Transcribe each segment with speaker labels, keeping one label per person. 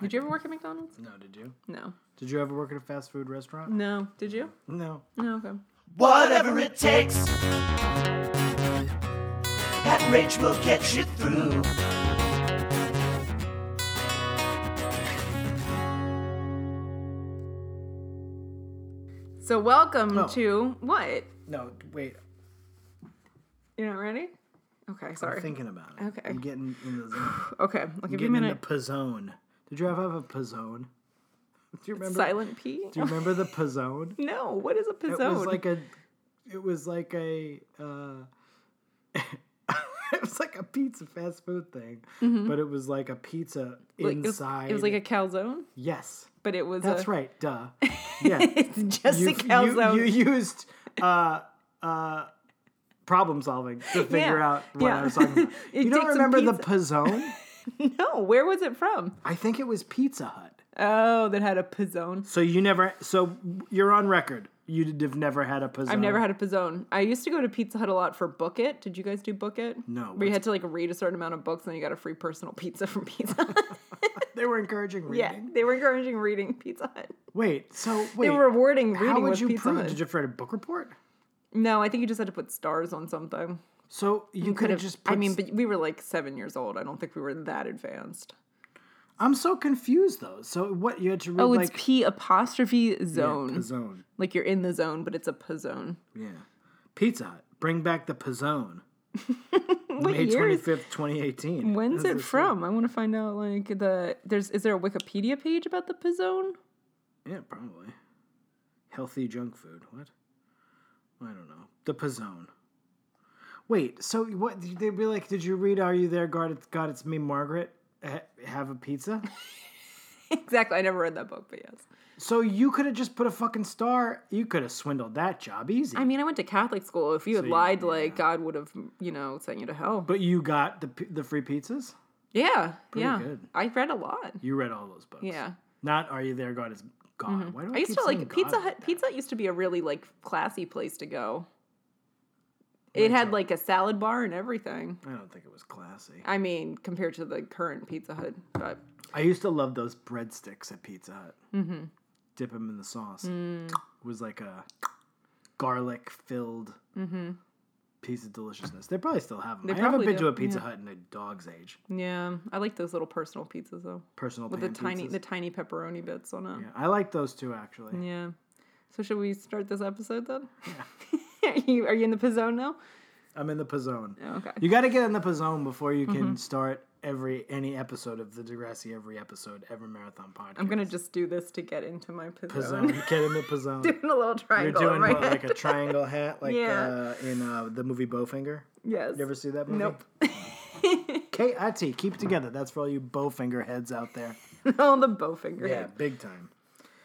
Speaker 1: Did you ever work at McDonald's?
Speaker 2: No, did you?
Speaker 1: No.
Speaker 2: Did you ever work at a fast food restaurant?
Speaker 1: No. Did you?
Speaker 2: No.
Speaker 1: No. Okay.
Speaker 3: Whatever it takes. That rage will get you through.
Speaker 1: So welcome
Speaker 2: Oh.
Speaker 1: to what?
Speaker 2: No, wait.
Speaker 1: You're not ready? Okay. Sorry.
Speaker 2: I'm thinking about it.
Speaker 1: Okay.
Speaker 2: I'm getting in the zone.
Speaker 1: okay. I'll give you a
Speaker 2: getting in the
Speaker 1: minute.
Speaker 2: pizzone. Did you ever have a pizzone? Do you remember?
Speaker 1: Silent P. Oh,
Speaker 2: Do you remember the pizzone?
Speaker 1: no. What is a
Speaker 2: It
Speaker 1: pizzone?
Speaker 2: was like a. It was like a. Uh, it was like a pizza fast food thing, but it was like a pizza
Speaker 1: Mm-hmm. Like, it was-
Speaker 2: inside.
Speaker 1: It was, like a calzone,
Speaker 2: yes.
Speaker 1: but it was.
Speaker 2: That's
Speaker 1: a,
Speaker 2: right. Duh. Yeah.
Speaker 1: It's just
Speaker 2: you,
Speaker 1: a
Speaker 2: you,
Speaker 1: calzone.
Speaker 2: you used uh, uh, problem solving to figure
Speaker 1: Yeah,
Speaker 2: out what
Speaker 1: yeah.
Speaker 2: I was talking about.
Speaker 1: It
Speaker 2: you don't
Speaker 1: takes some
Speaker 2: remember the pizzone?
Speaker 1: no. Where was it from?
Speaker 2: I think it was Pizza Hut.
Speaker 1: Oh, that had a pizzone.
Speaker 2: So you never. So you're on record. You'd have never had a pizzone.
Speaker 1: I've never had a pizzone. I used to go to Pizza Hut a lot for Book It. Did you guys do Book It?
Speaker 2: No,
Speaker 1: Where you
Speaker 2: what's-
Speaker 1: had to like read a certain amount of books and then you got a free personal pizza from Pizza Hut.
Speaker 2: They were encouraging
Speaker 1: yeah,
Speaker 2: reading.
Speaker 1: they were encouraging reading Pizza Hut.
Speaker 2: Wait. So wait.
Speaker 1: They were rewarding reading
Speaker 2: how would
Speaker 1: with
Speaker 2: you
Speaker 1: Pizza
Speaker 2: prove?
Speaker 1: Hut.
Speaker 2: Did you write a book report?
Speaker 1: No, I think you just had to put stars on something.
Speaker 2: So you could have just. Put,
Speaker 1: I mean, but we were like seven years old. I don't think we were that advanced.
Speaker 2: I'm so confused though. So what you had to read
Speaker 1: Oh,
Speaker 2: like
Speaker 1: it's P apostrophe
Speaker 2: Yeah,
Speaker 1: zone.
Speaker 2: pizzone.
Speaker 1: like you're in the zone, but it's a pizzone.
Speaker 2: Yeah. Pizza Hut. Bring back the pizzone.
Speaker 1: What
Speaker 2: May
Speaker 1: year
Speaker 2: twenty
Speaker 1: is
Speaker 2: fifth, twenty eighteen.
Speaker 1: When's it from? I want to find out. Like the there's is there a Wikipedia page about the pizzone?
Speaker 2: Yeah, probably. Healthy junk food. What? I don't know. The pizzone. Wait. So what? They'd be like, "Did you read? Are you there, God? It's God. It's me, Margaret. Ha- have a pizza."
Speaker 1: exactly. I never read that book, but yes.
Speaker 2: so you could have just put a fucking star. You could have swindled that job easy.
Speaker 1: I mean, I went to Catholic school. If you had
Speaker 2: So you-
Speaker 1: lied, like God would have, you know, sent you to hell.
Speaker 2: but you got the p- the free pizzas.
Speaker 1: yeah, yeah.
Speaker 2: good.
Speaker 1: I read a lot.
Speaker 2: You read all those books.
Speaker 1: Yeah. Mm-hmm.
Speaker 2: Not "Are you there, God?" Is God. Why do I,
Speaker 1: I used
Speaker 2: keep
Speaker 1: to
Speaker 2: saying
Speaker 1: like Pizza
Speaker 2: God?
Speaker 1: Hut. Pizza Hut used to be a really like classy place to go. It had like a salad bar and everything.
Speaker 2: I don't think it was classy.
Speaker 1: I mean, compared to the current Pizza Hut, but
Speaker 2: I used to love those breadsticks at Pizza Hut. Mm-hmm. Dip them in the sauce.
Speaker 1: Mm.
Speaker 2: It was like a garlic filled piece of deliciousness. They probably still have them.
Speaker 1: Mm-hmm. They
Speaker 2: I haven't
Speaker 1: probably
Speaker 2: been
Speaker 1: do,
Speaker 2: to a Pizza
Speaker 1: yeah.
Speaker 2: Hut in a dog's age.
Speaker 1: yeah, I like those little personal pizzas though,
Speaker 2: Personal
Speaker 1: with the
Speaker 2: pan
Speaker 1: tiny Mm.
Speaker 2: pizzas.
Speaker 1: the tiny pepperoni bits on it.
Speaker 2: yeah, I like those too actually.
Speaker 1: Yeah. So should we start this episode then? are you are you in the pizzone now?
Speaker 2: I'm in the pizzone.
Speaker 1: Oh, okay.
Speaker 2: You got to get in the pizzone before you
Speaker 1: Mm-hmm.
Speaker 2: can start every any episode of the Degrassi every episode every marathon podcast.
Speaker 1: I'm gonna just do this to get into my pizzone.
Speaker 2: pizzone. get in the pizzone.
Speaker 1: doing a little
Speaker 2: You're
Speaker 1: triangle.
Speaker 2: doing
Speaker 1: in my
Speaker 2: what, like
Speaker 1: head.
Speaker 2: a triangle hat, like
Speaker 1: Yeah.
Speaker 2: uh, in uh, the movie Bowfinger.
Speaker 1: yes.
Speaker 2: You ever see that movie?
Speaker 1: Nope.
Speaker 2: K-I-T, keep it together. That's for all you bowfinger heads out there.
Speaker 1: All the bow finger.
Speaker 2: Yeah,
Speaker 1: Yeah.
Speaker 2: big time.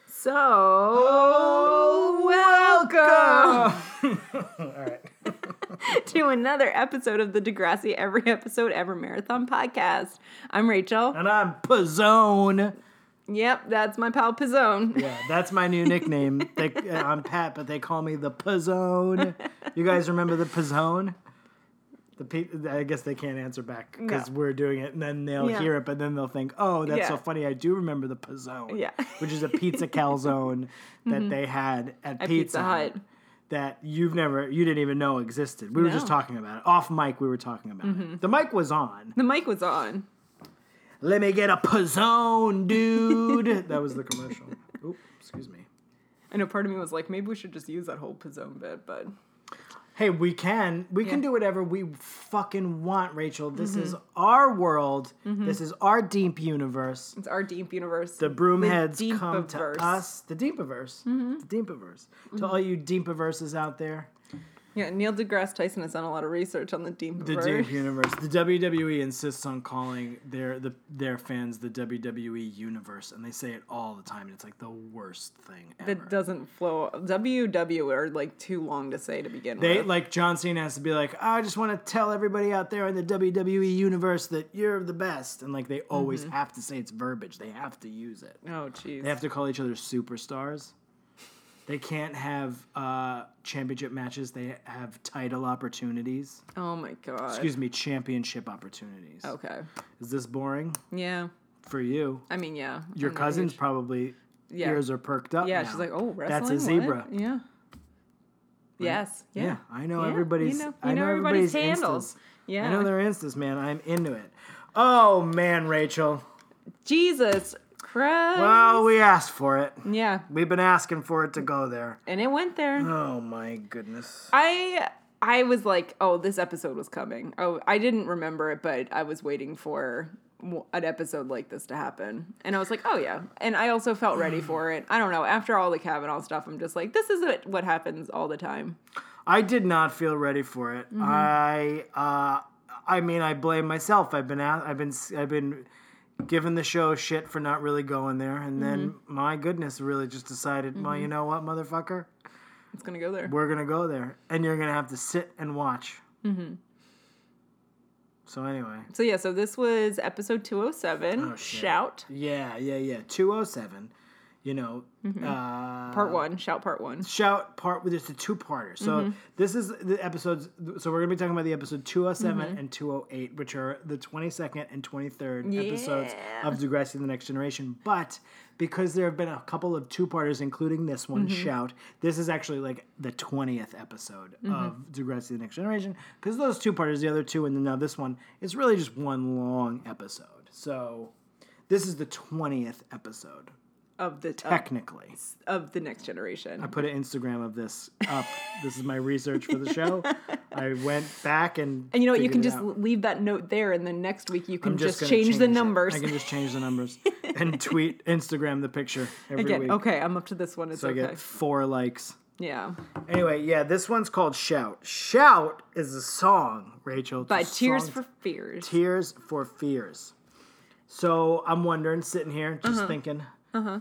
Speaker 1: So
Speaker 2: Oh.
Speaker 1: Oh, welcome
Speaker 2: all right.
Speaker 1: to another episode of the Degrassi Every Episode Ever Marathon Podcast. I'm Rachel.
Speaker 2: And I'm Pazone.
Speaker 1: Yep, that's my pal Pizzone.
Speaker 2: Yeah, that's my new nickname. They, uh, I'm Pat, but they call me the Pazone. You guys remember the Pazone? The pe- I guess they can't answer back because
Speaker 1: No.
Speaker 2: we're doing it, and then they'll
Speaker 1: Yeah.
Speaker 2: hear it, but then they'll think, "Oh, that's so
Speaker 1: Yeah.
Speaker 2: funny. I do remember the Pazone."
Speaker 1: Yeah.
Speaker 2: which is a pizza calzone that they had Mm-hmm. at,
Speaker 1: At
Speaker 2: Pizza Hut. that you've never you didn't even know existed. We were just
Speaker 1: No.
Speaker 2: talking about it. Off mic we were talking about it. The mic was on.
Speaker 1: The mic was on.
Speaker 2: Let me get a pizzone, dude. that was the commercial. Oop, excuse me.
Speaker 1: I know part of me was like, maybe we should just use that whole Pizzone bit, but
Speaker 2: Hey, we can. We can do whatever we fucking want, Rachel. This is our world. This is our deep universe.
Speaker 1: it's our deep universe.
Speaker 2: The Mm-hmm. broomheads
Speaker 1: The
Speaker 2: come to
Speaker 1: Deepiverse.
Speaker 2: us. The deepiverse. The deepiverse. To all you deepiverses out there.
Speaker 1: Yeah, Neil deGrasse Tyson has done a lot of research on the deep
Speaker 2: The
Speaker 1: universe.
Speaker 2: Deep Universe. The WWE insists on calling their the their fans the WWE Universe, and they say it all the time. And it's like the worst thing ever.
Speaker 1: that doesn't flow. WW are like too long to say to begin
Speaker 2: they
Speaker 1: with.
Speaker 2: like John Cena has to be like, I just want to tell everybody out there in the WWE universe that you're the best, and like they always have to say it's verbiage. They have to use it.
Speaker 1: oh, jeez.
Speaker 2: They have to call each other superstars. They can't have uh, championship matches. They have title opportunities.
Speaker 1: oh my god. Oh.
Speaker 2: Excuse me, championship opportunities.
Speaker 1: Okay.
Speaker 2: Is this boring?
Speaker 1: Yeah.
Speaker 2: for you.
Speaker 1: I mean, yeah.
Speaker 2: Your
Speaker 1: underage.
Speaker 2: cousin's probably
Speaker 1: yeah.
Speaker 2: ears are perked up.
Speaker 1: yeah,
Speaker 2: now.
Speaker 1: she's like, oh, wrestling.
Speaker 2: That's a
Speaker 1: What?"
Speaker 2: zebra.
Speaker 1: Yeah. Yes. Yeah.
Speaker 2: Yeah. I know
Speaker 1: Yeah, you
Speaker 2: everybody's.
Speaker 1: know- you
Speaker 2: I
Speaker 1: know
Speaker 2: know
Speaker 1: everybody's
Speaker 2: everybody's
Speaker 1: handles.
Speaker 2: instas.
Speaker 1: Yeah.
Speaker 2: I know their instas, man. I'm into it. Oh man, Rachel.
Speaker 1: Jesus Christ.
Speaker 2: Well, we asked for it.
Speaker 1: yeah.
Speaker 2: We've been asking for it to go there.
Speaker 1: And it went there.
Speaker 2: Oh my goodness.
Speaker 1: I I was like, oh, this episode was coming. Oh, I didn't remember it, but I was waiting for w- an episode like this to happen, and I was like, oh yeah. And I also felt ready for it. I don't know. After all the Kavanaugh stuff, I'm just like, this is what- what happens all the time.
Speaker 2: I did not feel ready for it.
Speaker 1: Mm-hmm.
Speaker 2: I uh, I mean, I blame myself. I've been a I've been s- I've been giving the show shit for not really going there, and then
Speaker 1: Mm-hmm.
Speaker 2: my goodness, really just decided. Well, you know what, motherfucker,
Speaker 1: It's gonna go there.
Speaker 2: we're gonna go there, and you're gonna have to sit and watch. Mm-hmm. So anyway,
Speaker 1: So yeah, so this was episode 207.
Speaker 2: Oh, shit.
Speaker 1: Shout
Speaker 2: yeah, yeah, yeah. Two oh seven. You know, uh,
Speaker 1: part one. Shout part one.
Speaker 2: shout part with it's a two-parter so this is the episodes so we're gonna be talking about the episode 207 and 208 which are the 22nd and 23rd episodes of degrassi the next generation but because there have been a couple of two-parters including this one shout this is actually like the 20th episode of degrassi the next generation because those two-parters the other two and then now this one it's really just one long episode so this is the 20th episode
Speaker 1: of the of,
Speaker 2: technically
Speaker 1: of the next generation.
Speaker 2: I put an Instagram of this up. this is my research for the show. I went back and
Speaker 1: And you know what? You can
Speaker 2: figured it
Speaker 1: just
Speaker 2: out.
Speaker 1: leave that note there, and then next week you can
Speaker 2: I'm
Speaker 1: just,
Speaker 2: gonna
Speaker 1: change, the
Speaker 2: it.
Speaker 1: numbers.
Speaker 2: I can just change the numbers and tweet Instagram the picture every
Speaker 1: Again,
Speaker 2: week.
Speaker 1: okay, I'm up to this one. It's
Speaker 2: So I
Speaker 1: okay.
Speaker 2: get four likes.
Speaker 1: Yeah.
Speaker 2: Anyway, yeah, this one's called Shout. Shout is a song, Rachel. It's a
Speaker 1: By Tears
Speaker 2: song-
Speaker 1: for Fears.
Speaker 2: Tears for Fears. So I'm wondering, sitting here, just
Speaker 1: Uh-huh.
Speaker 2: thinking,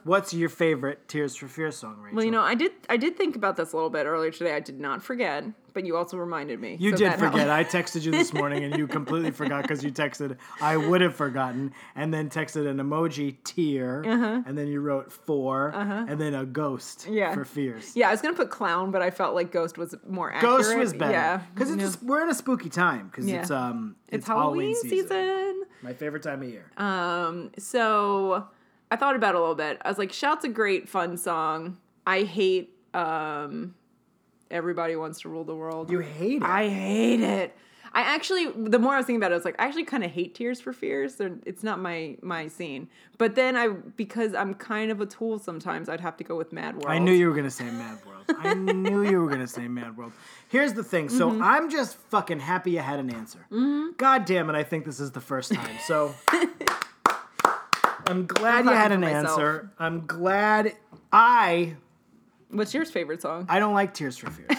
Speaker 2: what's your favorite Tears for Fears song, Rachel?
Speaker 1: well, you know, I did I did think about this a little bit earlier today. I did not forget, but you also reminded me.
Speaker 2: You
Speaker 1: so
Speaker 2: did
Speaker 1: that helped.
Speaker 2: forget. I texted you this morning and you completely forgot because you texted, I would have forgotten, and then texted an emoji tear, and then you wrote 4 and then a ghost
Speaker 1: Uh-huh. Yeah.
Speaker 2: for fears.
Speaker 1: Yeah, I was gonna put clown, but I felt like ghost was more accurate.
Speaker 2: Ghost was better.
Speaker 1: Yeah,
Speaker 2: Because
Speaker 1: Yeah.
Speaker 2: it's we're in a spooky time because
Speaker 1: Yeah.
Speaker 2: it's, um, it's,
Speaker 1: It's Halloween season.
Speaker 2: My favorite time of year.
Speaker 1: Um, so I thought about it a little bit. I was like, "Shout's a great fun song." I hate um, "Everybody Wants to Rule the World."
Speaker 2: you hate it.
Speaker 1: I hate it. I actually, the more I was thinking about it, I was like, I actually kind of hate Tears for Fears. They're, it's not my my scene. But then I, because I'm kind of a tool sometimes, I'd have to go with Mad World.
Speaker 2: I knew you were gonna say Mad World. I knew you were gonna say Mad World. Here's the thing. So
Speaker 1: Mm-hmm.
Speaker 2: I'm just fucking happy you had an answer. God damn it! I think this is the first time. So I'm glad you had
Speaker 1: clapping
Speaker 2: an
Speaker 1: for myself.
Speaker 2: answer. I'm glad I
Speaker 1: What's your favorite song?
Speaker 2: I don't like Tears for Fears.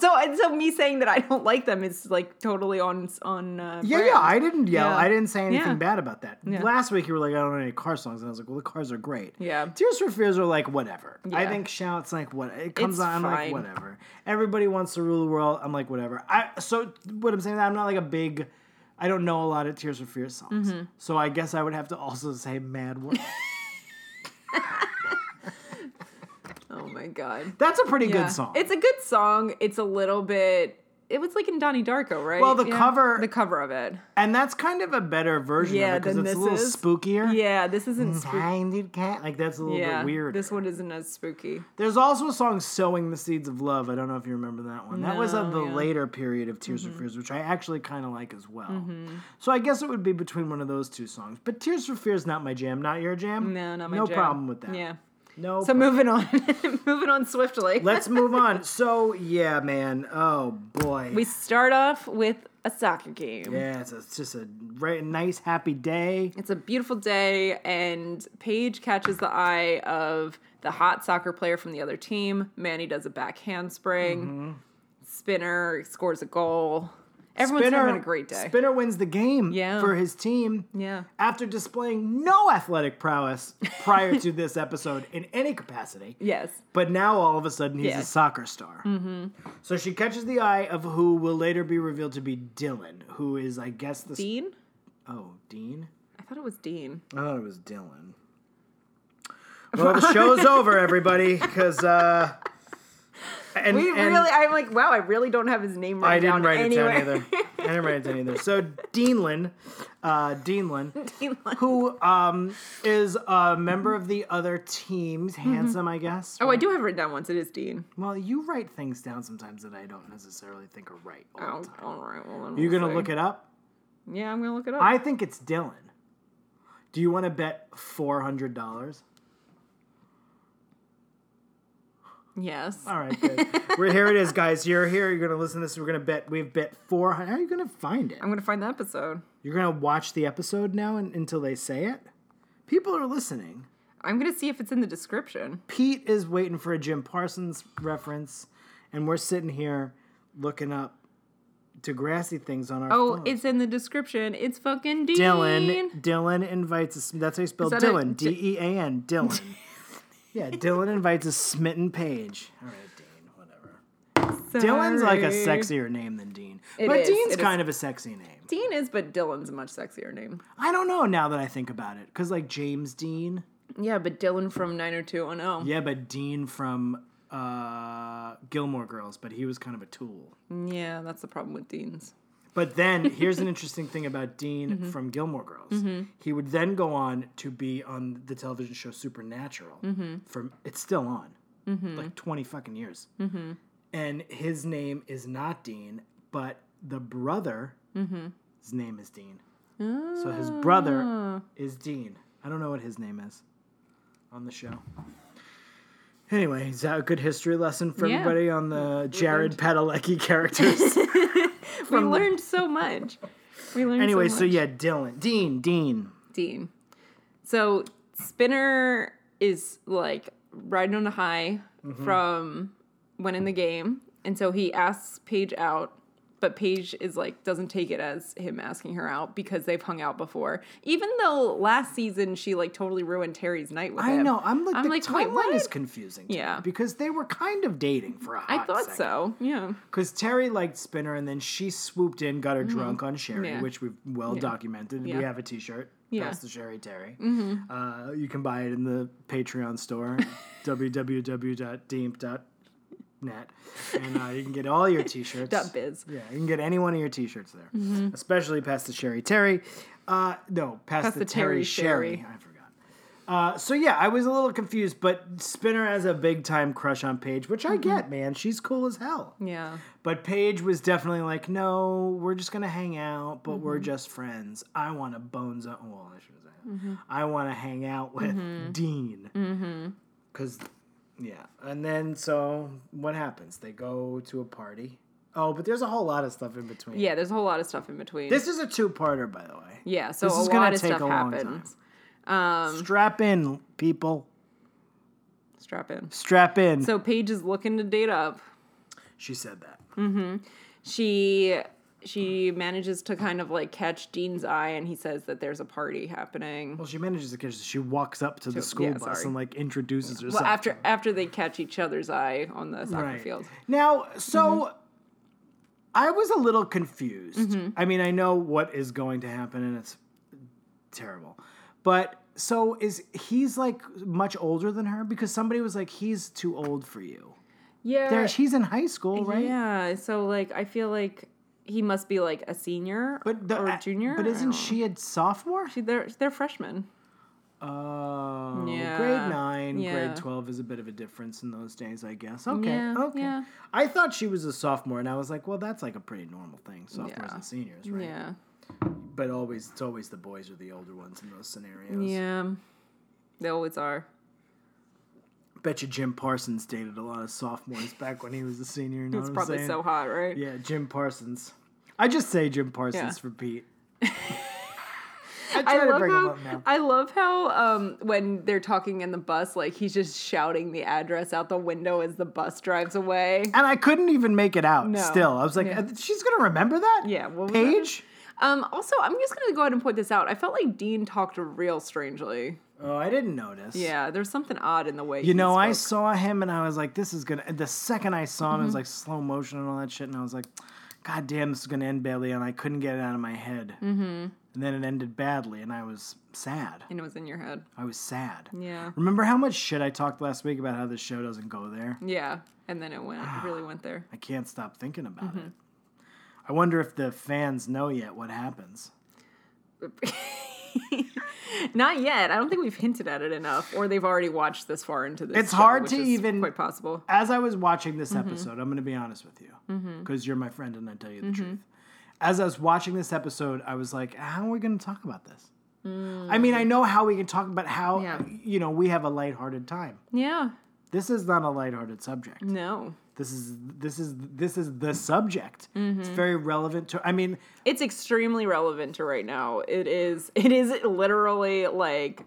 Speaker 1: so and so me saying that I don't like them is like totally on on. Uh,
Speaker 2: yeah,
Speaker 1: brand.
Speaker 2: yeah. I didn't yell.
Speaker 1: Yeah.
Speaker 2: I didn't say anything
Speaker 1: Yeah.
Speaker 2: bad about that. Last week you were like, I don't know any car songs, and I was like, Well, the cars are great.
Speaker 1: Yeah.
Speaker 2: Tears for Fears are like whatever. I
Speaker 1: Yeah.
Speaker 2: think shouts like what it comes
Speaker 1: It's
Speaker 2: on. I'm like
Speaker 1: fine.
Speaker 2: whatever. Everybody wants to rule the world. I'm like whatever. I so what I'm saying that I'm not like a big. I don't know a lot of Tears for Fears songs,
Speaker 1: Mm-hmm.
Speaker 2: so I guess I would have to also say Mad World.
Speaker 1: Oh my god.
Speaker 2: That's a pretty
Speaker 1: Yeah.
Speaker 2: good song.
Speaker 1: It's a good song. It's a little bit. It was like in Donnie Darko, right?
Speaker 2: Well, the cover-
Speaker 1: the cover of it.
Speaker 2: and that's kind of a better version
Speaker 1: Yeah,
Speaker 2: of it because
Speaker 1: than
Speaker 2: it's a
Speaker 1: this
Speaker 2: little
Speaker 1: is.
Speaker 2: spookier.
Speaker 1: Yeah, this isn't spooky.
Speaker 2: Blinded cat, like that's Mm, a little
Speaker 1: Yeah,
Speaker 2: bit weird.
Speaker 1: This one isn't as spooky.
Speaker 2: There's also a song "Sowing the Seeds of Love." I don't know if you remember that one. That was of
Speaker 1: No,
Speaker 2: the
Speaker 1: yeah. Mm-hmm.
Speaker 2: later period of Tears for Fears, which I actually kind of like as well. So I guess it would be between one of those two songs. But Tears for Fears not my jam. Not your jam.
Speaker 1: No, not my
Speaker 2: No
Speaker 1: jam.
Speaker 2: problem with that.
Speaker 1: Yeah.
Speaker 2: No.
Speaker 1: So
Speaker 2: problem.
Speaker 1: moving on, moving on swiftly.
Speaker 2: Let's move on. So yeah, man. Oh boy.
Speaker 1: we start off with a soccer game.
Speaker 2: yeah, it's, a, it's just a right, nice, happy day.
Speaker 1: It's a beautiful day, and Paige catches the eye of the hot soccer player from the other team. Manny does a back handspring. Spinner scores a goal. Everyone's having a great day.
Speaker 2: Spinner wins the game
Speaker 1: Yeah.
Speaker 2: for his team.
Speaker 1: yeah.
Speaker 2: after displaying no athletic prowess prior to this episode in any capacity.
Speaker 1: Yes.
Speaker 2: But now all of a sudden he's
Speaker 1: Yeah.
Speaker 2: a soccer star. Mm-hmm. So she catches the eye of who will later be revealed to be Dylan, who is, I guess, the
Speaker 1: Dean?
Speaker 2: oh Dean.
Speaker 1: I thought it was Dean.
Speaker 2: I thought it was Dylan. Well, the show's over, everybody, because uh, and
Speaker 1: We
Speaker 2: and
Speaker 1: really, I'm like, wow, I really don't have his name right
Speaker 2: I
Speaker 1: down
Speaker 2: didn't write it down
Speaker 1: anywhere.
Speaker 2: either. I didn't write it down either. So Deanlin, uh, Deanlin, who um, is a member of the other team,
Speaker 1: Mm-hmm.
Speaker 2: handsome, I guess.
Speaker 1: Oh, I do have written down once. It is Dean.
Speaker 2: Well, you write things down sometimes that I don't necessarily think are right. All
Speaker 1: Oh,
Speaker 2: the time.
Speaker 1: all right. Well, then
Speaker 2: You're
Speaker 1: we'll
Speaker 2: gonna
Speaker 1: see.
Speaker 2: look it up.
Speaker 1: Yeah, I'm gonna look it up.
Speaker 2: I think it's Dylan. Do you want to bet four hundred dollars?
Speaker 1: yes.
Speaker 2: All right, good. We're here. It is, guys. You're here. You're gonna listen to this. We're gonna bet. We've bet four hundred. How are you gonna find it?
Speaker 1: I'm gonna find the episode.
Speaker 2: You're gonna watch the episode now and, until they say it. People are listening.
Speaker 1: I'm gonna see if it's in the description.
Speaker 2: Pete is waiting for a Jim Parsons reference, and we're sitting here looking up Degrassi things on our
Speaker 1: Oh,
Speaker 2: phones.
Speaker 1: it's in the description. It's fucking Dean.
Speaker 2: Dylan. Dylan invites a. sm- That's how you spell
Speaker 1: Is that a-
Speaker 2: Dylan. D E A N. Dylan. yeah, Dylan invites a smitten page. All right, Dean. Whatever. Dylan's like a
Speaker 1: Sorry.
Speaker 2: sexier name than Dean,
Speaker 1: It
Speaker 2: but
Speaker 1: is,
Speaker 2: Dean's
Speaker 1: it is.
Speaker 2: kind of a sexy name.
Speaker 1: Dean is, but Dylan's a much sexier name.
Speaker 2: I don't know now that I think about it, because like James Dean.
Speaker 1: Yeah, but Dylan from 90210.
Speaker 2: Yeah, but Dean from uh, Gilmore Girls, but he was kind of a tool.
Speaker 1: Yeah. that's the problem with Deans.
Speaker 2: But then here's an interesting thing about Dean
Speaker 1: Mm-hmm.
Speaker 2: from Gilmore Girls. He would then go on to be on the television show Supernatural.
Speaker 1: Mm-hmm.
Speaker 2: From it's still on, like twenty fucking years.
Speaker 1: Mm-hmm.
Speaker 2: And his name is not Dean, but the brother,
Speaker 1: Mm-hmm.
Speaker 2: his name is Dean. So his
Speaker 1: Ah.
Speaker 2: brother is Dean. I don't know what his name is on the show. Anyway, is that a good history lesson for
Speaker 1: Yeah.
Speaker 2: everybody on the Jared Padalecki characters?
Speaker 1: We learned so much. We learned
Speaker 2: Anyway,
Speaker 1: so, much.
Speaker 2: so yeah, Dylan, Dean, Dean.
Speaker 1: Dean. So Spinner is like riding on a high
Speaker 2: Mm-hmm.
Speaker 1: from winning the game. And so he asks Paige out, but Paige is like, doesn't take it as him asking her out because they've hung out before. Even though last season she like totally ruined Terry's night with
Speaker 2: I
Speaker 1: him.
Speaker 2: know. I'm like
Speaker 1: I'm
Speaker 2: the
Speaker 1: like, wait,
Speaker 2: timeline
Speaker 1: what?
Speaker 2: is confusing. to me
Speaker 1: Yeah.
Speaker 2: because they were kind of dating for a
Speaker 1: I
Speaker 2: hot
Speaker 1: thought so. Yeah.
Speaker 2: Because Terry liked Spinner, and then she swooped in, got her drunk on Sherry,
Speaker 1: Mm-hmm. Yeah.
Speaker 2: which we've well documented.
Speaker 1: Yeah.
Speaker 2: We have a T-shirt.
Speaker 1: Yeah. Mm-hmm.
Speaker 2: That's the Sherry Terry. Uh, you can buy it in the Patreon store, www.deemp.net, and uh, you can get all your T-shirts.
Speaker 1: Dot biz.
Speaker 2: Yeah, you can get any one of your T-shirts there, especially past the Sherry Terry. Uh, no, past, the, Terry, Sherry.
Speaker 1: Sherry.
Speaker 2: I forgot. Uh, so yeah, I was a little confused, but Spinner has a big time crush on Paige, which I get, man. She's cool as hell.
Speaker 1: Yeah.
Speaker 2: But Paige was definitely like, no, we're just gonna hang out, but
Speaker 1: Mm-hmm.
Speaker 2: we're just friends. I want to bones up. Well, I shouldn't say that.
Speaker 1: Mm-hmm.
Speaker 2: I want to hang out with Dean. Cause, yeah. And then so what happens? They go to a party. Oh, but there's a whole lot of stuff in between.
Speaker 1: Yeah, there's a whole lot of stuff in between.
Speaker 2: This is a two-parter, by the way.
Speaker 1: yeah, so
Speaker 2: this
Speaker 1: a
Speaker 2: is gonna
Speaker 1: lot of
Speaker 2: take
Speaker 1: stuff
Speaker 2: a long
Speaker 1: happens. Um,
Speaker 2: Strap in, people.
Speaker 1: Strap in.
Speaker 2: Strap in.
Speaker 1: So Paige is looking to date up.
Speaker 2: she said that.
Speaker 1: she she manages to kind of like catch Dean's eye and he says that there's a party happening.
Speaker 2: Well, she manages to catch. She walks up to the school
Speaker 1: yeah,
Speaker 2: bus
Speaker 1: sorry.
Speaker 2: and like introduces herself.
Speaker 1: Well, after after they catch each other's eye on the soccer
Speaker 2: Right.
Speaker 1: field. Mm-hmm.
Speaker 2: Now, so I was a little confused. I mean, I know what is going to happen and it's terrible. But so is he's like much older than her because somebody was like he's too old for you.
Speaker 1: Yeah.
Speaker 2: There he's in high school, right?
Speaker 1: Uh, Yeah, so like I feel like he must be like a senior
Speaker 2: But the, uh,
Speaker 1: or a junior.
Speaker 2: But
Speaker 1: I
Speaker 2: isn't
Speaker 1: don't
Speaker 2: she a sophomore?
Speaker 1: know. they're they're freshmen.
Speaker 2: Oh,
Speaker 1: Yeah.
Speaker 2: grade nine,
Speaker 1: Yeah.
Speaker 2: grade twelve is a bit of a difference in those days, I guess. Okay,
Speaker 1: Yeah,
Speaker 2: okay.
Speaker 1: yeah.
Speaker 2: I thought she was a sophomore, and I was like, well, that's like a pretty normal thing, sophomores
Speaker 1: Yeah.
Speaker 2: and seniors, right?
Speaker 1: Yeah.
Speaker 2: But always, it's always the boys are the older ones in those scenarios.
Speaker 1: Yeah. They always are.
Speaker 2: Bet you Jim Parsons dated a lot of sophomores back when he was a senior. You know
Speaker 1: It's
Speaker 2: what I'm
Speaker 1: probably
Speaker 2: saying?
Speaker 1: so hot, right?
Speaker 2: Yeah, Jim Parsons. I just say Jim Parsons
Speaker 1: Yeah.
Speaker 2: for Pete. I try
Speaker 1: I
Speaker 2: to
Speaker 1: love
Speaker 2: bring him
Speaker 1: how
Speaker 2: up now.
Speaker 1: I love how um, when they're talking in the bus, like he's just shouting the address out the window as the bus drives away.
Speaker 2: And I couldn't even make it out.
Speaker 1: No.
Speaker 2: Still, I was like,
Speaker 1: Yeah.
Speaker 2: "Uh, she's gonna remember that.
Speaker 1: Yeah, what was that?
Speaker 2: Paige.
Speaker 1: Um, also, I'm just gonna go ahead and point this out. I felt like Dean talked real strangely.
Speaker 2: Oh, I didn't notice.
Speaker 1: Yeah, there's something odd in the way.
Speaker 2: You know, I
Speaker 1: I
Speaker 2: saw him and I was like, this is gonna. The second I saw him, it was like slow motion and all that shit, and I was like, God damn, this is gonna end badly, and I couldn't get it out of my head. Mm-hmm. And then it ended badly, and I was sad.
Speaker 1: and it was in your head.
Speaker 2: I was sad.
Speaker 1: Yeah,
Speaker 2: Remember how much shit I talked last week about how this show doesn't go there?
Speaker 1: yeah, and then it went it really went there.
Speaker 2: I can't stop thinking about it. I wonder if the fans know yet what happens.
Speaker 1: Not yet. I don't think we've hinted at it enough, or they've already watched this far into this.
Speaker 2: It's
Speaker 1: show,
Speaker 2: hard
Speaker 1: which
Speaker 2: to
Speaker 1: is
Speaker 2: even-
Speaker 1: quite possible.
Speaker 2: As I was watching this
Speaker 1: Mm-hmm.
Speaker 2: episode, I'm going to be honest with you because you're my friend and I tell you the
Speaker 1: Mm-hmm.
Speaker 2: truth. As I was watching this episode, I was like, how are we going to talk about this? I mean, I know how we can talk about how,
Speaker 1: Mm. Yeah.
Speaker 2: you know, we have a lighthearted time.
Speaker 1: Yeah.
Speaker 2: This is not a lighthearted subject.
Speaker 1: No.
Speaker 2: This is this is this is the subject.
Speaker 1: Mm-hmm.
Speaker 2: It's very relevant to I mean,
Speaker 1: It's extremely relevant to right now. It is. It is literally like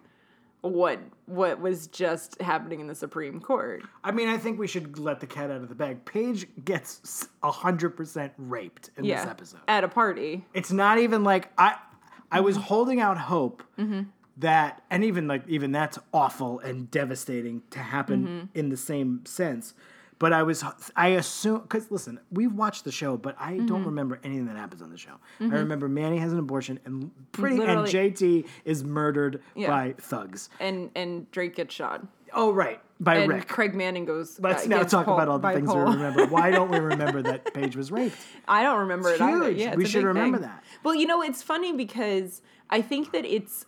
Speaker 1: what what was just happening in the Supreme Court.
Speaker 2: I mean, I think we should let the cat out of the bag. Paige gets hundred percent raped in
Speaker 1: Yeah.
Speaker 2: this episode.
Speaker 1: At a party.
Speaker 2: It's not even like I. I was
Speaker 1: Mm-hmm.
Speaker 2: holding out hope that, and even like even that's awful and devastating to happen
Speaker 1: Mm-hmm.
Speaker 2: in the same sense. But I was, I assume, because listen, we've watched the show, but I
Speaker 1: Mm-hmm.
Speaker 2: don't remember anything that happens on the show. I remember Manny has an abortion, and pretty,
Speaker 1: Literally.
Speaker 2: and JT is murdered
Speaker 1: Yeah.
Speaker 2: by thugs.
Speaker 1: And and Drake gets shot.
Speaker 2: Oh right, by
Speaker 1: And
Speaker 2: Rick.
Speaker 1: Craig Manning goes.
Speaker 2: Let's
Speaker 1: uh,
Speaker 2: now
Speaker 1: gets
Speaker 2: talk
Speaker 1: pulled
Speaker 2: about all the
Speaker 1: by
Speaker 2: things
Speaker 1: Paul.
Speaker 2: we remember. Why don't we remember that Paige was raped?
Speaker 1: I don't remember
Speaker 2: It's
Speaker 1: it either.
Speaker 2: huge.
Speaker 1: Yeah, it's
Speaker 2: We
Speaker 1: a
Speaker 2: should
Speaker 1: big
Speaker 2: remember
Speaker 1: thing.
Speaker 2: that.
Speaker 1: Well, you know, it's funny because I think that it's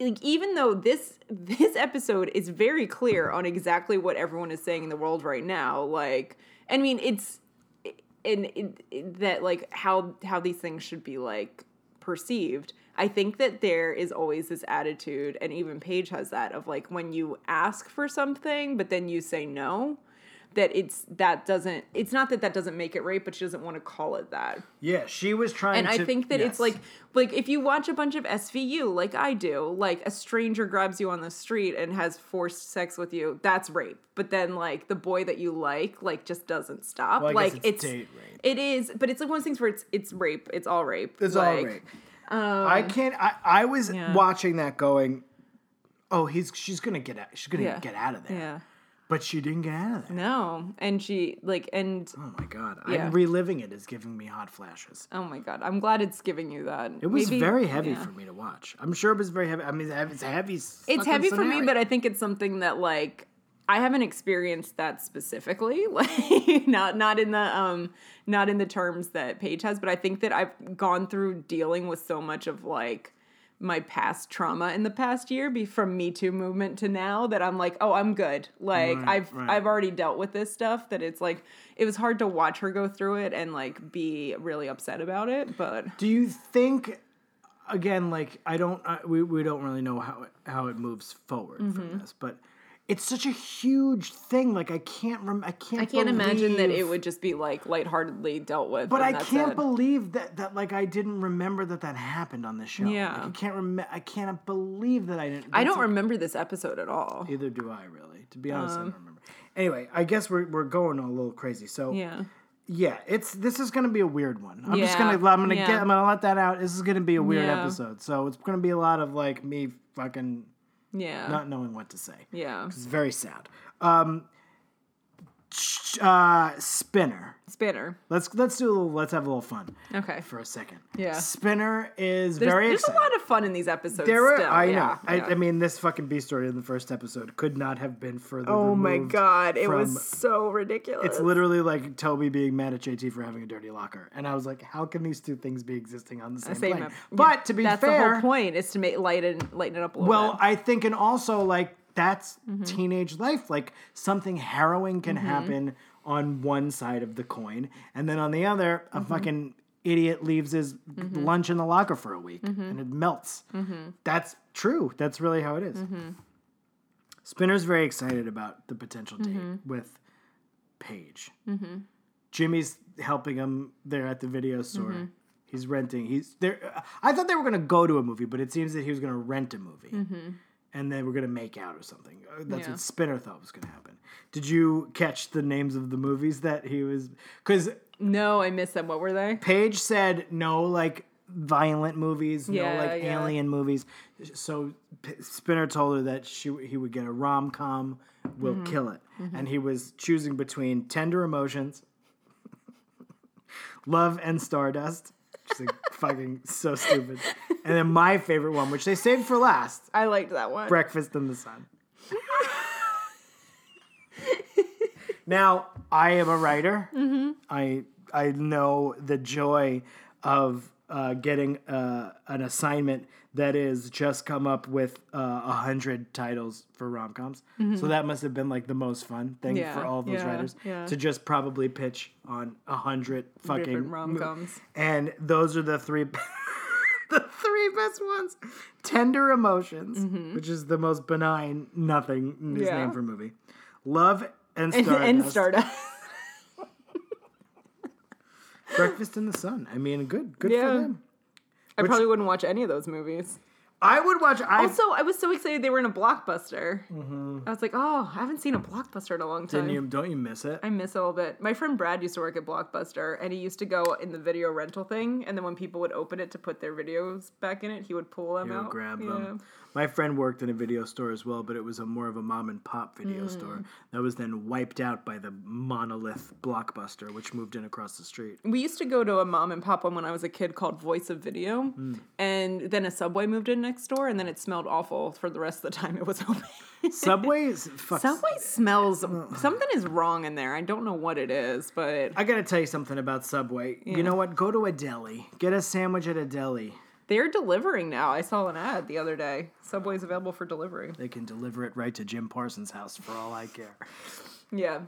Speaker 1: like even though this this episode is very clear on exactly what everyone is saying in the world right now, like I mean, it's and it, it- that like how how these things should be like perceived. I think that there is always this attitude, and even Paige has that of like when you ask for something, but then you say no. That it's that doesn't. It's not that that doesn't make it rape, but she doesn't want to call it that
Speaker 2: Yeah, she was trying.
Speaker 1: and
Speaker 2: to-
Speaker 1: I think that
Speaker 2: yes.
Speaker 1: it's like like if you watch a bunch of SVU like I do, like a stranger grabs you on the street and has forced sex with you, that's rape. But then like the boy that you like like just doesn't stop.
Speaker 2: Well, I guess
Speaker 1: like it's,
Speaker 2: it's date rape.
Speaker 1: it is, but it's like one of those things where it's it's rape. It's all rape.
Speaker 2: It's all
Speaker 1: Like, um,
Speaker 2: right. I can't. I, I was
Speaker 1: yeah.
Speaker 2: watching that going. Oh, he's she's gonna get out. She's gonna
Speaker 1: Yeah.
Speaker 2: get out of there.
Speaker 1: Yeah.
Speaker 2: But she didn't get out of there.
Speaker 1: No. And she like and
Speaker 2: Oh my god!
Speaker 1: Yeah.
Speaker 2: I'm reliving it is giving me hot flashes.
Speaker 1: oh my god, I'm glad it's giving you that.
Speaker 2: It was very heavy for me to watch. I'm sure it was very heavy. I mean, it's heavy.
Speaker 1: It's heavy for me, but I think it's something that like I haven't experienced that specifically, like not not in the um not in the terms that Paige has, but I think that I've gone through dealing with so much of like my past trauma in the past year be from me too movement to now that i'm like oh i'm good like
Speaker 2: Right,
Speaker 1: i've
Speaker 2: right.
Speaker 1: i've already dealt with this stuff that it's like it was hard to watch her go through it and like be really upset about it but
Speaker 2: Do you think again like I don't I, we we don't really know how it, how it moves forward
Speaker 1: Mm-hmm.
Speaker 2: from this, but it's such a huge thing like I can't rem- I can't
Speaker 1: i can't imagine that it
Speaker 2: believe-
Speaker 1: would just be like lightheartedly dealt with
Speaker 2: but
Speaker 1: and
Speaker 2: I
Speaker 1: that's
Speaker 2: can't
Speaker 1: it.
Speaker 2: believe that that like I didn't remember that that happened on the show. Like,
Speaker 1: Yeah.
Speaker 2: I can't rem- I can't believe that I didn't
Speaker 1: I
Speaker 2: that's
Speaker 1: don't
Speaker 2: a-
Speaker 1: remember this episode at all.
Speaker 2: Either do I really. To be honest, I
Speaker 1: Um.
Speaker 2: don't remember. Anyway, I guess we're we're going a little crazy. So
Speaker 1: Yeah.
Speaker 2: Yeah, it's this is gonna be a weird one. I'm just gonna
Speaker 1: Yeah,
Speaker 2: I'm gonna
Speaker 1: yeah.
Speaker 2: get I'm gonna let that out. This is gonna be a weird
Speaker 1: Yeah.
Speaker 2: episode. So it's gonna be a lot of like me fucking
Speaker 1: Yeah.
Speaker 2: not knowing what to say.
Speaker 1: yeah.
Speaker 2: It's very sad. Um ch- uh Spinner.
Speaker 1: Spinner.
Speaker 2: Let's let's do a little let's have a little fun
Speaker 1: Okay.
Speaker 2: for a second.
Speaker 1: Yeah.
Speaker 2: Spinner is
Speaker 1: There's,
Speaker 2: very
Speaker 1: there's a
Speaker 2: exciting.
Speaker 1: lot of fun in these episodes.
Speaker 2: there were,
Speaker 1: still.
Speaker 2: I know.
Speaker 1: Yeah,
Speaker 2: I,
Speaker 1: yeah.
Speaker 2: I mean, this fucking B story in the first episode could not have been further.
Speaker 1: oh my
Speaker 2: removed
Speaker 1: god, it
Speaker 2: from-
Speaker 1: was so ridiculous.
Speaker 2: It's literally like Toby being mad at JT for having a dirty locker, and I was like, "How can these two things be existing on the same,
Speaker 1: Uh, Same
Speaker 2: plane?"
Speaker 1: ep-
Speaker 2: But
Speaker 1: yeah.
Speaker 2: to be
Speaker 1: that's
Speaker 2: fair,
Speaker 1: the whole point is to make lighten lighten it up a little.
Speaker 2: well,
Speaker 1: bit.
Speaker 2: I think, and also like that's teenage life. Like something harrowing
Speaker 1: Mm-hmm.
Speaker 2: can happen on one side of the coin, and then on the other,
Speaker 1: Mm-hmm.
Speaker 2: a fucking idiot leaves his lunch in the locker for a week,
Speaker 1: Mm-hmm.
Speaker 2: and it melts. That's true. That's really how it is.
Speaker 1: Mm-hmm.
Speaker 2: Spinner's very excited about the potential date
Speaker 1: Mm-hmm.
Speaker 2: with Paige. Jimmy's helping him there at the video store. He's renting. He's there. I thought they were going to go to a movie, but it seems that he was going to rent a movie, and they were going to make out or something. Uh, That's
Speaker 1: Yeah.
Speaker 2: what Spinner thought was going to happen. Did you catch the names of the movies that he was? Because
Speaker 1: no, I missed them. What were they?
Speaker 2: Paige said no, like violent movies,
Speaker 1: Yeah,
Speaker 2: no, like
Speaker 1: yeah.
Speaker 2: alien movies. So P- Spinner told her that she he would get a rom com, will
Speaker 1: Mm-hmm.
Speaker 2: kill it, and he was choosing between tender emotions, love and stardust. She's like fucking so stupid, and then my favorite one, which they saved for last,
Speaker 1: I liked that one.
Speaker 2: breakfast in the sun.
Speaker 1: Mm-hmm.
Speaker 2: now I am a writer. I I know the joy of uh, getting uh, an assignment that is just come up with uh, a hundred titles for rom coms. So that must have been like the most fun thing
Speaker 1: Mm-hmm. Yeah,
Speaker 2: for all of those
Speaker 1: yeah,
Speaker 2: writers
Speaker 1: yeah.
Speaker 2: to just probably pitch on a hundred fucking
Speaker 1: Different rom-coms.
Speaker 2: And those are the three. The three best ones: Tender Emotions, which is the most benign nothing his
Speaker 1: Mm-hmm. Yeah.
Speaker 2: name for movie, Love and
Speaker 1: And,
Speaker 2: Stardust,
Speaker 1: and Stardust.
Speaker 2: Breakfast in the Sun. I mean, good, good
Speaker 1: Yeah.
Speaker 2: for them.
Speaker 1: I probably wouldn't watch any of those movies.
Speaker 2: I would watch. I
Speaker 1: Also, I was so excited they were in a blockbuster. I was like, oh, I haven't seen a blockbuster in a long time.
Speaker 2: Mm-hmm. didn't you, don't you miss it?
Speaker 1: I miss it a little bit. My friend Brad used to work at Blockbuster, and he used to go in the video rental thing, and then when people would open it to put their videos back in it, he would pull them
Speaker 2: You know,
Speaker 1: out.
Speaker 2: grab
Speaker 1: Yeah.
Speaker 2: them. My friend worked in a video store as well, but it was a more of a mom and pop video
Speaker 1: Mm.
Speaker 2: store that was then wiped out by the monolith blockbuster, which moved in across the street.
Speaker 1: We used to go to a mom and pop one when I was a kid called Voice of Video,
Speaker 2: Hmm.
Speaker 1: and then a Subway moved in next door, and then it smelled awful for the rest of the time it was open.
Speaker 2: Subway's fuck.
Speaker 1: Subway smells something is wrong in there. I don't know what it is, but
Speaker 2: I gotta tell you something about Subway. You know what? Go to a deli. Get a sandwich at a deli.
Speaker 1: they're delivering now. I saw an ad the other day. Subway's available for delivery.
Speaker 2: They can deliver it right to Jim Parsons' house for all I care.
Speaker 1: Yeah.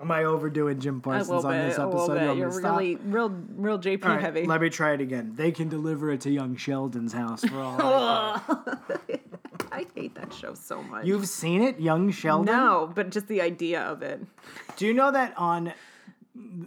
Speaker 2: Am I overdoing Jim
Speaker 1: A
Speaker 2: Parsons
Speaker 1: little
Speaker 2: on
Speaker 1: bit,
Speaker 2: this
Speaker 1: a little
Speaker 2: episode?
Speaker 1: bit.
Speaker 2: want me
Speaker 1: You're
Speaker 2: to stop?
Speaker 1: really real, real JP
Speaker 2: All right,
Speaker 1: heavy.
Speaker 2: Let me try it again. They can deliver it to young Sheldon's house for all. I-
Speaker 1: I hate that show so much.
Speaker 2: You've seen it, young Sheldon.
Speaker 1: no, but just the idea of it.
Speaker 2: Do you know that on?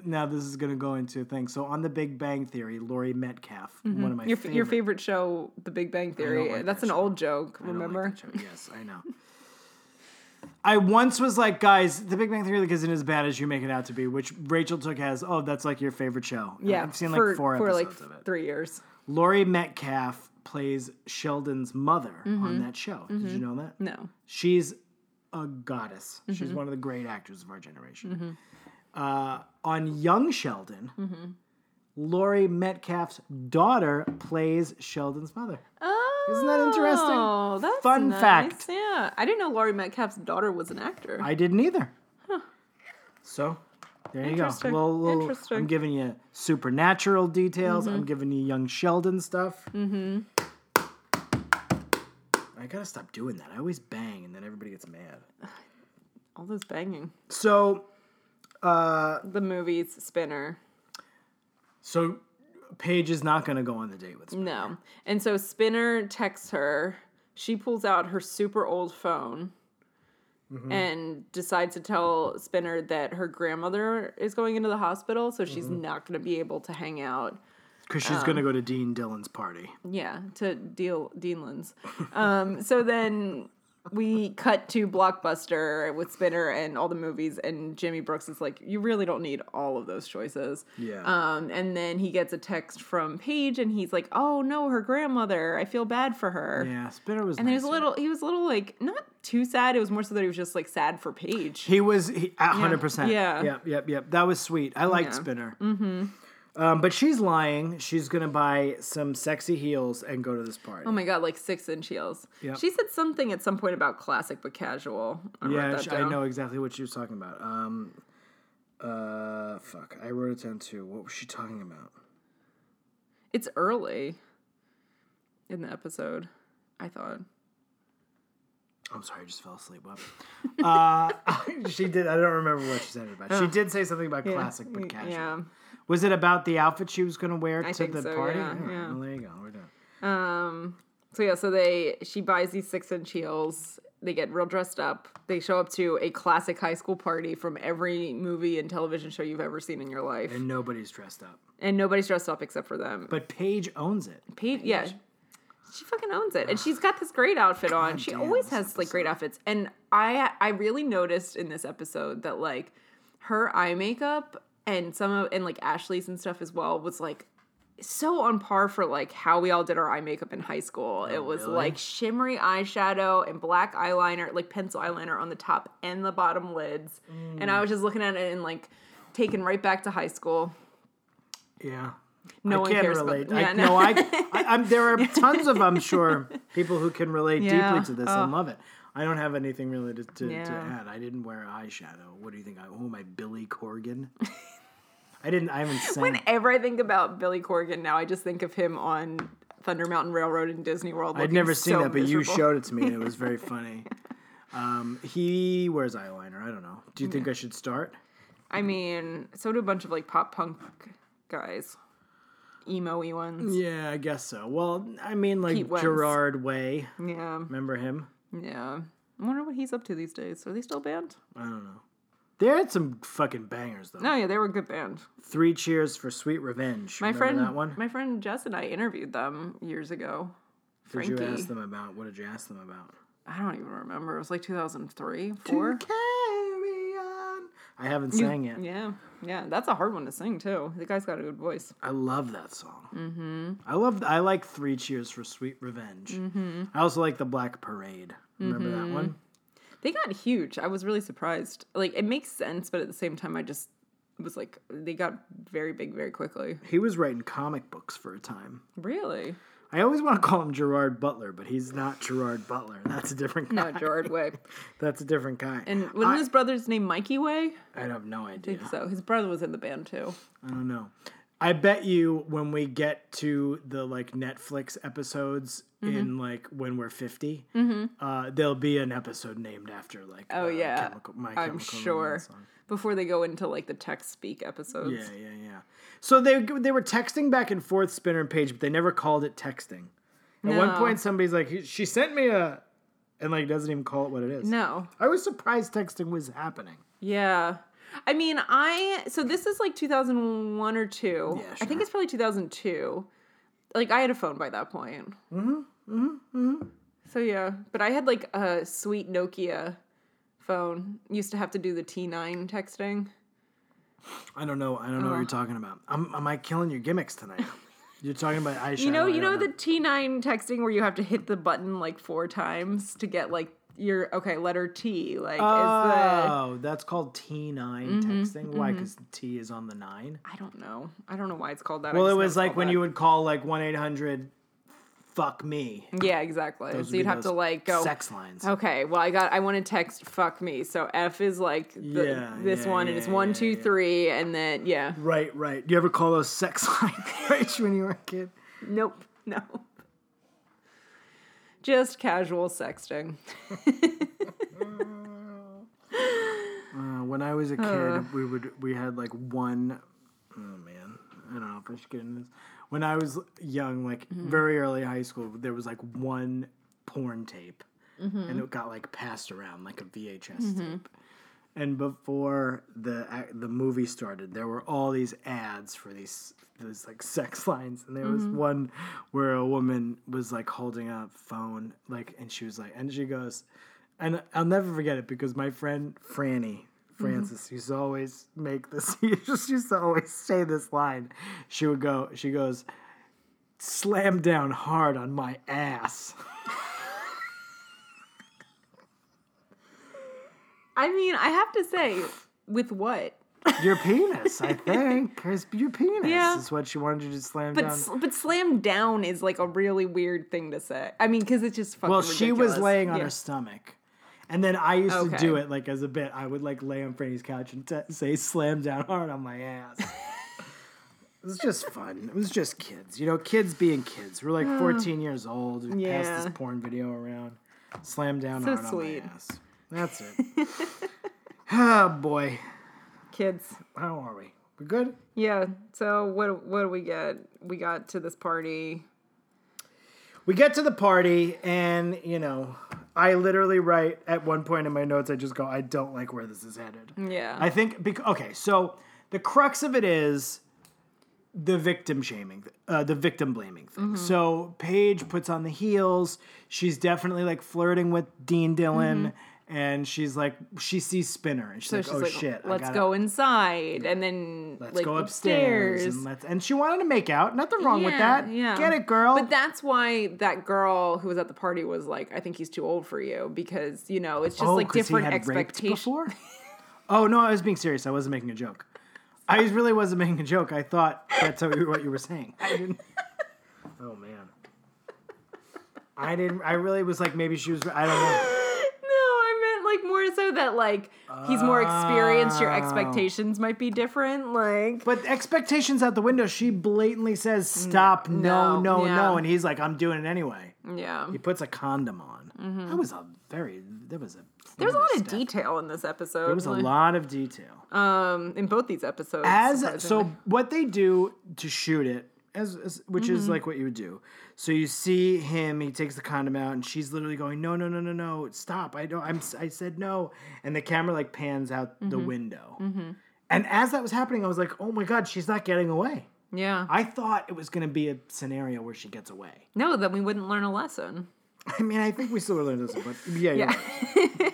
Speaker 2: Now this is going to go into a thing. So on The Big Bang Theory, Laurie Metcalf, one of my
Speaker 1: Mm-hmm. Your
Speaker 2: favorite.
Speaker 1: your favorite show, The Big Bang Theory.
Speaker 2: like
Speaker 1: That's
Speaker 2: that
Speaker 1: an
Speaker 2: show.
Speaker 1: old joke.
Speaker 2: I don't like
Speaker 1: Remember?
Speaker 2: that show. yes, I know. I once was like, guys, The Big Bang Theory like, isn't as bad as you make it out to be, which Rachel took as, oh, that's like your favorite show. And
Speaker 1: yeah,
Speaker 2: I've seen like
Speaker 1: for,
Speaker 2: four
Speaker 1: for like
Speaker 2: episodes of it.
Speaker 1: three years.
Speaker 2: Laurie Metcalf plays Sheldon's mother on that show. Did you know that?
Speaker 1: No,
Speaker 2: She's a goddess. She's one of the great actors of our generation. Uh, on Young Sheldon, Laurie Metcalf's daughter plays Sheldon's mother.
Speaker 1: oh,
Speaker 2: Isn't that interesting?
Speaker 1: that's
Speaker 2: Fun
Speaker 1: nice.
Speaker 2: fact.
Speaker 1: Yeah, I didn't know Laurie Metcalf's daughter was an actor.
Speaker 2: I didn't either. So there you go.
Speaker 1: Interesting.
Speaker 2: Little- little- I'm
Speaker 1: Interesting. Mm-hmm.
Speaker 2: giving you supernatural details. I'm giving you young Sheldon stuff. Mm-hmm. I gotta stop doing that. I always bang, and then everybody gets mad.
Speaker 1: All those banging,
Speaker 2: So, uh,
Speaker 1: the movies, Spinner.
Speaker 2: so Paige is not gonna go on the date with.
Speaker 1: No. And so Spinner texts her. She pulls out her super old phone and decides to tell Spinner that her grandmother is going into the hospital, so she's not going to be able to hang out.
Speaker 2: because
Speaker 1: Oh.
Speaker 2: she's gonna go to Dean Dillon's party.
Speaker 1: Yeah, to deal Deanlands. Um, so then we cut to Blockbuster with Spinner and all the movies, and Jimmy Brooks is like, "You really don't need all of those choices."
Speaker 2: Yeah.
Speaker 1: Um, and then he gets a text from Paige, and he's like, "Oh no, her grandmother. I feel bad for her."
Speaker 2: Yeah, Spinner was.
Speaker 1: And
Speaker 2: nice
Speaker 1: there's a little. He was a little like not too sad. It was more so that he was just like sad for Paige.
Speaker 2: He was he, a hundred percent.
Speaker 1: Yeah.
Speaker 2: Yep. Yep. Yep. That was sweet. I liked
Speaker 1: Yeah.
Speaker 2: Spinner. Mm-hmm. Um, but she's lying. She's gonna buy some sexy heels and go to this party.
Speaker 1: Oh my god, like six inch heels.
Speaker 2: Yep.
Speaker 1: She said something at some point about classic but casual. I wrote
Speaker 2: yeah,
Speaker 1: that
Speaker 2: sh- I
Speaker 1: down.
Speaker 2: know exactly what she was talking about. Um, uh, fuck, I wrote it down too. What was she talking about?
Speaker 1: It's early in the episode. I thought.
Speaker 2: I'm sorry, I just fell asleep. What? uh, she did. I don't remember what she said it about. She did say something about classic but casual.
Speaker 1: Mm, Yeah.
Speaker 2: Was it about the outfit she was going to wear to
Speaker 1: think
Speaker 2: the
Speaker 1: so,
Speaker 2: party?
Speaker 1: yeah,
Speaker 2: All right,
Speaker 1: yeah.
Speaker 2: Well, there you go. We're done.
Speaker 1: Um. So yeah. So they. She buys these six inch heels. They get real dressed up. They show up to a classic high school party from every movie and television show you've ever seen in your life,
Speaker 2: And nobody's dressed up.
Speaker 1: and nobody's dressed up except for them.
Speaker 2: But Paige owns it.
Speaker 1: Paige, yeah, she fucking owns it, and she's got this great outfit on. she
Speaker 2: damn,
Speaker 1: always
Speaker 2: this
Speaker 1: has like great outfits, and I I really noticed in this episode that like her eye makeup and some of and like Ashley's and stuff as well was like so on par for like how we all did our eye makeup in high school. it was
Speaker 2: Oh, really?
Speaker 1: like shimmery eyeshadow and black eyeliner, like pencil eyeliner on the top and the bottom lids, and
Speaker 2: Mm.
Speaker 1: I was just looking at it and like taken right back to high school.
Speaker 2: Yeah.
Speaker 1: No
Speaker 2: I
Speaker 1: one
Speaker 2: can't
Speaker 1: cares about-
Speaker 2: relate. I,
Speaker 1: Yeah,
Speaker 2: no.
Speaker 1: no.
Speaker 2: I, I, I'm, there are tons of, I'm sure, people who can relate
Speaker 1: Yeah. Oh.
Speaker 2: deeply to this and love it. I don't have anything really to, to, to
Speaker 1: Yeah.
Speaker 2: add. I didn't wear eyeshadow. What do you think? I, who am I, Billy Corgan? I didn't. I haven't seen.
Speaker 1: Whenever I think about Billy Corgan now, I just think of him on Thunder Mountain Railroad in Disney World.
Speaker 2: I'd
Speaker 1: looking
Speaker 2: never seen
Speaker 1: so
Speaker 2: that, but you
Speaker 1: miserable.
Speaker 2: showed it to me, and it was very funny. Um, he wears eyeliner. I don't know. Do you think I should start?
Speaker 1: I mean, so do a bunch of like pop punk guys, emo y ones.
Speaker 2: Yeah, I guess so. Well, I mean, like
Speaker 1: Pete Wentz.
Speaker 2: Gerard Way.
Speaker 1: Yeah,
Speaker 2: Remember him?
Speaker 1: yeah. I wonder what he's up to these days. Are they still banned?
Speaker 2: I don't know. They had some fucking bangers though.
Speaker 1: No, yeah, they were a good band.
Speaker 2: Three Cheers for Sweet Revenge.
Speaker 1: My
Speaker 2: Remember
Speaker 1: friend,
Speaker 2: that one.
Speaker 1: my friend Jess and I interviewed them years ago.
Speaker 2: Did
Speaker 1: Frankie,
Speaker 2: you ask them about? What did you ask them about?
Speaker 1: I don't even remember. It was like 2003, four.
Speaker 2: To carry on. I haven't sang it.
Speaker 1: Yeah, yeah. That's a hard one to sing too. The guy's got a good voice.
Speaker 2: I love that song. Mm-hmm. I love. I like Three Cheers for Sweet Revenge. Mm-hmm. I also like the Black Parade. Remember that one?
Speaker 1: Mm-hmm. They got huge. I was really surprised. Like it makes sense, but at the same time, I just was like, they got very big very quickly.
Speaker 2: He was writing comic books for a time.
Speaker 1: Really?
Speaker 2: I always want to call him Gerard Butler, but he's not Gerard Butler. That's a different guy.
Speaker 1: No, Gerard Way.
Speaker 2: That's a different guy.
Speaker 1: And wasn't his brother's name Mikey Way?
Speaker 2: I have no idea.
Speaker 1: So his brother was in the band too.
Speaker 2: I don't know. I bet you when we get to the like Netflix episodes
Speaker 1: Mm-hmm.
Speaker 2: in like when we're 50 uh, there'll be an episode named after like
Speaker 1: Oh,
Speaker 2: uh,
Speaker 1: yeah.
Speaker 2: Chemical- my
Speaker 1: I'm
Speaker 2: Chemical
Speaker 1: sure.
Speaker 2: Romance song.
Speaker 1: Before they go into like the tech speak episodes.
Speaker 2: Yeah, yeah, yeah. So they they were texting back and forth, Spinner and Page, but they never called it texting. At one
Speaker 1: No.
Speaker 2: point, somebody's like, "She sent me a," and like doesn't even call it what it is.
Speaker 1: No.
Speaker 2: I was surprised texting was happening.
Speaker 1: Yeah. I mean, I so this is like 2001 or 2.
Speaker 2: Yeah,
Speaker 1: I
Speaker 2: sure.
Speaker 1: think it's probably 2002. Like I had a phone by that point. Mhm.
Speaker 2: Mm-hmm,
Speaker 1: Mhm. Mhm. So yeah, but I had like a sweet Nokia phone. Used to have to do the T9 texting.
Speaker 2: I don't know. I don't know what you're talking about. I'm, am I killing your gimmicks tonight? you're talking about eyeshadow.
Speaker 1: You know,
Speaker 2: Oh, I
Speaker 1: you
Speaker 2: don't
Speaker 1: know the T9 texting where you have to hit the button like four times to get like your okay, letter T like is the Mm-hmm,
Speaker 2: Oh, that's called T9 texting. Why? Because T is on the nine.
Speaker 1: I don't know. I don't know why it's called that. I
Speaker 2: Well, it
Speaker 1: just know
Speaker 2: was
Speaker 1: it's
Speaker 2: like
Speaker 1: called
Speaker 2: when
Speaker 1: that.
Speaker 2: you would call like one eight hundred, fuck me.
Speaker 1: Yeah, exactly.
Speaker 2: Those would
Speaker 1: so you'd
Speaker 2: be
Speaker 1: have to
Speaker 2: those
Speaker 1: like go Oh.
Speaker 2: sex lines.
Speaker 1: Okay, well, I got. I want to text "fuck me." So F is like the,
Speaker 2: Yeah,
Speaker 1: this
Speaker 2: yeah,
Speaker 1: one, and
Speaker 2: yeah,
Speaker 1: it's one,
Speaker 2: yeah,
Speaker 1: two,
Speaker 2: yeah.
Speaker 1: three, and then yeah.
Speaker 2: Right, right. Do you ever call those sex lines Rach, when you were a kid?
Speaker 1: Nope, no. Just casual sexting.
Speaker 2: Uh, when I was a kid, we would we had like one oh man, I don't know if I should get into this. When I was young, like
Speaker 1: Mm-hmm.
Speaker 2: very early high school, there was like one porn tape,
Speaker 1: Mm-hmm.
Speaker 2: and it got like passed around like a VHS tape. And before the ac- the movie started, there were all these ads for these these like sex lines, and there was
Speaker 1: Mm-hmm.
Speaker 2: one where a woman was like holding a phone, like, and she was like, and she goes, and I'll never forget it because my friend Franny
Speaker 1: Mm-hmm.
Speaker 2: Francis used to always make this. She just used to always say this line. She would go, she goes, slam down hard on my ass.
Speaker 1: I mean, I have to say, with what?
Speaker 2: Your penis, I think. His- Your penis
Speaker 1: Yeah.
Speaker 2: is what she wanted you to slam
Speaker 1: But
Speaker 2: down.
Speaker 1: s but slam down is like a really weird thing to say. I mean, because it's just fucking.
Speaker 2: well, she was
Speaker 1: ridiculous.
Speaker 2: laying on
Speaker 1: Yeah.
Speaker 2: her stomach. And then I used
Speaker 1: Okay.
Speaker 2: to do it like as a bit. I would like lay on Franny's couch and t- say, slam down hard on my ass. it was just fun. It was just kids. You know, kids being kids. We're like 14 years old. We passed
Speaker 1: Yeah.
Speaker 2: this porn video around. Slam down
Speaker 1: So
Speaker 2: hard
Speaker 1: sweet.
Speaker 2: on my ass. That's it. oh, boy.
Speaker 1: Kids.
Speaker 2: How are we? We good?
Speaker 1: Yeah. So what? What do we get? We got to this party.
Speaker 2: we get to the party and you know i literally write at one point in my notes i just go i don't like where this is headed
Speaker 1: Yeah.
Speaker 2: i think bec- okay so the crux of it is the victim shaming uh, the victim blaming
Speaker 1: Mm-hmm.
Speaker 2: thing so paige puts on the heels she's definitely like flirting with dean dillon and she's like she sees spinner and she's
Speaker 1: Mm-hmm. so
Speaker 2: like
Speaker 1: she's
Speaker 2: oh
Speaker 1: like,
Speaker 2: shit I
Speaker 1: let's
Speaker 2: gotta-
Speaker 1: go inside, and then
Speaker 2: Let's
Speaker 1: like,
Speaker 2: go upstairs,
Speaker 1: upstairs.
Speaker 2: and let's. And she wanted to make out. Nothing wrong with
Speaker 1: Yeah,
Speaker 2: that.
Speaker 1: yeah.
Speaker 2: Get it, girl.
Speaker 1: But that's why that girl who was at the party was like, I think he's too old for you because, you know, it's just
Speaker 2: Oh,
Speaker 1: like
Speaker 2: 'cause he
Speaker 1: different
Speaker 2: had raped
Speaker 1: expectations.
Speaker 2: before? oh no, I was being serious. I wasn't making a joke. I really wasn't making a joke. I thought that's how you, what you were saying. I didn't. Oh man. I didn't. I really was like maybe she was. I don't
Speaker 1: no,
Speaker 2: know.
Speaker 1: I meant like more more so that like he's more experienced. Your expectations might be different. Like
Speaker 2: But expectations out the window. She blatantly says, "Stop! No,
Speaker 1: no,
Speaker 2: no, no!"
Speaker 1: yeah.
Speaker 2: And he's like, "I'm doing it anyway."
Speaker 1: yeah,
Speaker 2: He puts a condom on. That was a very. That was Mm-hmm. a.
Speaker 1: there's a lot of detail in this episode.
Speaker 2: There was a lot of detail.
Speaker 1: um in both these episodes.
Speaker 2: as
Speaker 1: surprisingly.
Speaker 2: so, what they do to shoot it, as, as which is like what you would do. So you see him. He takes the condom out, and she's literally going, "No, no, no, no, no! Stop! I don't. I'm. s- I said no." And the camera like pans out the window. And as that was happening, I was like, "Oh my god, she's not getting away."
Speaker 1: yeah.
Speaker 2: I thought it was going to be a scenario where she gets away.
Speaker 1: no, then we wouldn't learn a lesson.
Speaker 2: I mean, I think we still learned this, but yeah, yeah.
Speaker 1: Yeah.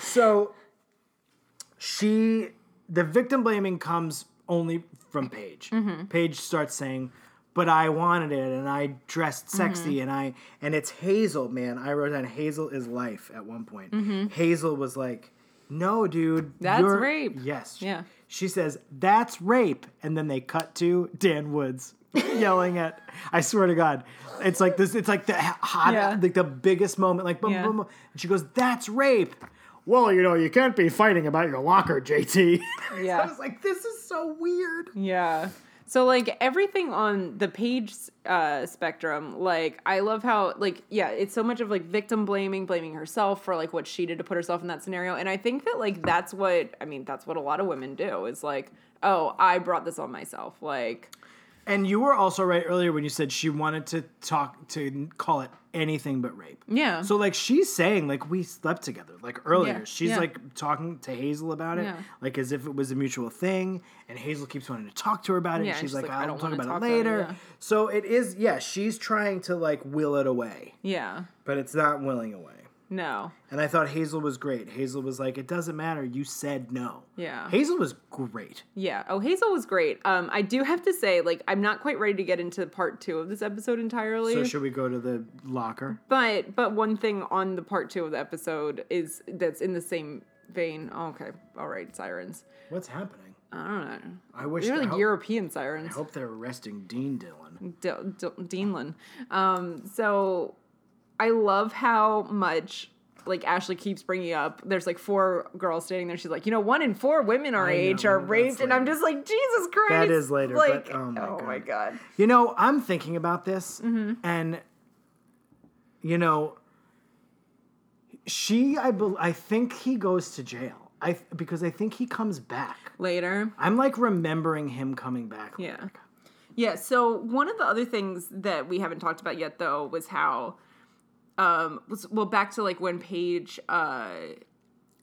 Speaker 2: So she, the victim blaming comes only from Paige.
Speaker 1: Mm-hmm.
Speaker 2: Paige starts saying, "But I wanted it, and I dressed
Speaker 1: Mm-hmm.
Speaker 2: sexy, and I and it's Hazel, man. I wrote down Hazel is life at one point. Hazel was like." No, dude.
Speaker 1: Mm-hmm. That's
Speaker 2: you're-"
Speaker 1: rape.
Speaker 2: Yes.
Speaker 1: Yeah.
Speaker 2: She says, that's rape. And then they cut to Dan Woods yelling at, I swear to God, it's like this, it's like the hot,
Speaker 1: Yeah.
Speaker 2: like the biggest moment. Like, boom,
Speaker 1: Yeah.
Speaker 2: boom, boom. And she goes, that's rape. Well, you know, you can't be fighting about your locker, JT.
Speaker 1: Yeah.
Speaker 2: I was like, this is so weird.
Speaker 1: Yeah. So like everything on the page uh, spectrum, like I love how like yeah, it's so much of like victim blaming, blaming herself for like what she did to put herself in that scenario, and I think that like that's what I mean. That's what a lot of women do is like, oh, I brought this on myself. Like
Speaker 2: And you were also right earlier when you said she wanted to talk, to call it anything but rape.
Speaker 1: yeah,
Speaker 2: So like she's saying like we slept together like earlier.
Speaker 1: Yeah,
Speaker 2: she's
Speaker 1: yeah.
Speaker 2: like talking to Hazel about it
Speaker 1: Yeah.
Speaker 2: like as if it was a mutual thing and Hazel keeps wanting to talk to her about it
Speaker 1: Yeah,
Speaker 2: and
Speaker 1: and
Speaker 2: she's
Speaker 1: she's
Speaker 2: like,
Speaker 1: like, I
Speaker 2: I'll
Speaker 1: don't
Speaker 2: talk
Speaker 1: wanna
Speaker 2: about
Speaker 1: talk
Speaker 2: it
Speaker 1: about it,
Speaker 2: later.
Speaker 1: yeah.
Speaker 2: So it is yeah, she's trying to like will it away,
Speaker 1: yeah,
Speaker 2: but it's not willing away.
Speaker 1: no,
Speaker 2: And I thought Hazel was great. Hazel was like it doesn't matter, you said no.
Speaker 1: Yeah.
Speaker 2: Hazel was great.
Speaker 1: yeah. Oh, Hazel was great. Um, I do have to say, like, I'm not quite ready to get into part two of this episode entirely.
Speaker 2: So should we go to the locker?
Speaker 1: But but one thing on the part two of the episode is that's in the same vein. Oh, okay, all right, sirens.
Speaker 2: What's happening?
Speaker 1: I don't know.
Speaker 2: I wish
Speaker 1: They're
Speaker 2: I
Speaker 1: like
Speaker 2: hope-
Speaker 1: European sirens.
Speaker 2: I hope they're arresting Dean Dillon.
Speaker 1: D- D- Deanland. Um, so I love how much like Ashley keeps bringing up. There's like four girls standing there. She's like, you know, one in four women our
Speaker 2: I know,
Speaker 1: age
Speaker 2: well,
Speaker 1: are
Speaker 2: that's
Speaker 1: raped, and I'm
Speaker 2: later.
Speaker 1: just like, Jesus Christ.
Speaker 2: is later, but
Speaker 1: Like,
Speaker 2: oh my
Speaker 1: my god.
Speaker 2: You know, I'm thinking about this,
Speaker 1: Mm-hmm.
Speaker 2: and you know, she. I bel I think he goes to jail. I th- because I think he comes back.
Speaker 1: Later.
Speaker 2: I'm like remembering him coming back.
Speaker 1: Yeah. Yeah. So one of the other things that we haven't talked about yet, though, was how, um, was, well, back to like when Paige, uh,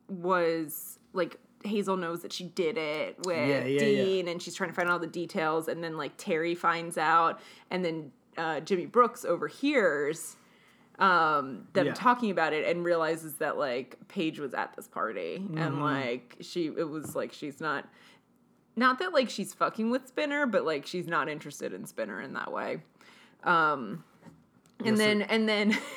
Speaker 1: was like Hazel knows that she did it with
Speaker 2: Yeah, yeah, yeah.
Speaker 1: Dean, and she's trying to find all the details, and then like Terry finds out, and then uh, Jimmy Brooks overhears. Um, them
Speaker 2: Yeah.
Speaker 1: talking about it and realizes that like Paige was at this party and
Speaker 2: Mm-hmm.
Speaker 1: like she it was like she's not not that like she's fucking with Spinner, but like she's not interested in Spinner in that way. Um, and then and then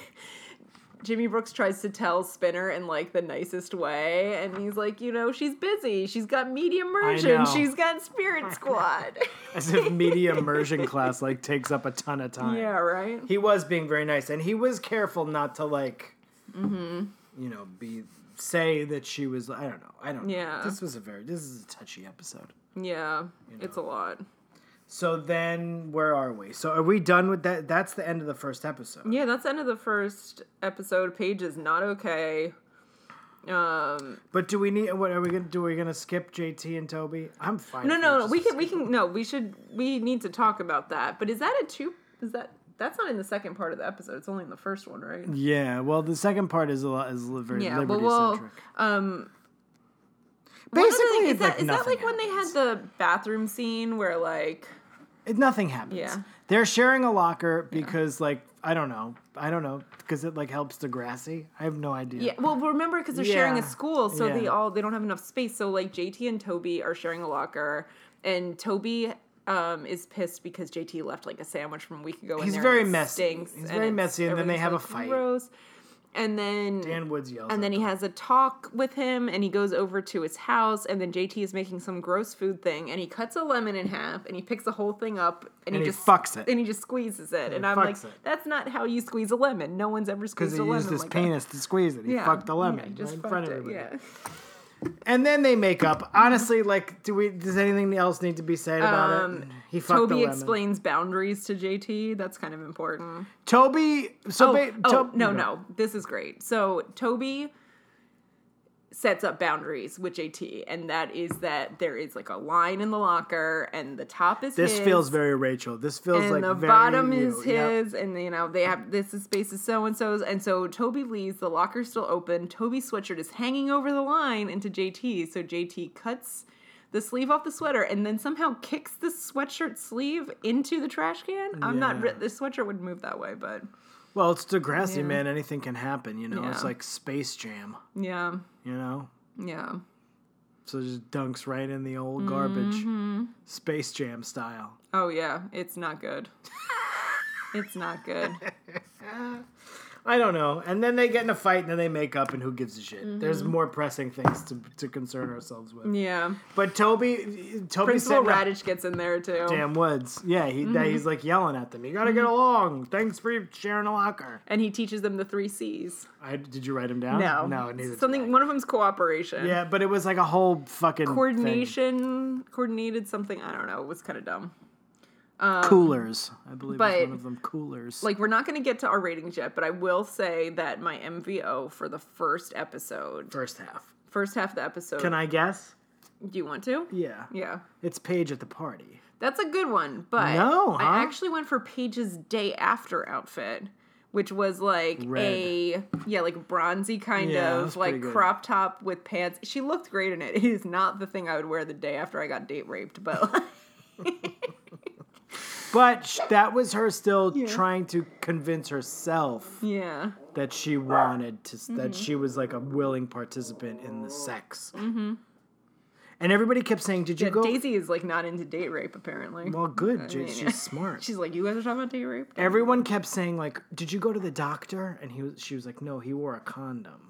Speaker 1: Jimmy Brooks tries to tell Spinner in like the nicest way, and he's like, you know, she's busy, she's got media
Speaker 2: know.
Speaker 1: immersion, she's got Spirit Squad.
Speaker 2: As if media immersion class like takes up a ton of time.
Speaker 1: yeah, right.
Speaker 2: He was being very nice, and he was careful not to like,
Speaker 1: Mm-hmm.
Speaker 2: you know, be say that she was. I don't know. I don't.
Speaker 1: Yeah.
Speaker 2: know. This was a very. This is a touchy episode.
Speaker 1: Yeah, it's a lot.
Speaker 2: So then, where are we? So are we done with that? That's the end of the first episode.
Speaker 1: Yeah, that's the end of the first episode. Paige is not okay. Um,
Speaker 2: But do we need? What are we gonna do? Are we gonna skip JT and Toby? I'm fine.
Speaker 1: no,
Speaker 2: if
Speaker 1: no,
Speaker 2: we
Speaker 1: no.
Speaker 2: just
Speaker 1: We can,
Speaker 2: skip
Speaker 1: we can. No, we should. We need to talk about that. But is that a two? Is that that's not in the second part of the episode? It's only in the first one, right?
Speaker 2: it. Yeah. Well, the second part is a lot is li- very
Speaker 1: Yeah, but
Speaker 2: liberty
Speaker 1: we'll.
Speaker 2: centric.
Speaker 1: Um, one other
Speaker 2: Basically,
Speaker 1: thing-
Speaker 2: it's
Speaker 1: is that
Speaker 2: like
Speaker 1: is that
Speaker 2: nothing
Speaker 1: like when they had
Speaker 2: happens.
Speaker 1: the bathroom scene where like
Speaker 2: It- nothing happens.
Speaker 1: Yeah.
Speaker 2: They're sharing a locker because like I don't know, I don't know because it like helps Degrassi. I have no idea.
Speaker 1: yeah well remember because they're sharing
Speaker 2: Yeah.
Speaker 1: a school so they
Speaker 2: Yeah.
Speaker 1: all they don't have enough space so like JT and Toby are sharing a locker and Toby um is pissed because JT left like a sandwich from a week ago and
Speaker 2: He's
Speaker 1: there,
Speaker 2: very
Speaker 1: and it
Speaker 2: messy.
Speaker 1: stinks
Speaker 2: He's
Speaker 1: and
Speaker 2: very
Speaker 1: it's-
Speaker 2: messy, and then they
Speaker 1: everything's,
Speaker 2: have a
Speaker 1: like,
Speaker 2: fight.
Speaker 1: gross. and then
Speaker 2: Dan Woods yells.
Speaker 1: and then he has a talk with him and he goes over to his house and then JT is making some gross food thing and he cuts a lemon in half and he picks the whole thing up and,
Speaker 2: And
Speaker 1: he,
Speaker 2: he
Speaker 1: just
Speaker 2: fucks it.
Speaker 1: and he just squeezes it and I'm like
Speaker 2: fucks it.
Speaker 1: that's not how you squeeze a lemon no one's ever
Speaker 2: because
Speaker 1: squeezed
Speaker 2: he
Speaker 1: a lemon
Speaker 2: used his
Speaker 1: like
Speaker 2: penis to squeeze it.
Speaker 1: that.
Speaker 2: He fucked a lemon
Speaker 1: yeah, he
Speaker 2: right
Speaker 1: just
Speaker 2: in front
Speaker 1: fucked
Speaker 2: of
Speaker 1: it,
Speaker 2: everybody.
Speaker 1: yeah
Speaker 2: And then they make up. Honestly, like, do we? Does anything else need to be said about it? He fucked
Speaker 1: Um, Toby
Speaker 2: a lemon.
Speaker 1: explains boundaries to JT that's kind of important
Speaker 2: Toby. So
Speaker 1: Oh,
Speaker 2: ba-
Speaker 1: oh,
Speaker 2: To-
Speaker 1: no, no. This is great. So Toby sets up boundaries with JT, and that is that there is like a line in the locker, and the top is
Speaker 2: This
Speaker 1: his,
Speaker 2: feels very Rachel. This feels
Speaker 1: and
Speaker 2: like
Speaker 1: the
Speaker 2: very
Speaker 1: bottom
Speaker 2: you.
Speaker 1: is
Speaker 2: Yep.
Speaker 1: his, and you know they have this is space is so and so's, and so Toby leaves. The locker's still open. Toby's sweatshirt is hanging over the line into JT, so JT cuts. The sleeve off the sweater, and then somehow kicks the sweatshirt sleeve into the trash can. I'm not.
Speaker 2: Yeah.
Speaker 1: Re- the sweatshirt would move that way, but
Speaker 2: Well, it's Degrassi, man. Anything can happen. You know, it's
Speaker 1: Yeah.
Speaker 2: like Space Jam.
Speaker 1: yeah,
Speaker 2: You know,
Speaker 1: yeah.
Speaker 2: so it just dunks right in the old garbage,
Speaker 1: Mm-hmm.
Speaker 2: Space Jam style.
Speaker 1: Oh yeah, it's not good. it's not good.
Speaker 2: I don't know. And then they get in a fight, and then they make up, and who gives a shit? There's
Speaker 1: Mm-hmm.
Speaker 2: more pressing things to, to concern ourselves with.
Speaker 1: Yeah.
Speaker 2: But Toby, Toby
Speaker 1: Mm. Principal
Speaker 2: setting up-
Speaker 1: Radish gets in there too.
Speaker 2: Damn Woods. Yeah, he,
Speaker 1: Mm-hmm.
Speaker 2: that he's like yelling at them. You gotta get along. Thanks for sharing a locker.
Speaker 1: And he teaches them the three C's.
Speaker 2: I, did you write him down? no, neither.
Speaker 1: Something.
Speaker 2: Something.
Speaker 1: One of them's cooperation.
Speaker 2: Yeah, but it was like a whole fucking thing.
Speaker 1: Coordination. Coordinated something. I don't know. It was kind of dumb.
Speaker 2: Um, coolers. I believe
Speaker 1: but-
Speaker 2: is one of them. Coolers.
Speaker 1: Like we're not going to get to our ratings yet, but I will say that my MVO for the first episode,
Speaker 2: first half.
Speaker 1: first half of the episode.
Speaker 2: Can I guess?
Speaker 1: Do you want to?
Speaker 2: Yeah.
Speaker 1: Yeah.
Speaker 2: It's Paige at the party.
Speaker 1: That's a good one, but
Speaker 2: No, huh?
Speaker 1: I actually went for Paige's day after outfit, which was like
Speaker 2: Red.
Speaker 1: a yeah, like bronzy kind
Speaker 2: Yeah,
Speaker 1: of
Speaker 2: that's
Speaker 1: like
Speaker 2: pretty good.
Speaker 1: crop top with pants. She looked great in it. It is not the thing I would wear the day after I got date raped, but
Speaker 2: But sh- that was her still trying to convince herself
Speaker 1: yeah,
Speaker 2: that she wanted to, s
Speaker 1: Mm-hmm.
Speaker 2: that she was like a willing participant in the sex. Mm-hmm. And everybody kept saying, "Did you
Speaker 1: yeah
Speaker 2: go?"
Speaker 1: Daisy is like not into date rape apparently.
Speaker 2: Well, good. Jay,
Speaker 1: mean,
Speaker 2: she's
Speaker 1: yeah.
Speaker 2: smart.
Speaker 1: She's like, you guys are talking about date rape.
Speaker 2: Everyone kept saying like, "Did you go to the doctor?" And he was, she was like, "No, he wore a condom."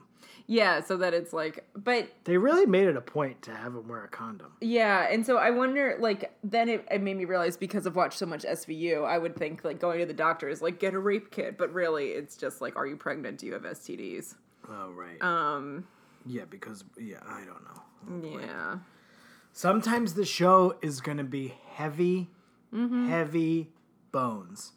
Speaker 1: Yeah, so that it's like, but
Speaker 2: They really made it a point to have him wear a condom.
Speaker 1: Yeah, and so I wonder, like, then it, it made me realize because I've watched so much SVU, I would think like going to the doctor is like get a rape kit, but really it's just like, are you pregnant? Do you have STDs?
Speaker 2: Oh right.
Speaker 1: Um,
Speaker 2: yeah, because yeah, I don't know.
Speaker 1: yeah,
Speaker 2: Sometimes the show is gonna be heavy,
Speaker 1: Mm-hmm.
Speaker 2: heavy bones.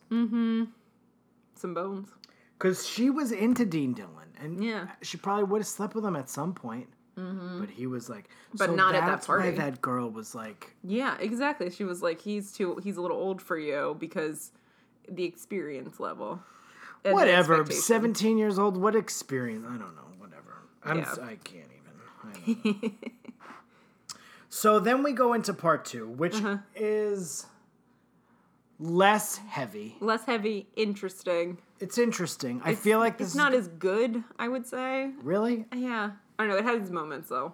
Speaker 1: some bones.
Speaker 2: Because she was into Dean Dillon, and
Speaker 1: Yeah. Mm-hmm.
Speaker 2: she probably would have slept with him at some point. But he was like,
Speaker 1: But
Speaker 2: so
Speaker 1: not at that
Speaker 2: that's why
Speaker 1: party.
Speaker 2: that girl was like,
Speaker 1: Yeah, exactly. She was like, he's too, he's a little old for you because the experience level. and the
Speaker 2: whatever.
Speaker 1: expectation.
Speaker 2: Seventeen years old. What experience? I don't know. Whatever. I'm.
Speaker 1: Yeah.
Speaker 2: I can't even. I don't know. so then we go into part two, which
Speaker 1: Uh-huh.
Speaker 2: is less heavy.
Speaker 1: Less heavy, interesting.
Speaker 2: It's interesting. I feel like this
Speaker 1: It's not as
Speaker 2: is
Speaker 1: good, I would say.
Speaker 2: really,
Speaker 1: Yeah, I don't know. It had its moments though.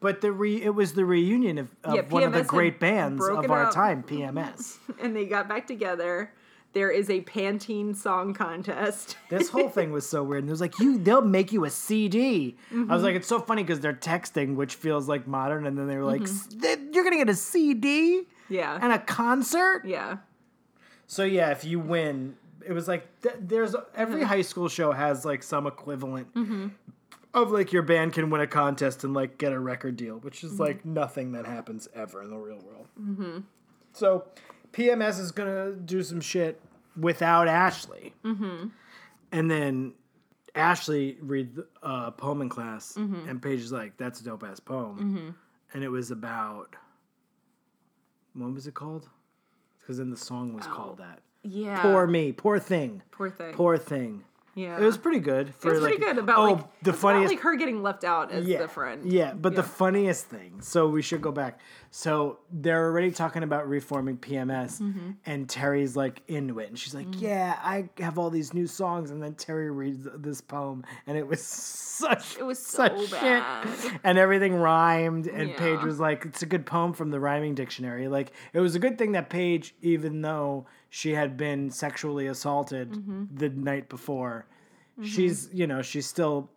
Speaker 2: but the re it was the reunion of, of
Speaker 1: Yeah,
Speaker 2: one of the
Speaker 1: PMS had
Speaker 2: great bands
Speaker 1: broken
Speaker 2: of our
Speaker 1: up.
Speaker 2: time, PMS.
Speaker 1: and they got back together. There is a Pantene song contest.
Speaker 2: This whole thing was so weird. And it was like, you they'll make you a CD. I
Speaker 1: Mm-hmm.
Speaker 2: was like, it's so funny because they're texting, which feels like modern. And then they were like, "S-
Speaker 1: Mm-hmm.
Speaker 2: th- you're going to get a CD
Speaker 1: yeah.
Speaker 2: and a concert?
Speaker 1: yeah.
Speaker 2: So, yeah, if you win, it was like, th- there's every high school show has like some equivalent of like your band can win a contest and like get a record deal, which is like nothing that happens ever in the real world. So, PMS is going to do some shit without Ashley. And then Ashley read a uh, poem in class, and Paige is like, "That's a dope ass poem," and it was about what was it called? Because then the song
Speaker 1: Oh.
Speaker 2: was called that.
Speaker 1: Yeah.
Speaker 2: Poor me, poor thing,
Speaker 1: Poor thing.
Speaker 2: poor thing.
Speaker 1: yeah.
Speaker 2: It was pretty good. For
Speaker 1: It was
Speaker 2: like,
Speaker 1: pretty good about
Speaker 2: oh,
Speaker 1: like
Speaker 2: the
Speaker 1: it's about,
Speaker 2: funniest
Speaker 1: like her getting left out as
Speaker 2: yeah,
Speaker 1: the friend.
Speaker 2: Yeah, but the funniest thing. So we should go back. So they're already talking about reforming PMS,
Speaker 1: Mm-hmm.
Speaker 2: and Terry's like into it, and she's
Speaker 1: Mm.
Speaker 2: like, "Yeah, I have all these new songs." And then Terry reads this poem, and it was such
Speaker 1: It was so
Speaker 2: such
Speaker 1: bad.
Speaker 2: shit, and everything rhymed. And
Speaker 1: Yeah.
Speaker 2: Paige was like, "It's a good poem from the rhyming dictionary." Like it was a good thing that Paige,
Speaker 1: Mm-hmm.
Speaker 2: even though she had been sexually assaulted the night before she's you know she's still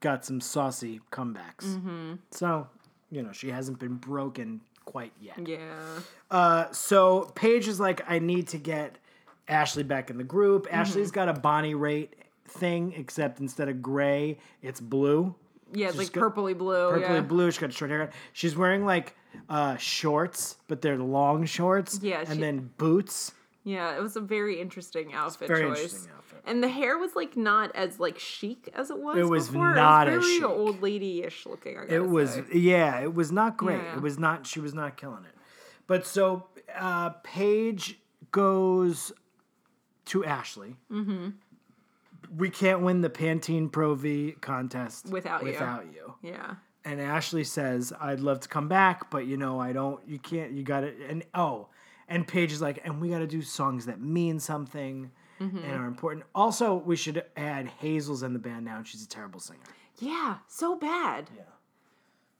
Speaker 2: got some saucy comebacks.
Speaker 1: Mm-hmm.
Speaker 2: So you know she hasn't been broken quite yet.
Speaker 1: Mm. Yeah.
Speaker 2: Uh, so Paige is like, I need to get Ashley back in the group.
Speaker 1: Mm-hmm.
Speaker 2: Ashley's got a Bonnie rate thing, except instead of gray, it's blue.
Speaker 1: Yeah, it's like
Speaker 2: go-
Speaker 1: purpley blue.
Speaker 2: Purpley
Speaker 1: Oh, yeah.
Speaker 2: blue. She's got short hair. She's wearing like uh, shorts, but they're long shorts.
Speaker 1: Yeah,
Speaker 2: and
Speaker 1: she-
Speaker 2: then boots.
Speaker 1: Yeah, it was a very interesting outfit
Speaker 2: very
Speaker 1: choice.
Speaker 2: interesting outfit.
Speaker 1: And the hair was like not as like chic as it was.
Speaker 2: It was
Speaker 1: before.
Speaker 2: not
Speaker 1: it
Speaker 2: as
Speaker 1: was very
Speaker 2: chic.
Speaker 1: old lady ish looking. I gotta
Speaker 2: It was
Speaker 1: say.
Speaker 2: yeah, it was not great.
Speaker 1: Yeah.
Speaker 2: It was not she was not killing it. But so uh Paige goes to Ashley. Mm-hmm. We can't win the Pantene Pro V contest
Speaker 1: Without you.
Speaker 2: Without you.
Speaker 1: yeah,
Speaker 2: And Ashley says, I'd love to come back, but you know, I don't you can't you gotta and oh. And Paige is like, and we gotta do songs that mean something
Speaker 1: Mm-hmm.
Speaker 2: and are important. Also, we should add Hazel's in the band now, and she's a terrible singer.
Speaker 1: yeah, so bad. Yeah,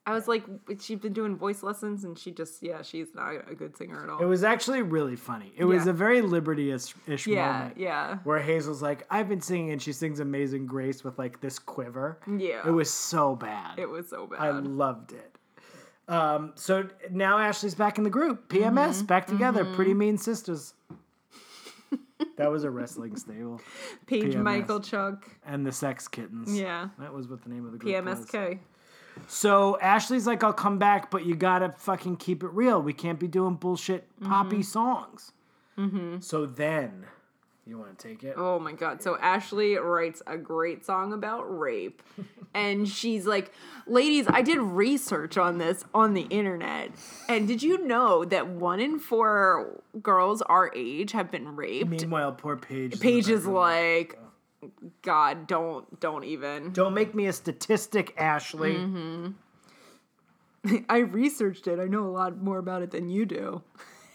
Speaker 1: I was like, she'd been doing voice lessons, and she just yeah, she's not a good singer at all.
Speaker 2: It was actually really funny. It was
Speaker 1: Yeah.
Speaker 2: a very liberty ish
Speaker 1: yeah,
Speaker 2: moment
Speaker 1: yeah,
Speaker 2: where Hazel's like, I've been singing, and she sings Amazing Grace with like this quiver.
Speaker 1: yeah.
Speaker 2: It was so bad.
Speaker 1: It was so bad.
Speaker 2: I loved it. Um, so now Ashley's back in the group. PMS,
Speaker 1: Mm-hmm.
Speaker 2: back together. Pretty mean sisters. that was a wrestling stable.
Speaker 1: Paige
Speaker 2: PMS.
Speaker 1: Michael Chuck.
Speaker 2: And the Sex Kittens.
Speaker 1: Yeah.
Speaker 2: That was what the name of the group was.
Speaker 1: PMSK.
Speaker 2: So Ashley's like, I'll come back, but you gotta fucking keep it real. We can't be doing bullshit
Speaker 1: Mm-hmm.
Speaker 2: poppy songs. So then, you wanna take it?
Speaker 1: Oh my god. So Ashley writes a great song about rape. And she's like, ladies, I did research on this on the internet. And did you know that one in four girls our age have been raped?
Speaker 2: Meanwhile, poor Paige. in the
Speaker 1: Paige is
Speaker 2: background.
Speaker 1: like, God, don't, don't even.
Speaker 2: Don't make me a statistic, Ashley.
Speaker 1: Mm-hmm. I researched it. I know a lot more about it than you do.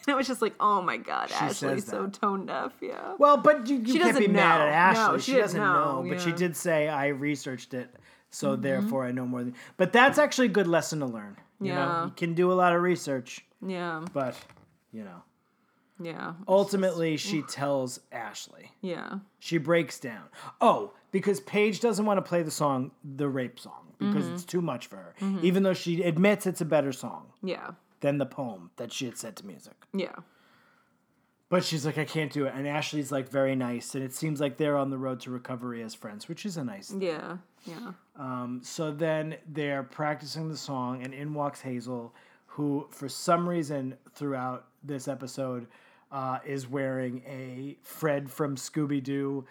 Speaker 1: And it was just like, oh my god, Ashley's
Speaker 2: says
Speaker 1: so
Speaker 2: that.
Speaker 1: tone deaf. Yeah.
Speaker 2: Well, but you, you can't
Speaker 1: doesn't
Speaker 2: be mad
Speaker 1: know.
Speaker 2: at Ashley.
Speaker 1: No,
Speaker 2: she,
Speaker 1: she didn't
Speaker 2: doesn't know,
Speaker 1: know,
Speaker 2: but she
Speaker 1: yeah. Mm-hmm.
Speaker 2: did say I researched it, so therefore I know more than. But that's actually a good lesson to learn. You know,
Speaker 1: Yeah.
Speaker 2: you can do a lot of research,
Speaker 1: Yeah.
Speaker 2: but you know,
Speaker 1: Yeah.
Speaker 2: ultimately she tells Ashley.
Speaker 1: Yeah.
Speaker 2: She breaks down. Oh, because Paige doesn't want to play the song, the rape song, because it's too much for her. Even though she admits it's a better song
Speaker 1: Yeah.
Speaker 2: than the poem that she had set to music.
Speaker 1: Yeah.
Speaker 2: But she's like, I can't do it. And Ashley's like, very nice. And it seems like they're on the road to recovery as friends, which is a nice thing.
Speaker 1: Yeah. Yeah.
Speaker 2: Um, so then they're practicing the song, and in walks Hazel, who, for some reason, throughout this episode, uh, is wearing a Fred from Scooby Doo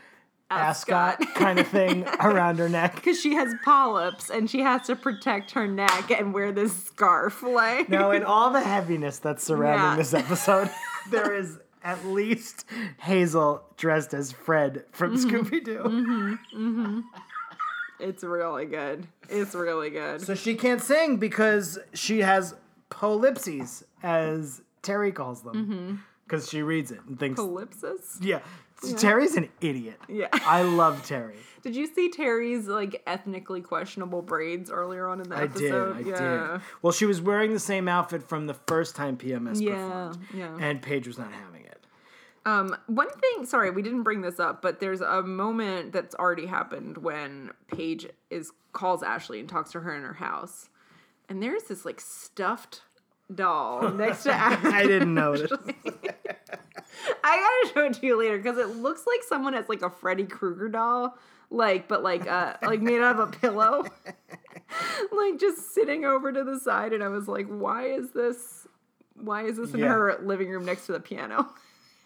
Speaker 2: ascot,
Speaker 1: Ascot.
Speaker 2: kind of thing around her neck.
Speaker 1: because she has polyps and she has to protect her neck and wear this scarf. Like,
Speaker 2: Now, in all the heaviness that's surrounding
Speaker 1: Yeah.
Speaker 2: this episode, there is at least Hazel dressed as Fred from
Speaker 1: Mm-hmm.
Speaker 2: Scooby Doo.
Speaker 1: it's really good. It's really good.
Speaker 2: So she can't sing because she has polypses, as Terry calls
Speaker 1: Mm-hmm.
Speaker 2: them, because she reads it and thinks,
Speaker 1: Polypsis?
Speaker 2: yeah. Terry's an idiot.
Speaker 1: Yeah.
Speaker 2: I love Terry.
Speaker 1: Did you see Terry's like ethnically questionable braids earlier on in the
Speaker 2: I did.
Speaker 1: episode?
Speaker 2: I
Speaker 1: yeah.
Speaker 2: did. Well, she was wearing the same outfit from the first time PMS
Speaker 1: Yeah.
Speaker 2: performed,
Speaker 1: Yeah.
Speaker 2: and Paige was not having it.
Speaker 1: Um, one thing, sorry, we didn't bring this up, but there's a moment that's already happened when Paige is calls Ashley and talks to her in her house, and there's this like stuffed doll next to Ashley.
Speaker 2: I didn't notice.
Speaker 1: I gotta show it to you later because it looks like someone has like a Freddy Krueger doll, like but like uh like made out of a pillow, like just sitting over to the side, and I was like, why is this? Why is this in
Speaker 2: Yeah.
Speaker 1: her living room next to the piano?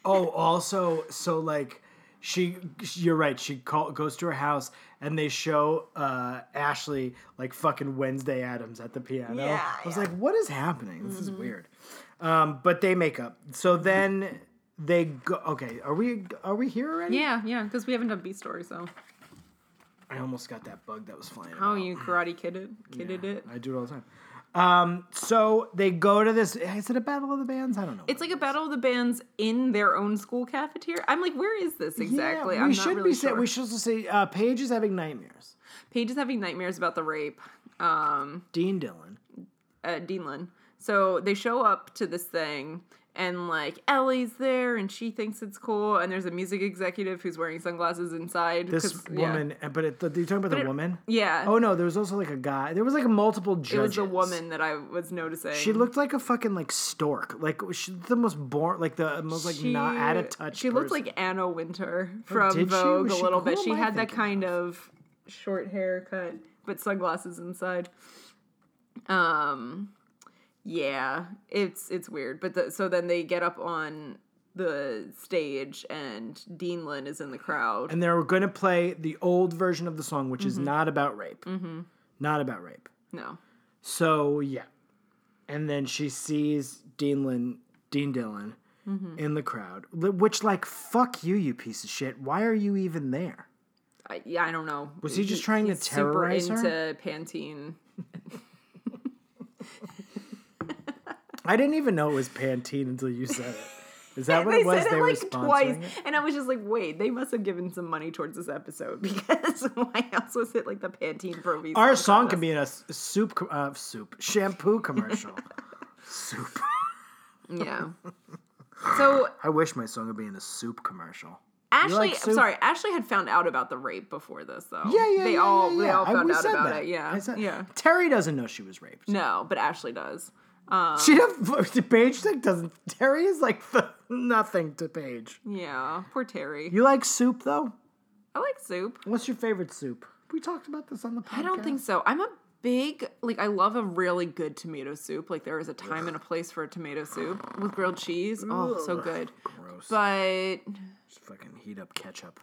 Speaker 2: Oh, also, so like she, you're right. She call, goes to her house and they show uh, Ashley like fucking Wednesday Adams at the piano.
Speaker 1: Yeah,
Speaker 2: I was
Speaker 1: yeah. Mm-hmm.
Speaker 2: like, what is happening? This is weird. Um, but they make up. So then they go. Okay, are we are we here already?
Speaker 1: Yeah, yeah, because we haven't done B story, so
Speaker 2: I almost got that bug that was flying.
Speaker 1: oh,
Speaker 2: about.
Speaker 1: you karate kidded, kidded it.
Speaker 2: Um, I do it all the time. Um, so they go to this. Is it a battle of the bands? I don't know.
Speaker 1: It's like a battle of the bands in their own school cafeteria. I'm like, where is this exactly?
Speaker 2: Yeah, we
Speaker 1: I'm
Speaker 2: should
Speaker 1: not really
Speaker 2: be
Speaker 1: sure.
Speaker 2: sa- we should also say uh, Paige is having nightmares.
Speaker 1: Paige is having nightmares about the rape. Um,
Speaker 2: Dean Dillon.
Speaker 1: uh, Deanlin. So they show up to this thing, and like Ellie's there and she thinks it's cool and there's a music executive who's wearing sunglasses inside.
Speaker 2: This
Speaker 1: 'cause- yeah.
Speaker 2: woman, and but it, are you talking about the
Speaker 1: it-
Speaker 2: woman?
Speaker 1: Yeah.
Speaker 2: Oh no, there was also like a guy. There was like multiple judges.
Speaker 1: it was the woman that I was noticing.
Speaker 2: She looked like a fucking like stork. Like she, the most boring, like the most like not out of touch.
Speaker 1: She looked
Speaker 2: person. Oh,
Speaker 1: like Anna Winter from
Speaker 2: did she?
Speaker 1: Vogue
Speaker 2: Was
Speaker 1: a
Speaker 2: she-
Speaker 1: little
Speaker 2: who
Speaker 1: bit.
Speaker 2: am
Speaker 1: She
Speaker 2: I
Speaker 1: had that
Speaker 2: thinking
Speaker 1: kind of short haircut, but sunglasses inside. Um, yeah, it's it's weird. But the, so then they get up on the stage, and Dean Lynn is in the crowd.
Speaker 2: and they were going to play the old version of the song, which is not about rape. Mm-hmm. Not about rape.
Speaker 1: no,
Speaker 2: So yeah, and then she sees Dean Lin, Dean Dillon
Speaker 1: Mm-hmm.
Speaker 2: in the crowd, li- which like fuck you, you piece of shit. Why are you even there?
Speaker 1: I, yeah, I don't know.
Speaker 2: Was he just trying to
Speaker 1: he's super
Speaker 2: terrorize her?
Speaker 1: into Pantene?
Speaker 2: I didn't even know it was Pantene until you said it. Is that what
Speaker 1: they
Speaker 2: it was?
Speaker 1: said
Speaker 2: they
Speaker 1: it
Speaker 2: were
Speaker 1: like twice,
Speaker 2: sponsoring it?
Speaker 1: and I was just like, "Wait, they must have given some money towards this episode because why else was it like the Pantene Pro V?"
Speaker 2: Our song can be in a s- soup, co- uh, soup shampoo commercial. soup.
Speaker 1: yeah. So
Speaker 2: I wish my song would be in a soup commercial.
Speaker 1: Ashley,
Speaker 2: like
Speaker 1: I'm
Speaker 2: soup?
Speaker 1: sorry, Ashley had found out about the rape before this, though.
Speaker 2: Yeah, yeah,
Speaker 1: They
Speaker 2: yeah,
Speaker 1: all
Speaker 2: yeah,
Speaker 1: they
Speaker 2: yeah.
Speaker 1: all
Speaker 2: I-
Speaker 1: found
Speaker 2: we
Speaker 1: out
Speaker 2: said
Speaker 1: about
Speaker 2: that.
Speaker 1: it. Yeah,
Speaker 2: I said-
Speaker 1: yeah.
Speaker 2: Terry doesn't know she was raped.
Speaker 1: No, but Ashley does.
Speaker 2: She didn't, Paige like, doesn't. Terry is like the, nothing to Paige.
Speaker 1: Yeah, poor Terry.
Speaker 2: You like soup though?
Speaker 1: I like soup.
Speaker 2: What's your favorite soup? We talked about this on the podcast.
Speaker 1: I don't think so. I'm a big like I love a really good tomato soup. Like there is a time and a place for a tomato soup with grilled cheese. Oh, so good.
Speaker 2: Gross.
Speaker 1: But
Speaker 2: Just fucking heat up ketchup.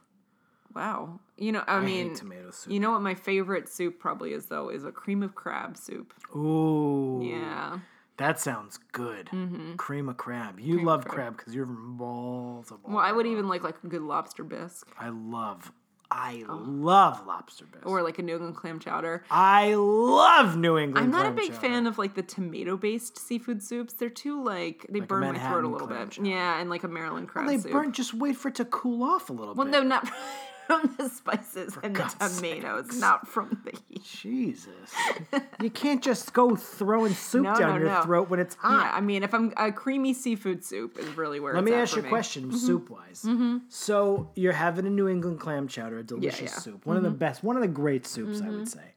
Speaker 1: wow, you know, I, mean,
Speaker 2: tomato soup.
Speaker 1: You know what my favorite soup probably is though is a cream of crab soup.
Speaker 2: Ooh.
Speaker 1: Yeah,
Speaker 2: That sounds good.
Speaker 1: Mm-hmm.
Speaker 2: Cream of crab. You love crab because you're multiple.
Speaker 1: well, I would even like like a good lobster bisque
Speaker 2: I love, I
Speaker 1: Oh.
Speaker 2: love lobster bisque.
Speaker 1: or like a New England clam chowder.
Speaker 2: I love New England.
Speaker 1: I'm not a
Speaker 2: clam
Speaker 1: big
Speaker 2: chowder.
Speaker 1: fan of like the tomato based seafood soups. They're too like they
Speaker 2: a
Speaker 1: burn my throat a
Speaker 2: Manhattan
Speaker 1: little
Speaker 2: clam
Speaker 1: bit.
Speaker 2: chowder.
Speaker 1: Yeah, and like a Maryland crab
Speaker 2: They
Speaker 1: soup.
Speaker 2: burn. Just wait for it to cool off a little
Speaker 1: well,
Speaker 2: bit.
Speaker 1: no, not from the spices and the
Speaker 2: God's
Speaker 1: tomatoes, not from the heat.
Speaker 2: Jesus, you can't just go throwing soup
Speaker 1: No,
Speaker 2: down
Speaker 1: no,
Speaker 2: your
Speaker 1: no.
Speaker 2: throat when it's hot.
Speaker 1: Yeah, I mean, if I'm a creamy seafood soup is really where.
Speaker 2: Let
Speaker 1: it's
Speaker 2: me
Speaker 1: at
Speaker 2: ask
Speaker 1: for Mm-hmm.
Speaker 2: you a question, soup wise. So you're having a New England clam chowder, a delicious
Speaker 1: yeah. Mm-hmm.
Speaker 2: soup, one of the best, one of the great soups, I would say.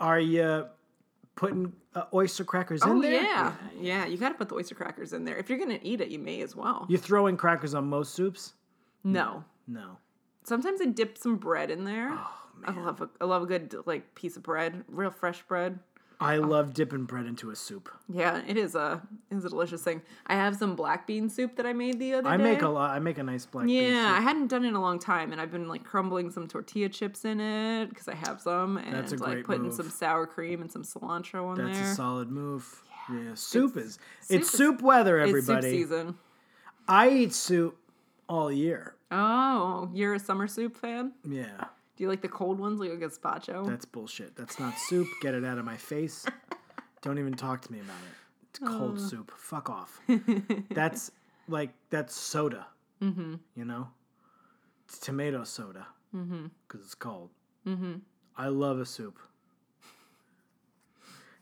Speaker 2: Are you putting uh, oyster crackers
Speaker 1: Oh
Speaker 2: in there?
Speaker 1: yeah, yeah. You got to put the oyster crackers in there. If you're gonna eat it, you may as well.
Speaker 2: You're throwing crackers on most soups?
Speaker 1: No.
Speaker 2: No.
Speaker 1: Sometimes I dip some bread in there.
Speaker 2: Oh,
Speaker 1: I love a, I love a good like piece of bread, real fresh bread.
Speaker 2: I
Speaker 1: Oh.
Speaker 2: love dipping bread into a soup.
Speaker 1: Yeah, it is a it is a delicious thing. I have some black bean soup that I made the other
Speaker 2: I
Speaker 1: day.
Speaker 2: make a lot. I make a nice black bean
Speaker 1: Yeah, I
Speaker 2: soup.
Speaker 1: hadn't done it in a long time, and I've been like crumbling some tortilla chips in it because I have some, and
Speaker 2: That's a
Speaker 1: like
Speaker 2: great
Speaker 1: putting
Speaker 2: move.
Speaker 1: some sour cream and some cilantro on
Speaker 2: That's
Speaker 1: there.
Speaker 2: a solid move. Yeah, soup is
Speaker 1: soup
Speaker 2: it's
Speaker 1: is-
Speaker 2: soup weather,
Speaker 1: it's soup
Speaker 2: everybody.
Speaker 1: season.
Speaker 2: I eat soup all year.
Speaker 1: Oh, you're a summer soup fan?
Speaker 2: Yeah,
Speaker 1: Do you like the cold ones, like a gazpacho?
Speaker 2: That's bullshit. That's not soup. Get it out of my face. Don't even talk to me about it. It's cold soup. Fuck off. That's like that's soda. Mm-hmm. You know, it's tomato soda because it's cold. Mm-hmm. I love a soup.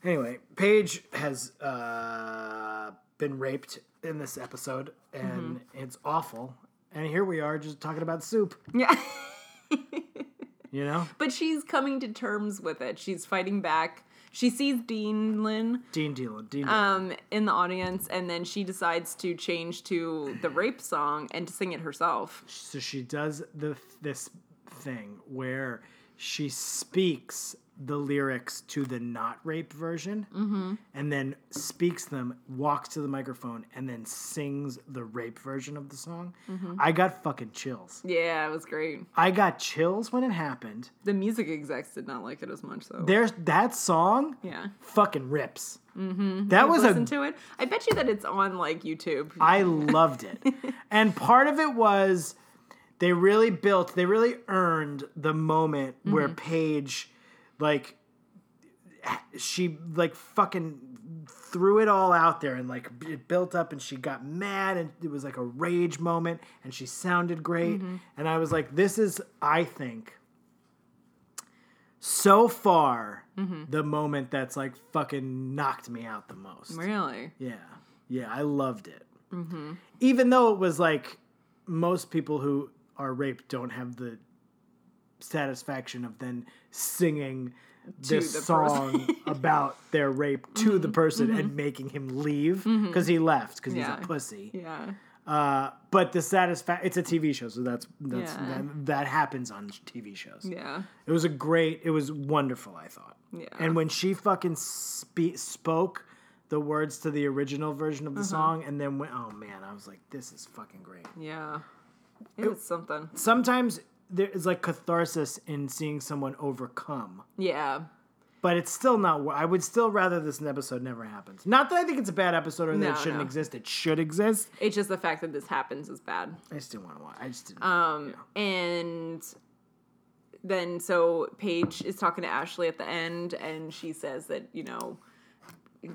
Speaker 2: Anyway, Paige has uh, been raped in this episode, and it's awful. And here we are, just talking about soup.
Speaker 1: yeah.
Speaker 2: You know,
Speaker 1: But she's coming to terms with it. She's fighting back. She sees Dean Lynn
Speaker 2: Dean Dillon. Dean. Dillon.
Speaker 1: um, in the audience, and then she decides to change to the rape song and to sing it herself.
Speaker 2: so she does the this thing where she speaks the lyrics to the not rape version
Speaker 1: Mm-hmm.
Speaker 2: and then speaks them walks to the microphone and then sings the rape version of the song
Speaker 1: Mm-hmm.
Speaker 2: i got fucking chills
Speaker 1: Yeah, it was great.
Speaker 2: i got chills when it happened
Speaker 1: The music execs did not like it as much, though.
Speaker 2: there's that song
Speaker 1: yeah.
Speaker 2: fucking rips that was a
Speaker 1: Mm-hmm. Listen to it. I bet you that it's on like YouTube.
Speaker 2: I loved it. and part of it was they really built, they really earned the moment where Paige, like, she, like, fucking threw it all out there and, like, b- it built up and she got mad and it was like a rage moment and she sounded great. And I was like, this is, I think, so far the moment that's like fucking knocked me out the most.
Speaker 1: really?
Speaker 2: Yeah. Yeah, I loved it.
Speaker 1: Mm-hmm.
Speaker 2: Even though it was like most people who are raped don't have the satisfaction of then singing this
Speaker 1: the Mm-hmm.
Speaker 2: song about their rape to the person and making him leave because he left because
Speaker 1: Yeah.
Speaker 2: he's a pussy.
Speaker 1: Yeah.
Speaker 2: Uh, but the satisfaction, it's a TV show, so that's, that's
Speaker 1: Yeah.
Speaker 2: that, that happens on TV shows.
Speaker 1: Yeah.
Speaker 2: It was a great. It was wonderful. I thought.
Speaker 1: Yeah.
Speaker 2: And when she fucking spe- spoke the words to the original version of the
Speaker 1: Mm-hmm.
Speaker 2: song, and then went, oh man, I was like, this is fucking great.
Speaker 1: Yeah. It was something.
Speaker 2: Sometimes there is like catharsis in seeing someone overcome,
Speaker 1: Yeah.
Speaker 2: but it's still not. wor- I would still rather this episode never happens. Not that I think it's a bad episode or that
Speaker 1: No,
Speaker 2: it shouldn't
Speaker 1: no.
Speaker 2: exist. It should exist.
Speaker 1: It's just the fact that this happens is bad.
Speaker 2: I still want to watch. I just didn't.
Speaker 1: Um, and then so Paige is talking to Ashley at the end, and she says that you know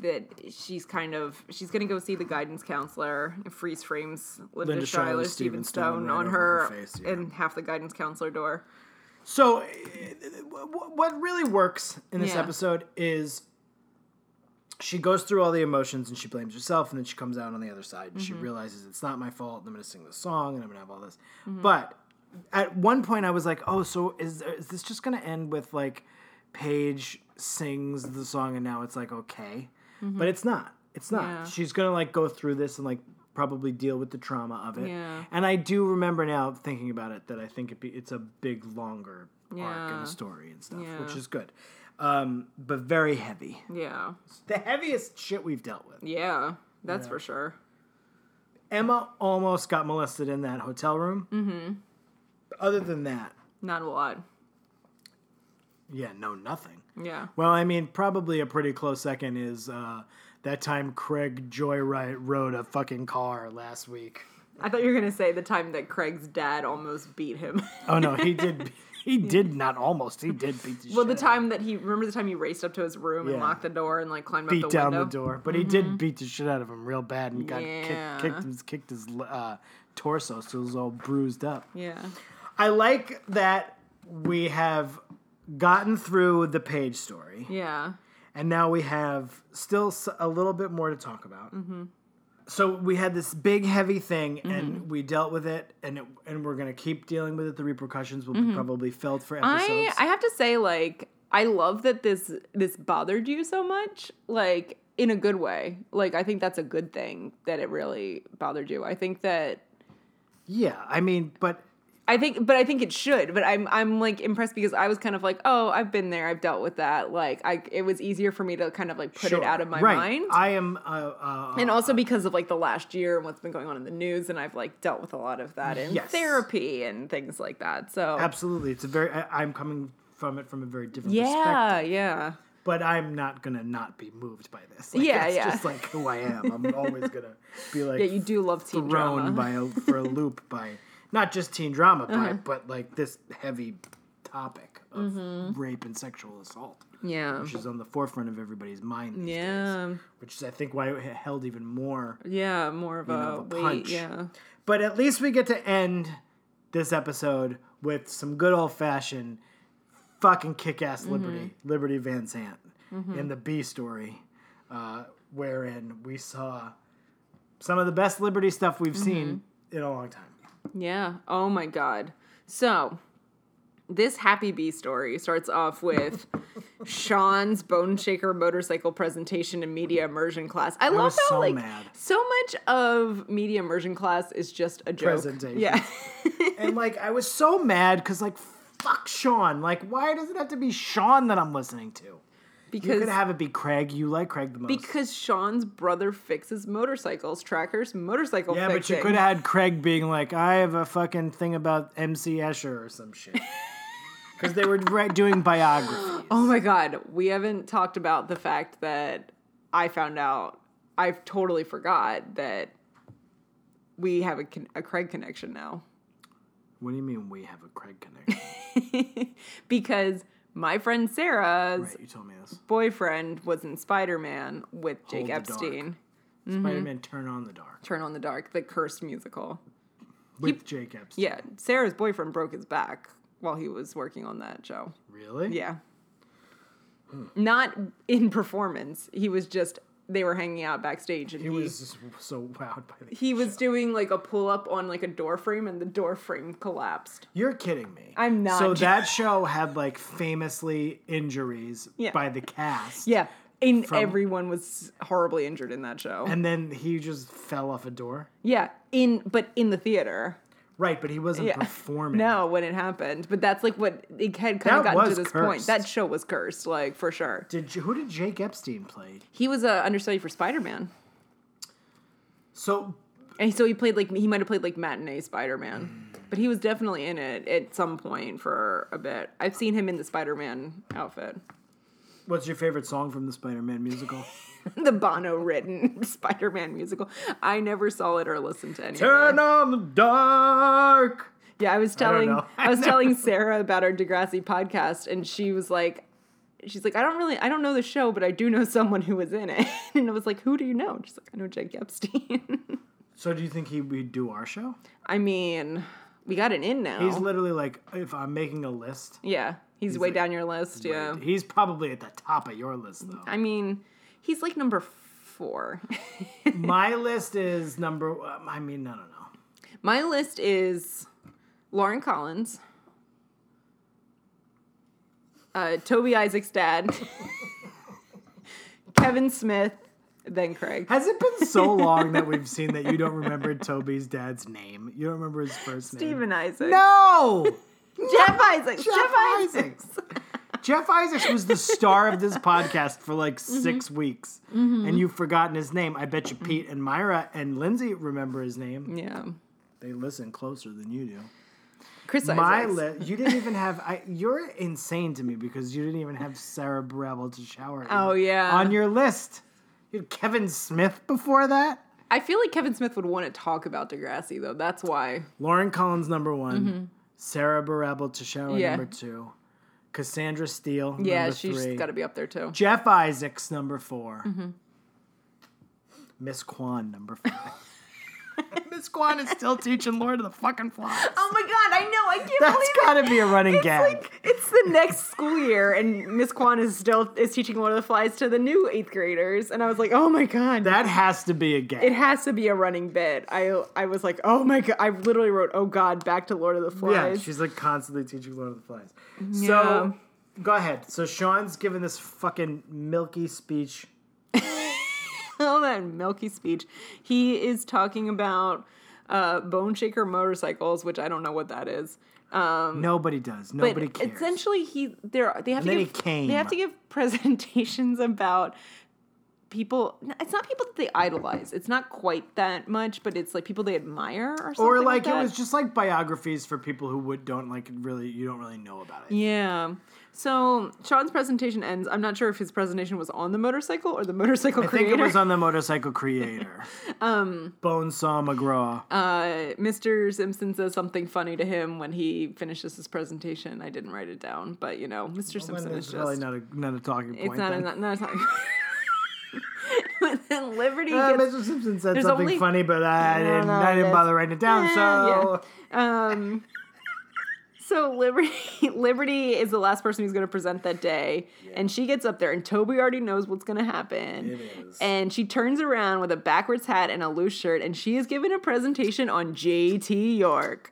Speaker 1: that she's kind of she's gonna go see the guidance counselor. and Freeze frames Linda,
Speaker 2: Linda Schuyler,
Speaker 1: Schuyler, Steven
Speaker 2: Steven Stone
Speaker 1: Stone,
Speaker 2: right
Speaker 1: on
Speaker 2: over
Speaker 1: her,
Speaker 2: her face, yeah.
Speaker 1: and half the guidance counselor door.
Speaker 2: So, uh, w- w- what really works in this
Speaker 1: Yeah.
Speaker 2: episode is she goes through all the emotions and she blames herself, and then she comes out on the other side and she
Speaker 1: Mm-hmm.
Speaker 2: realizes it's not my fault. And I'm going to sing this song and I'm going to have all this.
Speaker 1: Mm-hmm.
Speaker 2: But at one point, I was like, oh, so is, is this just going to end with like Paige sings the song and now it's like okay? But it's not. It's not.
Speaker 1: Mm-hmm. Yeah.
Speaker 2: She's going to like go through this and like probably deal with the trauma of it.
Speaker 1: Yeah.
Speaker 2: And I do remember now thinking about it that I think it be, it's a big longer arc
Speaker 1: Yeah.
Speaker 2: and story and stuff, which
Speaker 1: Yeah.
Speaker 2: is good. Um, but very heavy.
Speaker 1: Yeah,
Speaker 2: The heaviest shit we've dealt with.
Speaker 1: yeah, that's for sure.
Speaker 2: Emma almost got molested in that hotel room. Mm-hmm. Other than that,
Speaker 1: Not a lot.
Speaker 2: yeah, no, nothing.
Speaker 1: Yeah,
Speaker 2: Well, I mean, probably a pretty close second is uh, that time Craig Joyride rode a fucking car last week.
Speaker 1: I thought you were gonna say the time that Craig's dad almost beat him.
Speaker 2: Oh no, he did. He did not almost. He did beat the
Speaker 1: Well,
Speaker 2: shit
Speaker 1: the
Speaker 2: out
Speaker 1: time that he remember the time he raced up to his room and
Speaker 2: Yeah.
Speaker 1: locked the door and like climbed
Speaker 2: beat
Speaker 1: up the
Speaker 2: down
Speaker 1: window. Mm-hmm.
Speaker 2: the door, but he did beat the shit out of him real bad and got
Speaker 1: Yeah.
Speaker 2: kicked, kicked his kicked his uh, torso, so it was all bruised up.
Speaker 1: Yeah,
Speaker 2: I like that we have gotten through the page story,
Speaker 1: yeah,
Speaker 2: and now we have still s- a little bit more to talk about.
Speaker 1: Mm-hmm.
Speaker 2: So we had this big heavy thing, and we dealt with it, and it, and we're gonna keep dealing with it. The repercussions will be probably felt for
Speaker 1: Mm-hmm. I
Speaker 2: episodes.
Speaker 1: I have to say like I love that this this bothered you so much like in a good way. Like I think that's a good thing that it really bothered you. I think that
Speaker 2: yeah, I mean, but
Speaker 1: I think but I think it should. But I'm I'm like impressed because I was kind of like, "Oh, I've been there. I've dealt with that." Like I it was easier for me to kind of like put
Speaker 2: sure,
Speaker 1: it out of my
Speaker 2: right.
Speaker 1: mind.
Speaker 2: I am. Uh, uh,
Speaker 1: and also because of like the last year and what's been going on in the news and i've like dealt with a lot of that in
Speaker 2: Yes.
Speaker 1: therapy and things like that so
Speaker 2: Absolutely, it's a very. I, I'm coming from it from a very different
Speaker 1: yeah
Speaker 2: perspective,
Speaker 1: yeah
Speaker 2: but I'm not gonna not be moved by this. Like,
Speaker 1: Yeah,
Speaker 2: that's
Speaker 1: yeah.
Speaker 2: Just like who I am, I'm always gonna be like
Speaker 1: yeah you do love teen drama
Speaker 2: thrown by a, for a loop by not just teen drama, by,
Speaker 1: Uh-huh.
Speaker 2: but like this heavy topic of
Speaker 1: Mm-hmm.
Speaker 2: rape and sexual assault,
Speaker 1: yeah
Speaker 2: which is on the forefront of everybody's mind. These days,
Speaker 1: yeah
Speaker 2: which is I think why it held even more.
Speaker 1: yeah more of a,
Speaker 2: know, of a
Speaker 1: weight,
Speaker 2: punch.
Speaker 1: yeah
Speaker 2: But at least we get to end this episode with some good old fashioned fucking kick
Speaker 1: Mm-hmm.
Speaker 2: ass Liberty, Liberty Van Zant in the B story, uh, wherein we saw some of the best Liberty stuff
Speaker 1: Mm-hmm.
Speaker 2: we've seen in a long time.
Speaker 1: yeah oh my god so this happy bee story starts off with Sean's Bone Shaker motorcycle presentation in media immersion class. I, love
Speaker 2: was
Speaker 1: how
Speaker 2: so
Speaker 1: like
Speaker 2: mad.
Speaker 1: so much of media immersion class is just a joke.
Speaker 2: Presentation.
Speaker 1: Yeah.
Speaker 2: and like, I was so mad because, like, fuck Sean. Like, why does it have to be Sean that I'm listening to? You
Speaker 1: because
Speaker 2: could have it be Craig. You like Craig the most.
Speaker 1: because Sean's brother fixes motorcycles, trackers, motorcycle
Speaker 2: yeah, but you
Speaker 1: fixing.
Speaker 2: could have had Craig being like, I have a fucking thing about MC Escher or some shit. Because they were re- doing biography.
Speaker 1: Oh my god, we haven't talked about the fact that I found out. I've totally forgot that we have a, con- a Craig connection now
Speaker 2: What do you mean we have a Craig connection?
Speaker 1: because my friend Sarah's
Speaker 2: Right, you told me this.
Speaker 1: boyfriend was in Spider Man with Jake
Speaker 2: the dark.
Speaker 1: Epstein. Mm-hmm.
Speaker 2: Spider Man Turn on the Dark
Speaker 1: Turn on the Dark, the cursed musical.
Speaker 2: with Jake Epstein.
Speaker 1: Yeah, Sarah's boyfriend broke his back while he was working on that show.
Speaker 2: Really? Hmm.
Speaker 1: Yeah. Not in performance. He was just they were hanging out backstage, and
Speaker 2: He was so wowed by the.
Speaker 1: he was doing like a pull up on like a door frame, and the door frame collapsed.
Speaker 2: You're kidding me.
Speaker 1: I'm not.
Speaker 2: So that show had like famously injuries
Speaker 1: Yeah.
Speaker 2: by the cast.
Speaker 1: Yeah, and
Speaker 2: From-
Speaker 1: everyone was horribly injured in that show.
Speaker 2: And then he just fell off a door.
Speaker 1: yeah, in but in the theater.
Speaker 2: Right, but he wasn't
Speaker 1: Yeah.
Speaker 2: performing.
Speaker 1: No, when it happened, but that's like what it had kind
Speaker 2: That
Speaker 1: of gotten
Speaker 2: was
Speaker 1: to this
Speaker 2: cursed.
Speaker 1: point. That show was cursed, like for sure.
Speaker 2: Did you, who did Jake Epstein play?
Speaker 1: He was a understudy for Spider Man,
Speaker 2: So
Speaker 1: and so he played like he might have played like matinee Spider Man, but he was definitely in it at some point for a bit. I've seen him in the Spider Man outfit,
Speaker 2: What's your favorite song from the Spider-Man musical?
Speaker 1: the Bono written Spider Man musical. I never saw it or listened to any. of it.
Speaker 2: on the dark.
Speaker 1: Yeah, I was
Speaker 2: don't
Speaker 1: telling I,
Speaker 2: know.
Speaker 1: was telling Sarah about our Degrassi podcast, and she was like, she's like, I don't really, I don't know the show, but I do know someone who was in it, and I was like, who do you know? And She's like, I know Jake Epstein.
Speaker 2: So do you think he would do our show?
Speaker 1: I mean, we got an in now.
Speaker 2: He's literally like, if I'm making a list,
Speaker 1: yeah, he's, way down your list. Yeah,
Speaker 2: he's probably at the top of your list though.
Speaker 1: I mean, he's like number four.
Speaker 2: My list is number. Um, I mean, I don't know.
Speaker 1: My list is Lauren Collins, uh, Toby Isaac's dad, Kevin Smith, then Craig.
Speaker 2: Has it been so long that we've seen that you don't remember Toby's dad's name? You don't remember his first name?
Speaker 1: Steven Isaac.
Speaker 2: No.
Speaker 1: Jeff Isaacs.
Speaker 2: Jeff
Speaker 1: Jeff,
Speaker 2: Isaacs.
Speaker 1: Isaacs.
Speaker 2: Jeff Isaacs was the star of this podcast for like
Speaker 1: Mm-hmm.
Speaker 2: six weeks, and you've forgotten his name. I bet you Pete and Myra and Lindsay remember his name.
Speaker 1: Yeah.
Speaker 2: They listen closer than you do.
Speaker 1: Chris
Speaker 2: My
Speaker 1: Isaacs.
Speaker 2: list. You didn't even have. I, you're insane to me because you didn't even have Sarah Brabble to shower. in
Speaker 1: Oh, yeah.
Speaker 2: On your list, you had Kevin Smith before that.
Speaker 1: I feel like Kevin Smith would want to talk about Degrassi though. That's why.
Speaker 2: Lauren Collins number one. Sarah Barabel Teixeira
Speaker 1: Mm-hmm. Yeah.
Speaker 2: number two. Cassandra Steele
Speaker 1: Yeah,
Speaker 2: number
Speaker 1: she's
Speaker 2: three.
Speaker 1: got to be up there too.
Speaker 2: Jeff Isaacs number 4
Speaker 1: Mm-hmm.
Speaker 2: Miss Kwan number five. Miss Kwan is still teaching Lord of the fucking Flies.
Speaker 1: Oh my god, I know. I can't
Speaker 2: That's got to be a running
Speaker 1: It's
Speaker 2: gag.
Speaker 1: like it's the next school year, and Miss Kwan is still is teaching one of the flies to the new eighth graders, and I was like, oh my god,
Speaker 2: that has to be a gag.
Speaker 1: it has to be a running bit. I I was like, oh my god, I literally wrote, oh god, back to Lord of the
Speaker 2: yeah,
Speaker 1: Flies.
Speaker 2: she's like constantly teaching Lord of the Flies.
Speaker 1: Yeah.
Speaker 2: So go ahead. So Sean's giving this fucking milky speech.
Speaker 1: all that milky speech. He is talking about uh, bone shaker motorcycles, which I don't know what that is.
Speaker 2: Nobody does.
Speaker 1: Um, But
Speaker 2: Nobody cares.
Speaker 1: essentially, he they're, they have
Speaker 2: And then
Speaker 1: to
Speaker 2: he
Speaker 1: give,
Speaker 2: came.
Speaker 1: they have to give presentations about people. no, It's not people that they idolize. It's not quite that much, but it's like people they admire or something.
Speaker 2: or like it
Speaker 1: that.
Speaker 2: was just like biographies for people who would don't like really you don't really know about it.
Speaker 1: Yeah. So Sean's presentation ends. I'm not sure if his presentation was on the motorcycle or the motorcycle
Speaker 2: I
Speaker 1: creator.
Speaker 2: think it was on the motorcycle creator. um Bonesaw McGraw.
Speaker 1: Uh, Mr. Simpson says something funny to him when he finishes his presentation. I didn't write it down, but you know, Mr. Simpson is
Speaker 2: it's
Speaker 1: just.
Speaker 2: really not a not a talking point.
Speaker 1: it's not, a,
Speaker 2: then.
Speaker 1: not, not a time. and then Liberty
Speaker 2: Uh,
Speaker 1: gets.
Speaker 2: Mr. Simpson said
Speaker 1: there's
Speaker 2: something
Speaker 1: only-
Speaker 2: funny, but I
Speaker 1: No,
Speaker 2: didn't,
Speaker 1: no,
Speaker 2: I didn't
Speaker 1: there's-
Speaker 2: bother writing it down.
Speaker 1: Yeah,
Speaker 2: so
Speaker 1: Um, so Liberty Liberty is the last person who's going to present that day, and she gets up there, and Toby already knows what's going to happen.
Speaker 2: It is.
Speaker 1: And she turns around with a backwards hat and a loose shirt, and she is giving a presentation on J.T. York.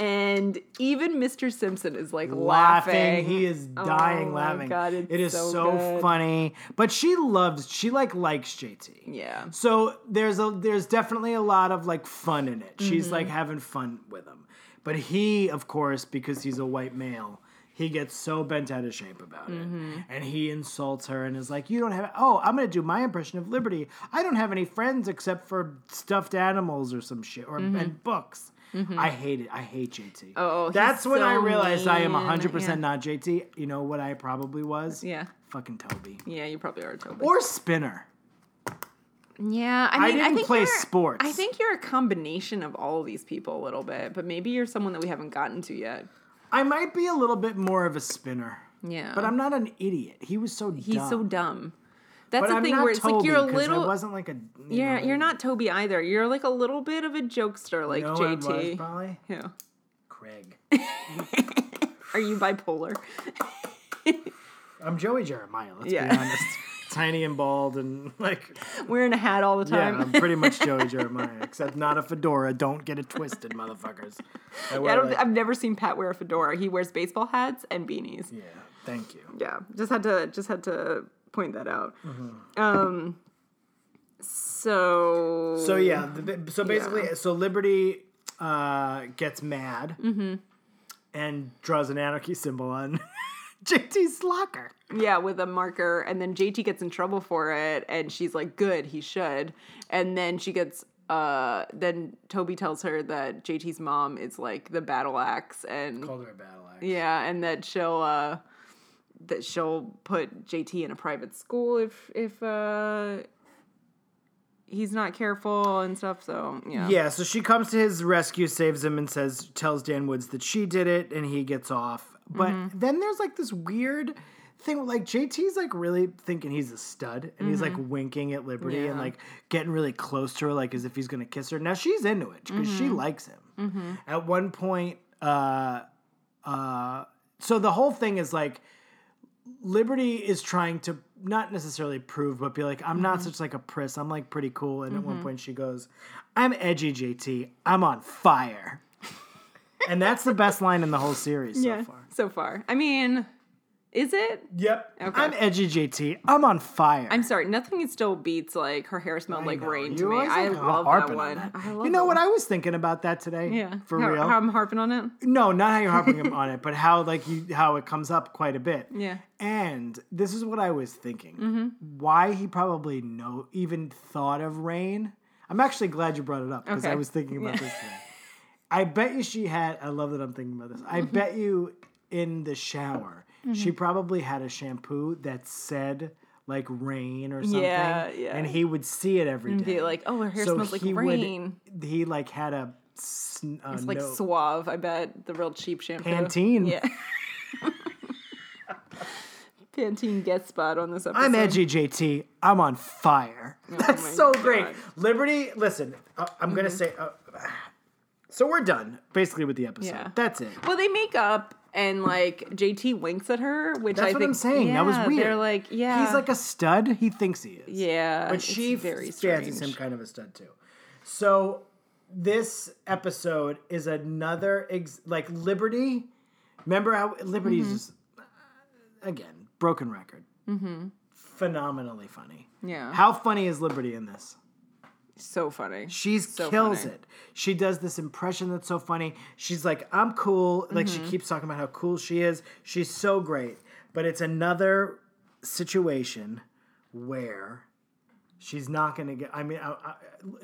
Speaker 1: And even Mr. Simpson is like
Speaker 2: laughing.
Speaker 1: laughing.
Speaker 2: He is
Speaker 1: Oh
Speaker 2: dying
Speaker 1: my
Speaker 2: laughing.
Speaker 1: God, it's
Speaker 2: It is
Speaker 1: so
Speaker 2: so
Speaker 1: good.
Speaker 2: funny. But she loves she like likes JT.
Speaker 1: Yeah.
Speaker 2: So there's a there's definitely a lot of like fun in it.
Speaker 1: Mm-hmm.
Speaker 2: She's like having fun with him. But he, of course, because he's a white male, he gets so bent out of shape about
Speaker 1: Mm-hmm.
Speaker 2: it. And he insults her and is like, "You don't have Oh, I'm going to do my impression of liberty. I don't have any friends except for stuffed animals or some shit
Speaker 1: Mm-hmm.
Speaker 2: or and books." I hate it. I hate JT.
Speaker 1: Oh, he's
Speaker 2: that's when I
Speaker 1: so
Speaker 2: realized I am
Speaker 1: mean.
Speaker 2: 100%
Speaker 1: Yeah.
Speaker 2: not JT. You know what I probably was?
Speaker 1: Yeah.
Speaker 2: Fucking Toby.
Speaker 1: Yeah, you probably are Toby.
Speaker 2: Or Spinner.
Speaker 1: Yeah, I
Speaker 2: I
Speaker 1: mean, I,
Speaker 2: didn't
Speaker 1: think
Speaker 2: play
Speaker 1: you're-
Speaker 2: sports.
Speaker 1: I think you're a combination of all of these people a little bit, but maybe you're someone that we haven't gotten to yet.
Speaker 2: I might be a little bit more of a spinner.
Speaker 1: Yeah,
Speaker 2: But I'm not an idiot. He was so
Speaker 1: he's
Speaker 2: dumb.
Speaker 1: so dumb. That's
Speaker 2: But
Speaker 1: the
Speaker 2: I'm
Speaker 1: thing
Speaker 2: not
Speaker 1: where it's
Speaker 2: Toby
Speaker 1: like you're a
Speaker 2: 'cause I
Speaker 1: little.
Speaker 2: wasn't like a. you
Speaker 1: Yeah,
Speaker 2: know,
Speaker 1: you're not Toby either. You're like a little bit of a jokester, like
Speaker 2: you know what I was
Speaker 1: JT.
Speaker 2: probably
Speaker 1: Yeah.
Speaker 2: Craig.
Speaker 1: Are you bipolar?
Speaker 2: I'm Joey Jeremiah. Let's
Speaker 1: Yeah.
Speaker 2: be honest. tiny and bald and like
Speaker 1: Wearing a hat all the
Speaker 2: yeah,
Speaker 1: time.
Speaker 2: I'm pretty much Joey Jeremiah, except not a fedora. Don't get it twisted, motherfuckers. I
Speaker 1: I
Speaker 2: wear,
Speaker 1: don't,
Speaker 2: like-
Speaker 1: I've never seen Pat wear a fedora. He wears baseball hats and beanies.
Speaker 2: yeah, thank you.
Speaker 1: yeah just had to just had to point that out um
Speaker 2: Mm-hmm.
Speaker 1: so
Speaker 2: So yeah, the, the- so basically, so Liberty uh, gets mad and draws an anarchy symbol on JT's locker.
Speaker 1: yeah with a marker and then jt gets in trouble for it and she's like good he should and then she gets uh then toby tells her that jt's mom is like the battle axe and
Speaker 2: Called her a battle axe.
Speaker 1: yeah and that she'll uh that she'll put jt in a private school if if uh he's not careful and stuff so yeah
Speaker 2: Yeah, so she comes to his rescue, saves him, and says, tells Dan Woods that she did it, and he gets off. But then there's like this weird thing, where, like JT's like really thinking he's a stud, and he's like winking at Liberty and like getting really close to her, like as if he's gonna kiss her. Now she's into it because she likes him. At one point, uh, uh, so the whole thing is like Liberty is trying to not necessarily prove, but be like, I'm not
Speaker 1: Mm-hmm.
Speaker 2: such like a priss. I'm like pretty cool. And at one point she goes, I'm edgy, JT. I'm on fire. and that's the best line in the whole series so far.
Speaker 1: So far. I mean, is it?
Speaker 2: Yep.
Speaker 1: Okay.
Speaker 2: I'm edgy, JT. I'm on fire.
Speaker 1: I'm sorry, nothing still beats like her hair smelled like rain to
Speaker 2: You
Speaker 1: me.
Speaker 2: always,
Speaker 1: I
Speaker 2: like, are
Speaker 1: love that
Speaker 2: harping
Speaker 1: one.
Speaker 2: on that.
Speaker 1: I love
Speaker 2: you know
Speaker 1: that
Speaker 2: what?
Speaker 1: one.
Speaker 2: I was thinking about that today.
Speaker 1: Yeah.
Speaker 2: For
Speaker 1: how,
Speaker 2: real.
Speaker 1: How I'm harping on it.
Speaker 2: no, not how you're harping on it, but how like you how it comes up quite a bit.
Speaker 1: Yeah.
Speaker 2: And this is what I was thinking.
Speaker 1: Mm-hmm.
Speaker 2: Why he probably no even thought of rain. I'm actually glad you brought it up because I
Speaker 1: Okay.
Speaker 2: was thinking about this thing. I bet you she had I love that I'm thinking about this. I
Speaker 1: Mm-hmm.
Speaker 2: bet you in the shower, she probably had a shampoo that said like rain or something.
Speaker 1: Yeah, yeah.
Speaker 2: And he would see it every day.
Speaker 1: Be like, oh, her hair smells like
Speaker 2: he would-
Speaker 1: rain.
Speaker 2: he like had a, sn- a
Speaker 1: it's like
Speaker 2: no-
Speaker 1: suave. I bet the real cheap shampoo.
Speaker 2: Pantene.
Speaker 1: Yeah. Pantene guest spot on this episode.
Speaker 2: I'm edgy, JT. I'm on fire.
Speaker 1: Oh my
Speaker 2: That's so
Speaker 1: God. Mm-hmm.
Speaker 2: great. Liberty, listen, uh, I'm going to say. Uh, so we're done basically with the episode.
Speaker 1: Yeah.
Speaker 2: That's it.
Speaker 1: Well, they make up and like JT winks at her, which I
Speaker 2: That's
Speaker 1: think
Speaker 2: what I'm saying. that was
Speaker 1: yeah,
Speaker 2: weird.
Speaker 1: They're like, yeah,
Speaker 2: He's like a stud. He thinks he is.
Speaker 1: yeah,
Speaker 2: But
Speaker 1: it's
Speaker 2: she
Speaker 1: very
Speaker 2: fancies
Speaker 1: strange.
Speaker 2: him kind of a stud too. So this episode is another ex- like Liberty. Remember how Liberty's just,
Speaker 1: Mm-hmm.
Speaker 2: again broken record. Mm-hmm. Phenomenally funny.
Speaker 1: Yeah.
Speaker 2: How funny is Liberty in this?
Speaker 1: So funny.
Speaker 2: She
Speaker 1: So
Speaker 2: kills
Speaker 1: funny.
Speaker 2: it. She does this impression that's so funny. She's like, I'm cool. Like,
Speaker 1: Mm-hmm.
Speaker 2: she keeps talking about how cool she is. She's so great. But it's another situation where she's not going to get. I mean, I, I,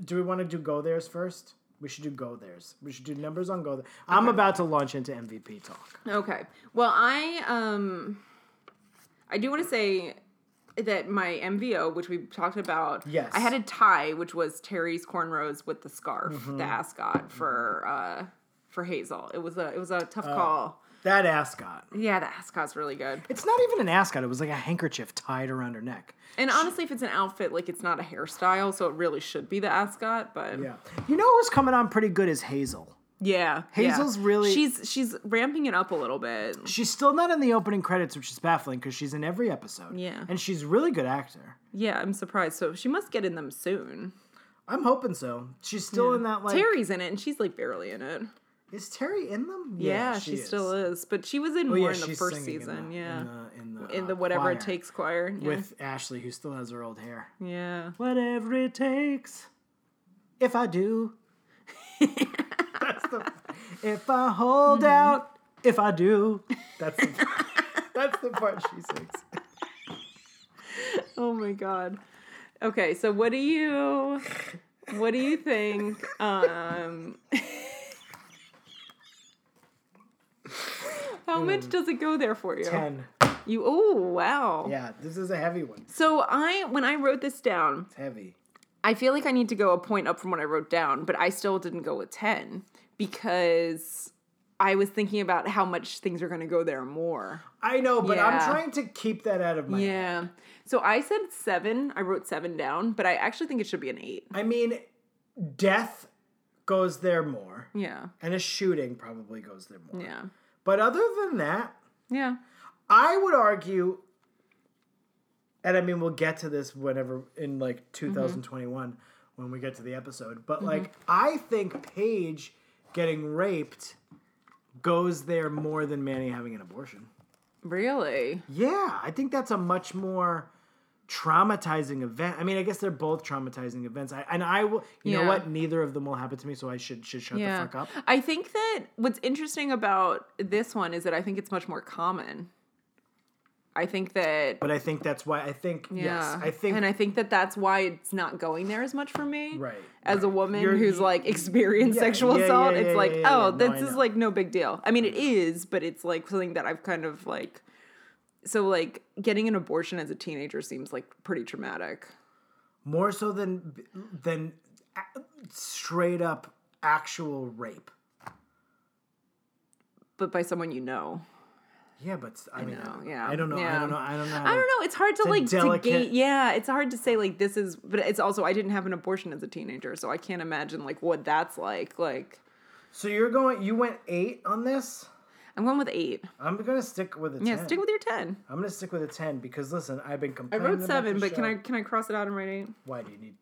Speaker 2: do we want to do go theirs first? We should do go theirs. We should do numbers on go there. I'm about to launch into MVP talk.
Speaker 1: Okay. Well, I um I do want to say that my MVO, which we talked about,
Speaker 2: Yes.
Speaker 1: I had a tie, which was Terry's cornrows with the scarf,
Speaker 2: Mm-hmm.
Speaker 1: the ascot for uh for Hazel. It was a it was a tough
Speaker 2: Uh.
Speaker 1: call.
Speaker 2: That ascot.
Speaker 1: Yeah, the ascot's really good.
Speaker 2: It's not even an ascot. It was like a handkerchief tied around her neck.
Speaker 1: And honestly, if it's an outfit, like it's not a hairstyle, so it really should be the ascot. But
Speaker 2: Yeah. You know who's coming on pretty good is Hazel.
Speaker 1: yeah, yeah.
Speaker 2: Hazel's really-
Speaker 1: she's she's ramping it up a little bit.
Speaker 2: She's still not in the opening credits, which is baffling because she's in every episode.
Speaker 1: Yeah.
Speaker 2: And she's a really good actor.
Speaker 1: Yeah, I'm surprised. So she must get in them soon.
Speaker 2: I'm hoping so. She's still in that like
Speaker 1: Terry's in it, and she's like barely in it.
Speaker 2: Is Terry in them?
Speaker 1: Yeah, she, still is, but she was in
Speaker 2: Oh,
Speaker 1: more
Speaker 2: yeah,
Speaker 1: in the
Speaker 2: she's
Speaker 1: first
Speaker 2: singing in
Speaker 1: season.
Speaker 2: the-
Speaker 1: yeah,
Speaker 2: In the, in the,
Speaker 1: in
Speaker 2: uh,
Speaker 1: the whatever it
Speaker 2: choir
Speaker 1: takes choir. Yeah.
Speaker 2: With Ashley, who still has her old hair.
Speaker 1: yeah,
Speaker 2: Whatever it takes. If I do. That's the if I hold
Speaker 1: Mm-hmm.
Speaker 2: out, if I do. That's the, that's the part she sings.
Speaker 1: oh my god. Okay, so what do you, what do you think? Um, how much does it go there for you?
Speaker 2: Mm. Ten.
Speaker 1: You oh wow.
Speaker 2: Yeah, this is a heavy one. It's
Speaker 1: So I when I wrote this down,
Speaker 2: heavy.
Speaker 1: I feel like I need to go a point up from what I wrote down, but I still didn't go with 10 because I was thinking about how much things are going to go there more.
Speaker 2: I know, but
Speaker 1: Yeah.
Speaker 2: I'm trying to keep that out of my head.
Speaker 1: Yeah. So I said 7. I wrote 7 down, but I actually think it should be an 8.
Speaker 2: I mean, death goes there more,
Speaker 1: Yeah.
Speaker 2: and a shooting probably goes there more.
Speaker 1: Yeah.
Speaker 2: But other than that,
Speaker 1: Yeah.
Speaker 2: I would argue and I mean we'll get to this whenever in
Speaker 1: Mm-hmm.
Speaker 2: like 2021 when we get to the episode. But like I think Paige getting raped goes there more than Manny having an abortion.
Speaker 1: Really?
Speaker 2: Yeah, I think that's a much more traumatizing event. I mean, I guess they're both traumatizing events. I, and I will, you know
Speaker 1: Yeah.
Speaker 2: what? Neither of them will happen to me, so I should should shut
Speaker 1: Yeah.
Speaker 2: the fuck up.
Speaker 1: I think that what's interesting about this one is that I think it's much more common. I think that
Speaker 2: But I think that's why I think
Speaker 1: yeah,
Speaker 2: yes, I think
Speaker 1: and I think that that's why it's not going there as much for me.
Speaker 2: Right,
Speaker 1: As a
Speaker 2: right.
Speaker 1: woman
Speaker 2: You're-
Speaker 1: who's
Speaker 2: you-
Speaker 1: like experienced
Speaker 2: Yeah,
Speaker 1: sexual
Speaker 2: yeah, yeah,
Speaker 1: assault,
Speaker 2: yeah,
Speaker 1: it's
Speaker 2: yeah,
Speaker 1: like,
Speaker 2: yeah, yeah.
Speaker 1: oh,
Speaker 2: No, I
Speaker 1: this is
Speaker 2: know. Mm-hmm.
Speaker 1: like no big deal. I mean, it is, but it's like something that I've kind of like. So like getting an abortion as a teenager seems like pretty traumatic.
Speaker 2: more so than than a- straight up actual rape.
Speaker 1: But by someone you know,
Speaker 2: Yeah, but I, mean,
Speaker 1: know, yeah,
Speaker 2: I don't know. I
Speaker 1: yeah.
Speaker 2: don't know. I don't know. how
Speaker 1: I
Speaker 2: to-
Speaker 1: don't know. It's hard to
Speaker 2: a
Speaker 1: like
Speaker 2: delicate-
Speaker 1: to gate. Yeah, it's hard to say like this is. But it's also I didn't have an abortion as a teenager, so I can't imagine like what that's like. Like
Speaker 2: So you're going. You went eight on this.
Speaker 1: I'm going with eight.
Speaker 2: I'm gonna stick with a ten.
Speaker 1: Yeah, stick with your ten.
Speaker 2: I'm gonna stick with a ten because listen, I've been
Speaker 1: I
Speaker 2: complaining.
Speaker 1: wrote
Speaker 2: about
Speaker 1: seven,
Speaker 2: this
Speaker 1: but can
Speaker 2: show.
Speaker 1: I can I cross it out and write eight?
Speaker 2: Why do you need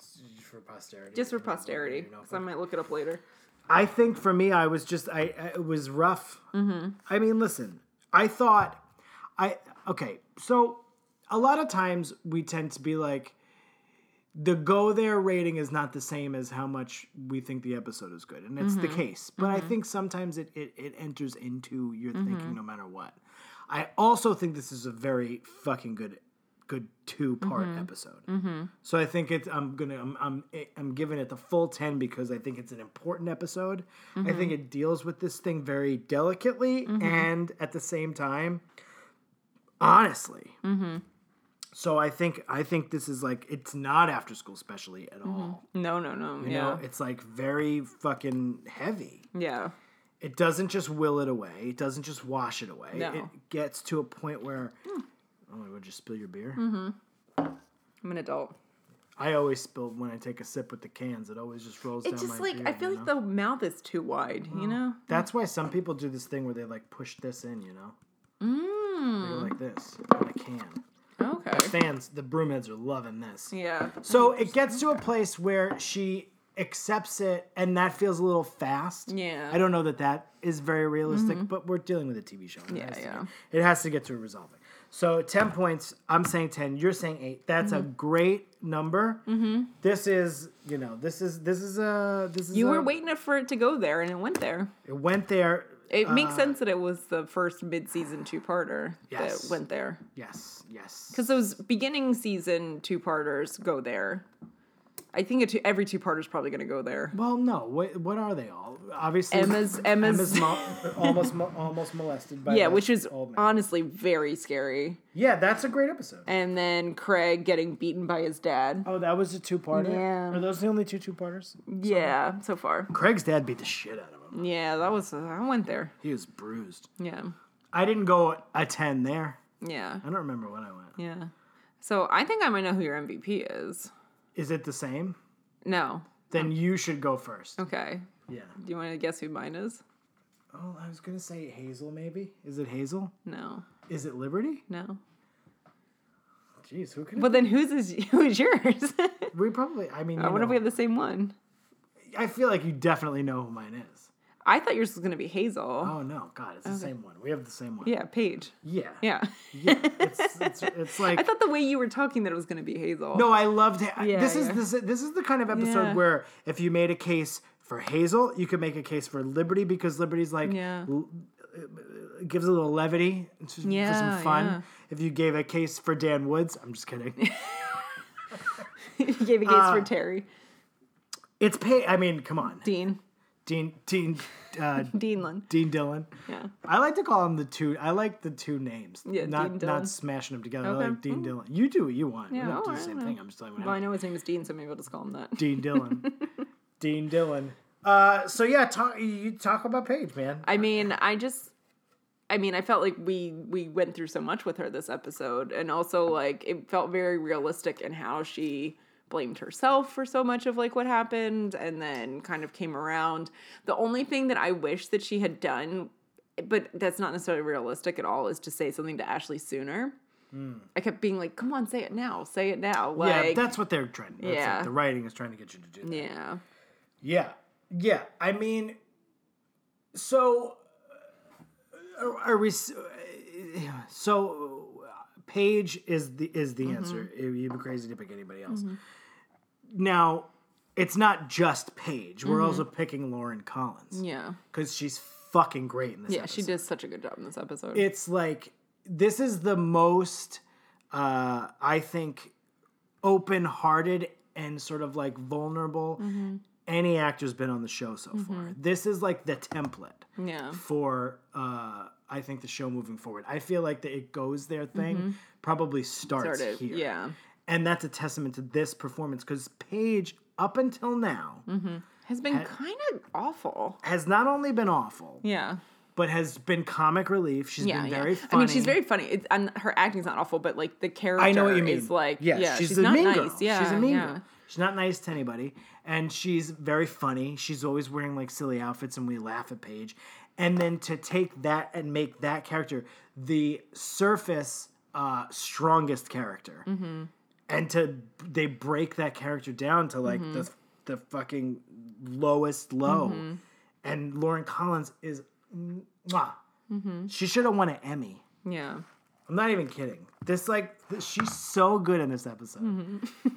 Speaker 2: for posterity?
Speaker 1: Just for
Speaker 2: You know,
Speaker 1: posterity,
Speaker 2: you know,
Speaker 1: because I might look it up later.
Speaker 2: I think for me, I was just I, I it was rough. Mm-hmm. I mean, listen, I thought I okay. So a lot of times we tend to be like the go there rating is not the same as how much we think the episode is good, and it's
Speaker 1: Mm-hmm.
Speaker 2: the case. But I think sometimes it it, it enters into your
Speaker 1: Mm-hmm.
Speaker 2: thinking no matter what. I also think this is a very fucking good good two part
Speaker 1: Mm-hmm.
Speaker 2: episode. So I think it's I'm gonna I'm I'm I'm giving it the full ten because I think it's an important episode. I
Speaker 1: Mm-hmm.
Speaker 2: think it deals with this thing very delicately and at the same time, honestly.
Speaker 1: Mm-hmm.
Speaker 2: So I think I think this is like it's not after school specially at all.
Speaker 1: No, no, no.
Speaker 2: You
Speaker 1: Mm-hmm. yeah,
Speaker 2: know, it's like very fucking heavy.
Speaker 1: yeah,
Speaker 2: It doesn't just will it away. It doesn't just wash it away.
Speaker 1: No. Hmm.
Speaker 2: It gets to a point where oh, would you just spill your beer?
Speaker 1: I'm an adult.
Speaker 2: I always spill when I take a sip with the cans. It always just rolls down
Speaker 1: It's just
Speaker 2: my
Speaker 1: like
Speaker 2: beard,
Speaker 1: I feel
Speaker 2: you
Speaker 1: like
Speaker 2: know?
Speaker 1: the mouth is too wide. You know.
Speaker 2: That's why some people do this thing where they like push this in, you know? They
Speaker 1: Mm,
Speaker 2: go like this in a can.
Speaker 1: okay.
Speaker 2: Fans, the broomheads are loving this.
Speaker 1: Yeah.
Speaker 2: So it gets to a place where she accepts it, and that feels a little fast.
Speaker 1: Yeah. Mm-hmm.
Speaker 2: I don't know that that is very realistic, but we're dealing with a TV show. and it
Speaker 1: Yeah,
Speaker 2: has to
Speaker 1: yeah.
Speaker 2: get- it has to get to a resolving. So ten points. I'm saying ten. You're saying eight. That's
Speaker 1: Mm-hmm.
Speaker 2: a great number. This is, you know, this is this is a this is
Speaker 1: You
Speaker 2: a,
Speaker 1: were waiting for it to go there, and it went there.
Speaker 2: It went there.
Speaker 1: It makes sense that it was the first mid-season two-parter
Speaker 2: Yes.
Speaker 1: that went there,
Speaker 2: Yes. Yes.
Speaker 1: because those beginning season two-parters go there. I think a two, every two-parter is probably going to go there.
Speaker 2: Well, no. What what are they all? Obviously,
Speaker 1: Emma's- Emma's-
Speaker 2: mo- almost mo- almost molested by
Speaker 1: Yeah,
Speaker 2: the
Speaker 1: which is
Speaker 2: old man.
Speaker 1: honestly very scary.
Speaker 2: yeah. That's a great episode.
Speaker 1: And then Craig getting beaten by his dad.
Speaker 2: Oh, that was a two parter.
Speaker 1: Yeah.
Speaker 2: Are those the only two two parters?
Speaker 1: yeah, so far.
Speaker 2: Craig's dad beat the shit out of him.
Speaker 1: Yeah, that was I went there.
Speaker 2: He was bruised.
Speaker 1: Yeah,
Speaker 2: I didn't go a ten there.
Speaker 1: yeah,
Speaker 2: I don't remember when I went.
Speaker 1: yeah. So I think I might know who your MVP is.
Speaker 2: Is it the same?
Speaker 1: No,
Speaker 2: Then you should go first.
Speaker 1: okay.
Speaker 2: Yeah.
Speaker 1: Do you want to guess who mine is?
Speaker 2: Oh, I was gonna say Hazel. Maybe is it Hazel?
Speaker 1: No,
Speaker 2: Is it Liberty?
Speaker 1: no.
Speaker 2: Jeez, who could?
Speaker 1: Well, then whose is who's yours?
Speaker 2: We probably. I mean,
Speaker 1: I
Speaker 2: you
Speaker 1: wonder if we
Speaker 2: know,
Speaker 1: have the same one.
Speaker 2: I feel like you definitely know who mine is.
Speaker 1: I thought yours was gonna be Hazel.
Speaker 2: Oh no, God, it's the same one. We have the same one.
Speaker 1: Yeah, Paige.
Speaker 2: Yeah.
Speaker 1: Yeah.
Speaker 2: Yeah. It's, it's, it's like
Speaker 1: I thought the way you were talking that it was gonna be Hazel.
Speaker 2: no, I loved it.
Speaker 1: Yeah,
Speaker 2: this is
Speaker 1: yeah.
Speaker 2: this is- this is the kind of episode
Speaker 1: Yeah.
Speaker 2: where if you made a case for Hazel, you could make a case for Liberty because Liberty's like
Speaker 1: Yeah.
Speaker 2: l- uh, gives a little levity to, for
Speaker 1: Yeah,
Speaker 2: some fun.
Speaker 1: yeah.
Speaker 2: If you gave a case for Dan Woods, I'm just kidding.
Speaker 1: you gave a case for
Speaker 2: Ah.
Speaker 1: Terry.
Speaker 2: it's pay. I mean, come on,
Speaker 1: Dean.
Speaker 2: Dean Dean uh,
Speaker 1: Deanlin.
Speaker 2: Dean Dillon.
Speaker 1: Yeah.
Speaker 2: I like to call him the two. I like the two names.
Speaker 1: Yeah,
Speaker 2: not
Speaker 1: Dean Dillon.
Speaker 2: not smashing them together. I
Speaker 1: Okay. Mm.
Speaker 2: like Dean Dillon. You do what you want.
Speaker 1: Yeah,
Speaker 2: we don't do the
Speaker 1: alright,
Speaker 2: same
Speaker 1: well.
Speaker 2: thing. I'm just telling you.
Speaker 1: Well, I know his name is Dean, so maybe I'll just call him that.
Speaker 2: Dean Dillon. Dean Dillon. Uh, so yeah, talk you talk about Paige, man.
Speaker 1: I mean, I just I mean, I felt like we we went through so much with her this episode and also like it felt very realistic in how she blamed herself for so much of like what happened and then kind of came around. The only thing that I wish that she had done but that's not necessarily realistic at all is to say something to Ashley sooner I kept being like, "Come on, say it now, say it now." Like,
Speaker 2: Hmm. yeah, that's what they're trying. That's yeah,
Speaker 1: Yeah.
Speaker 2: the writing is trying to get you to do. That.
Speaker 1: yeah.
Speaker 2: Yeah, yeah. I mean, so uh, are, are we? s- uh, So uh, Paige is the is
Speaker 1: Mm-hmm.
Speaker 2: the answer. It- You'd be crazy to pick anybody else. Now, it's not just Paige. We're also picking Lauren Collins
Speaker 1: Mm-hmm. Yeah.
Speaker 2: because she's fucking great in this.
Speaker 1: Yeah,
Speaker 2: episode.
Speaker 1: she does such a good job in this episode.
Speaker 2: It's like this is the most uh I think open-hearted and sort of like vulnerable
Speaker 1: Mm-hmm.
Speaker 2: any actor's been on the show so far. This is like the template
Speaker 1: yeah.
Speaker 2: for uh I think the show moving forward. I feel like the it goes there thing probably starts
Speaker 1: Mm-hmm. Started.
Speaker 2: here.
Speaker 1: Yeah.
Speaker 2: And that's a testament to this performance cuz Paige up until now
Speaker 1: Mm-hmm. Has been kind of awful.
Speaker 2: has not only been awful
Speaker 1: Yeah.
Speaker 2: but has been comic relief. She's
Speaker 1: Yeah.
Speaker 2: been
Speaker 1: yeah.
Speaker 2: very
Speaker 1: I mean, she's
Speaker 2: funny.
Speaker 1: very funny. It's, and her acting's not awful, but like the character
Speaker 2: I know what you mean.
Speaker 1: is like,
Speaker 2: yeah,
Speaker 1: she's,
Speaker 2: she's, a
Speaker 1: not
Speaker 2: mean
Speaker 1: nice.
Speaker 2: girl.
Speaker 1: Yeah.
Speaker 2: she's a mean
Speaker 1: yeah.
Speaker 2: girl. She's not nice to anybody, and she's very funny. She's always wearing like silly outfits, and we laugh at Paige. And then to take that and make that character the surface uh, strongest character,
Speaker 1: Mm-hmm.
Speaker 2: and to they break that character down to like
Speaker 1: Mm-hmm.
Speaker 2: the the fucking lowest low,
Speaker 1: Mm-hmm.
Speaker 2: and Lauren Collins is, mwah.
Speaker 1: Mm-hmm.
Speaker 2: she should have won an Emmy.
Speaker 1: Yeah.
Speaker 2: I'm not even kidding. This like th- she's so good in this episode.
Speaker 1: Mm-hmm.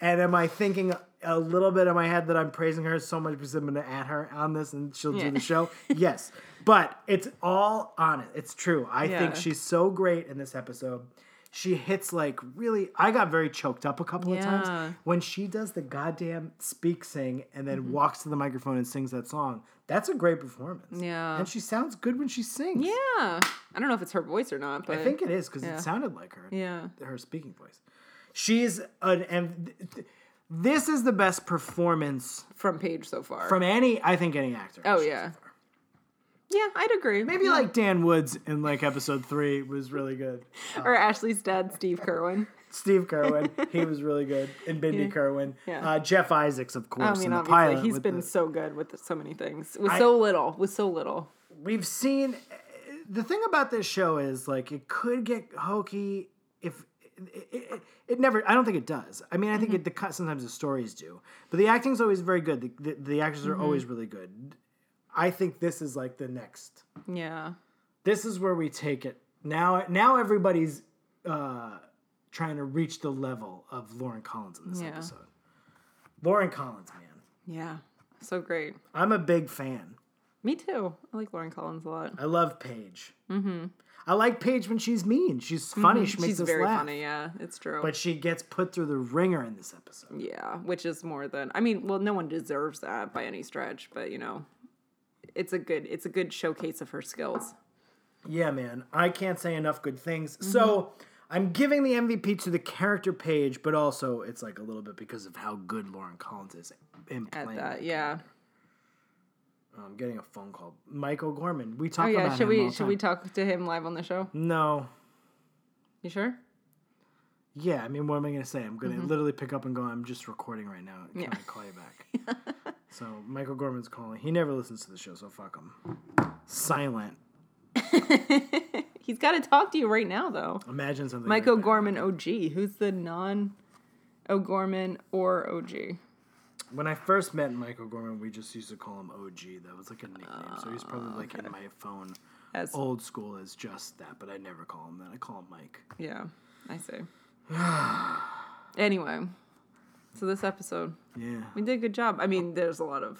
Speaker 2: and am I thinking a little bit in my head that I'm praising her so much because I'm gonna at her on this and she'll
Speaker 1: Yeah.
Speaker 2: do the show? yes. But it's all honest. It's true. I
Speaker 1: Yeah.
Speaker 2: think she's so great in this episode. She hits like really I got very choked up a couple of
Speaker 1: Yeah.
Speaker 2: times. When she does the goddamn speak sing and then
Speaker 1: Mm-hmm.
Speaker 2: walks to the microphone and sings that song, that's a great performance.
Speaker 1: Yeah.
Speaker 2: And she sounds good when she sings.
Speaker 1: Yeah. I don't know if it's her voice or not, but
Speaker 2: I think it is because
Speaker 1: Yeah.
Speaker 2: it sounded like her
Speaker 1: yeah.
Speaker 2: her speaking voice. She's an and th- th- this is the best performance
Speaker 1: From Paige so far.
Speaker 2: from any I think any actor.
Speaker 1: oh, yeah. Yeah, I'd agree.
Speaker 2: Maybe like Dan Woods in like episode three was really good.
Speaker 1: or Ashley's dad, Steve Kerwin.
Speaker 2: Steve Kerwin, he was really good, and Bindi Kerwin,
Speaker 1: Yeah.
Speaker 2: uh, Jeff Isaacs, of course,
Speaker 1: I mean,
Speaker 2: in the
Speaker 1: obviously,
Speaker 2: pilot.
Speaker 1: he's
Speaker 2: with
Speaker 1: been
Speaker 2: the-
Speaker 1: so good with so many things. With so little. With so little.
Speaker 2: we've seen the thing about this show is like it could get hokey if it, it, it never i don't think it does i mean i think it, the cut sometimes the stories do but the acting's always very good the, the, the actors are always really good i think this is like the next
Speaker 1: Yeah.
Speaker 2: this is where we take it now now everybody's uh trying to reach the level of lauren collins in this
Speaker 1: Yeah.
Speaker 2: episode lauren collins man
Speaker 1: Yeah. So great.
Speaker 2: i'm a big fan
Speaker 1: Me too. I like Lauren Collins a lot.
Speaker 2: I love Paige. Mm-hmm. I like Paige when she's mean. She's funny. She makes
Speaker 1: Mm-hmm. She's
Speaker 2: us
Speaker 1: very
Speaker 2: laugh.
Speaker 1: funny. Yeah, it's true.
Speaker 2: But she gets put through the ringer in this episode.
Speaker 1: yeah, which is more than I mean. Well, no one deserves that by any stretch, but you know, it's a good it's a good showcase of her skills.
Speaker 2: Yeah, man. I can't say enough good things.
Speaker 1: Mm-hmm.
Speaker 2: So I'm giving the MVP to the character Paige, but also it's like a little bit because of how good Lauren Collins is in
Speaker 1: At
Speaker 2: playing.
Speaker 1: that, yeah.
Speaker 2: I'm getting a phone call. Michael Gorman. We
Speaker 1: Oh
Speaker 2: talk
Speaker 1: yeah.
Speaker 2: about
Speaker 1: Should
Speaker 2: him all
Speaker 1: we
Speaker 2: the
Speaker 1: should we
Speaker 2: time.
Speaker 1: talk to him live on the show?
Speaker 2: No.
Speaker 1: You sure?
Speaker 2: Yeah, I mean, what am I going to say? I'm going to literally pick up and go, I'm just recording right now. Can I call you back? so Michael Gorman's calling. He never listens to the show, so fuck him. Silent.
Speaker 1: He's got to talk to you right now, though.
Speaker 2: Imagine something.
Speaker 1: Michael
Speaker 2: like
Speaker 1: Gorman OG. Who's the non O'Gorman or OG?
Speaker 2: that. When I first met Michael Gorman, we just used to call him OG. That was like a nickname. so he's probably like in my phone.
Speaker 1: As
Speaker 2: Old school is just that, but I never call him that. I call him Mike.
Speaker 1: yeah, I see. anyway, so this episode.
Speaker 2: Yeah.
Speaker 1: We did a good job. I mean, there's a lot of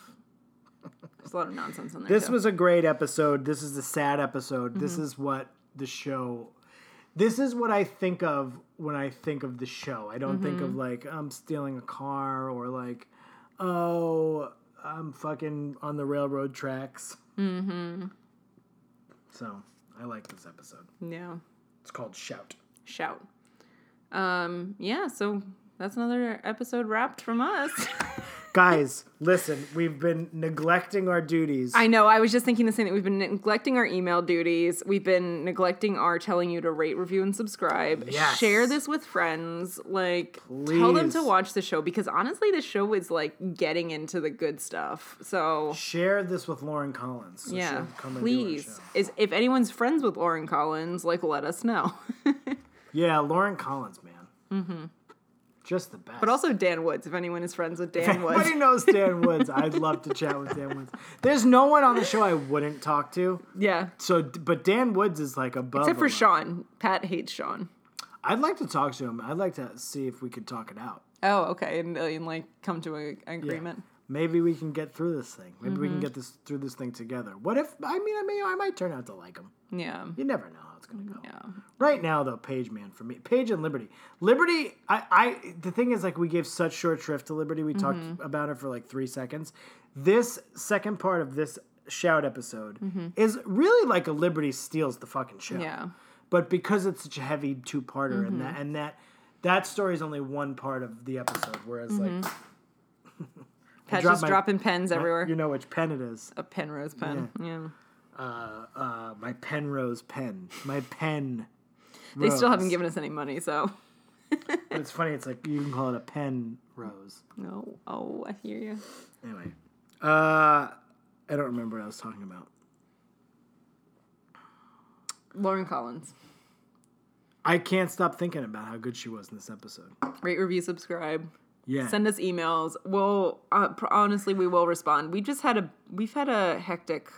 Speaker 1: there's a lot of nonsense in there.
Speaker 2: This
Speaker 1: too.
Speaker 2: was a great episode. This is a sad episode. This
Speaker 1: Mm-hmm.
Speaker 2: is what the show. This is what I think of when I think of the show. I don't think
Speaker 1: Mm-hmm.
Speaker 2: of like I'm stealing a car or like, oh, I'm fucking on the railroad tracks. Mm-hmm. So I like this episode.
Speaker 1: yeah.
Speaker 2: It's called Shout.
Speaker 1: Shout. Um. Yeah. So that's another episode wrapped from us.
Speaker 2: Guys, listen, we've been neglecting our duties.
Speaker 1: I know. I was just thinking the same thing. We've been neglecting our email duties. We've been neglecting our telling you to rate, review, and subscribe.
Speaker 2: Yes.
Speaker 1: Share this with friends. Like, tell them to
Speaker 2: Please.
Speaker 1: watch the show because honestly, the show is like getting into the good stuff. So
Speaker 2: Share this with Lauren Collins. so
Speaker 1: yeah,
Speaker 2: she'll come and do our
Speaker 1: please.
Speaker 2: show.
Speaker 1: Is if anyone's friends with Lauren Collins, like, let us know.
Speaker 2: Yeah, Lauren Collins, man. Mm-hmm. Just the best.
Speaker 1: But also Dan Woods, if anyone is friends with Dan Woods.
Speaker 2: Everybody knows Dan Woods. I'd love to chat with Dan Woods. There's no one on the show I wouldn't talk to.
Speaker 1: yeah.
Speaker 2: So, but Dan Woods is like above.
Speaker 1: Except for
Speaker 2: a lot.
Speaker 1: Sean. Pat hates Sean.
Speaker 2: I'd like to talk to him. I'd like to see if we could talk it out.
Speaker 1: Oh, okay. And, and like come to a, an
Speaker 2: Yeah.
Speaker 1: agreement.
Speaker 2: Maybe we can get through this thing. Maybe we
Speaker 1: Mm-hmm.
Speaker 2: can get this through this thing together. What if? I mean, I may, I might turn out to like him.
Speaker 1: Yeah.
Speaker 2: You never know how it's gonna go.
Speaker 1: Yeah.
Speaker 2: Right now, though, Page man for me, Page and Liberty. Liberty, I, I, the thing is, like, we gave such short shrift to Liberty. We talked about it for like three seconds. This second part of this shout episode is really like a Liberty steals the fucking show.
Speaker 1: Yeah.
Speaker 2: But because it's such a heavy two parter, and that and that that story is only one part of the episode, whereas like
Speaker 1: Pat's
Speaker 2: dropped
Speaker 1: just
Speaker 2: my-
Speaker 1: dropping pens everywhere.
Speaker 2: you know which pen it is.
Speaker 1: a Penrose pen. Yeah.
Speaker 2: Uh, uh, my Penrose pen, my pen.
Speaker 1: They still
Speaker 2: Rose.
Speaker 1: haven't given us any money, so.
Speaker 2: But it's funny. It's like you can call it a pen rose.
Speaker 1: No. Oh, I hear you.
Speaker 2: Anyway, uh, I don't remember what I was talking about.
Speaker 1: Lauren Collins.
Speaker 2: I can't stop thinking about how good she was in this episode.
Speaker 1: Rate, review, subscribe.
Speaker 2: Yeah,
Speaker 1: Send us emails. We'll uh, pr- honestly, we will respond. We just had a we've had a hectic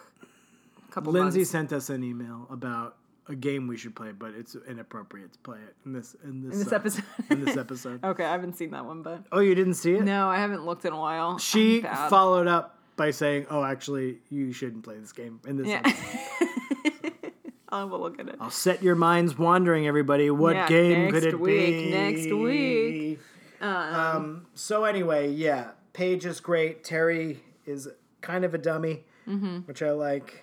Speaker 1: couple
Speaker 2: Lindsay
Speaker 1: months.
Speaker 2: sent us an email about a game we should play, but it's inappropriate to play it in this in this,
Speaker 1: In this
Speaker 2: uh,
Speaker 1: episode.
Speaker 2: in this episode.
Speaker 1: okay, I haven't seen that one, but
Speaker 2: Oh, you didn't see it?
Speaker 1: no, I haven't looked in a while.
Speaker 2: She
Speaker 1: I'm bad.
Speaker 2: followed up by saying, "Oh, actually, you shouldn't play this game in this."
Speaker 1: Yeah.
Speaker 2: episode.
Speaker 1: I will look at it.
Speaker 2: I'll set your minds wandering, everybody. What
Speaker 1: Yeah,
Speaker 2: game
Speaker 1: next
Speaker 2: could it
Speaker 1: week,
Speaker 2: be?
Speaker 1: next week.
Speaker 2: Um, so anyway, yeah, Paige is great. Terry is kind of a dummy,
Speaker 1: Mm-hmm.
Speaker 2: which I like.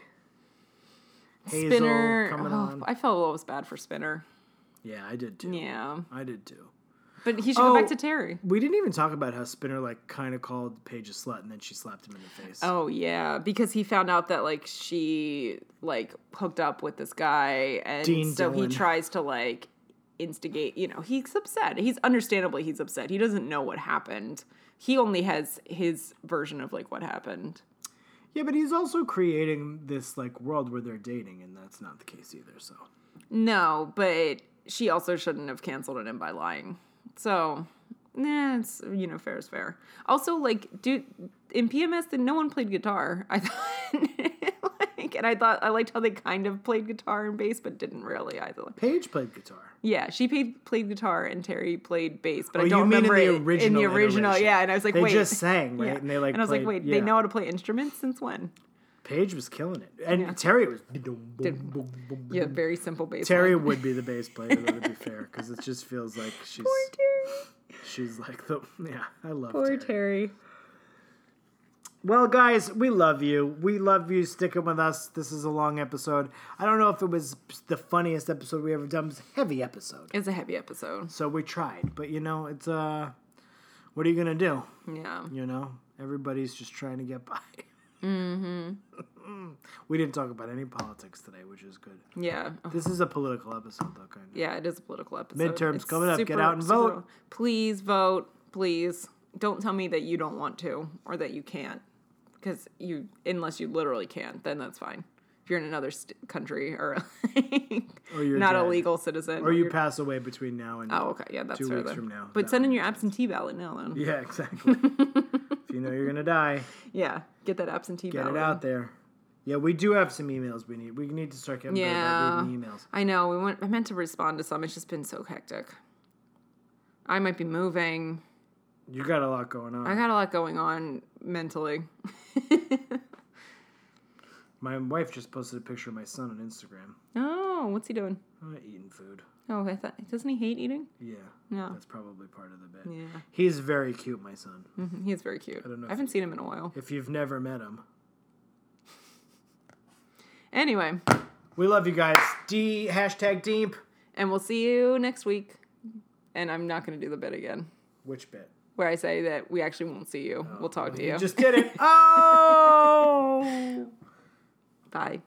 Speaker 2: Hazel
Speaker 1: Spinner.
Speaker 2: coming
Speaker 1: oh,
Speaker 2: on.
Speaker 1: I felt a little bad for Spinner.
Speaker 2: Yeah, I did too.
Speaker 1: Yeah,
Speaker 2: I did too.
Speaker 1: but he should go
Speaker 2: Oh.
Speaker 1: back to Terry.
Speaker 2: We didn't even talk about how Spinner like kind of called Paige a slut and then she slapped him in the face.
Speaker 1: Oh yeah, because he found out that like she like hooked up with this guy, and
Speaker 2: Dean
Speaker 1: so
Speaker 2: Dillon.
Speaker 1: he tries to like instigate. You know, he's upset. He's understandably he's upset. He doesn't know what happened. He only has his version of like what happened.
Speaker 2: Yeah, but he's also creating this like world where they're dating, and that's not the case either. So
Speaker 1: No, but she also shouldn't have canceled it him by lying. So, nah, it's you know fair is fair. Also, like, dude, in PMS, then no one played guitar. I thought, like, and I thought I liked how they kind of played guitar and bass, but didn't really either.
Speaker 2: Paige played guitar.
Speaker 1: Yeah, she played played guitar and Terry played bass, but
Speaker 2: Oh,
Speaker 1: I
Speaker 2: you
Speaker 1: don't
Speaker 2: mean in
Speaker 1: remember
Speaker 2: the
Speaker 1: it-
Speaker 2: original
Speaker 1: In the original,
Speaker 2: iteration.
Speaker 1: yeah, and I was like,
Speaker 2: They
Speaker 1: wait,
Speaker 2: just sang, right? And they, like,
Speaker 1: and I was like,
Speaker 2: played-
Speaker 1: wait,
Speaker 2: yeah.
Speaker 1: they know how to play instruments since when?
Speaker 2: Paige was killing it, and Terry was.
Speaker 1: Yeah, very simple bass.
Speaker 2: Terry
Speaker 1: line.
Speaker 2: would be the bass player, though, to be fair, because it just feels like she's
Speaker 1: Terry.
Speaker 2: she's like the yeah. I love
Speaker 1: Poor
Speaker 2: Terry.
Speaker 1: Terry.
Speaker 2: Well, guys, we love you. We love you sticking with us. This is a long episode. I don't know if it was the funniest episode we ever done. It was a heavy episode,
Speaker 1: It's a heavy episode.
Speaker 2: so we tried, but you know, it's uh, what are you gonna do?
Speaker 1: Yeah.
Speaker 2: You know, everybody's just trying to get by. Mm-hmm.
Speaker 1: Mm-hmm.
Speaker 2: we didn't talk about any politics today, which is good.
Speaker 1: Yeah. oh,
Speaker 2: This is a political episode, though, kind of.
Speaker 1: Yeah, it is a political episode.
Speaker 2: Midterms
Speaker 1: It's
Speaker 2: coming up. Get out and vote.
Speaker 1: Please vote. Please. Don't tell me that you don't want to or that you can't. Because you, unless you literally can't, then that's fine. If you're in another st- country or,
Speaker 2: Or you're
Speaker 1: not a
Speaker 2: dead.
Speaker 1: legal citizen,
Speaker 2: Or you
Speaker 1: you're-
Speaker 2: pass away between now and
Speaker 1: Oh, okay. Yeah, that's
Speaker 2: two
Speaker 1: fair
Speaker 2: weeks
Speaker 1: then.
Speaker 2: from now.
Speaker 1: But
Speaker 2: That
Speaker 1: send
Speaker 2: would
Speaker 1: in your absentee ballot now then. Yeah,
Speaker 2: Yeah, exactly. if you know you're gonna die,
Speaker 1: get that absentee
Speaker 2: get
Speaker 1: ballot.
Speaker 2: it out there. Yeah, we do have some emails we need. We need to start getting better
Speaker 1: Yeah.
Speaker 2: about reading emails.
Speaker 1: I know. We went, I meant to respond to some. It's just been so hectic. I might be moving.
Speaker 2: You got a lot going on.
Speaker 1: I got a lot going on mentally.
Speaker 2: my wife just posted a picture of my son on Instagram.
Speaker 1: Oh, what's he doing?
Speaker 2: Uh, eating food.
Speaker 1: Oh, I thought doesn't he hate eating?
Speaker 2: Yeah.
Speaker 1: No.
Speaker 2: That's probably part of the bit.
Speaker 1: Yeah.
Speaker 2: He's very cute, my son.
Speaker 1: Mhm, He is very cute. I,
Speaker 2: don't know if
Speaker 1: haven't seen him in a while.
Speaker 2: If you've never met him,
Speaker 1: Anyway,
Speaker 2: we love you guys. D hashtag deep.
Speaker 1: and we'll see you next week. And I'm not going to do the bit again
Speaker 2: Which bit?
Speaker 1: where I say that we actually won't
Speaker 2: Oh.
Speaker 1: see you. we'll talk to you.
Speaker 2: Just did it. Oh.
Speaker 1: Bye.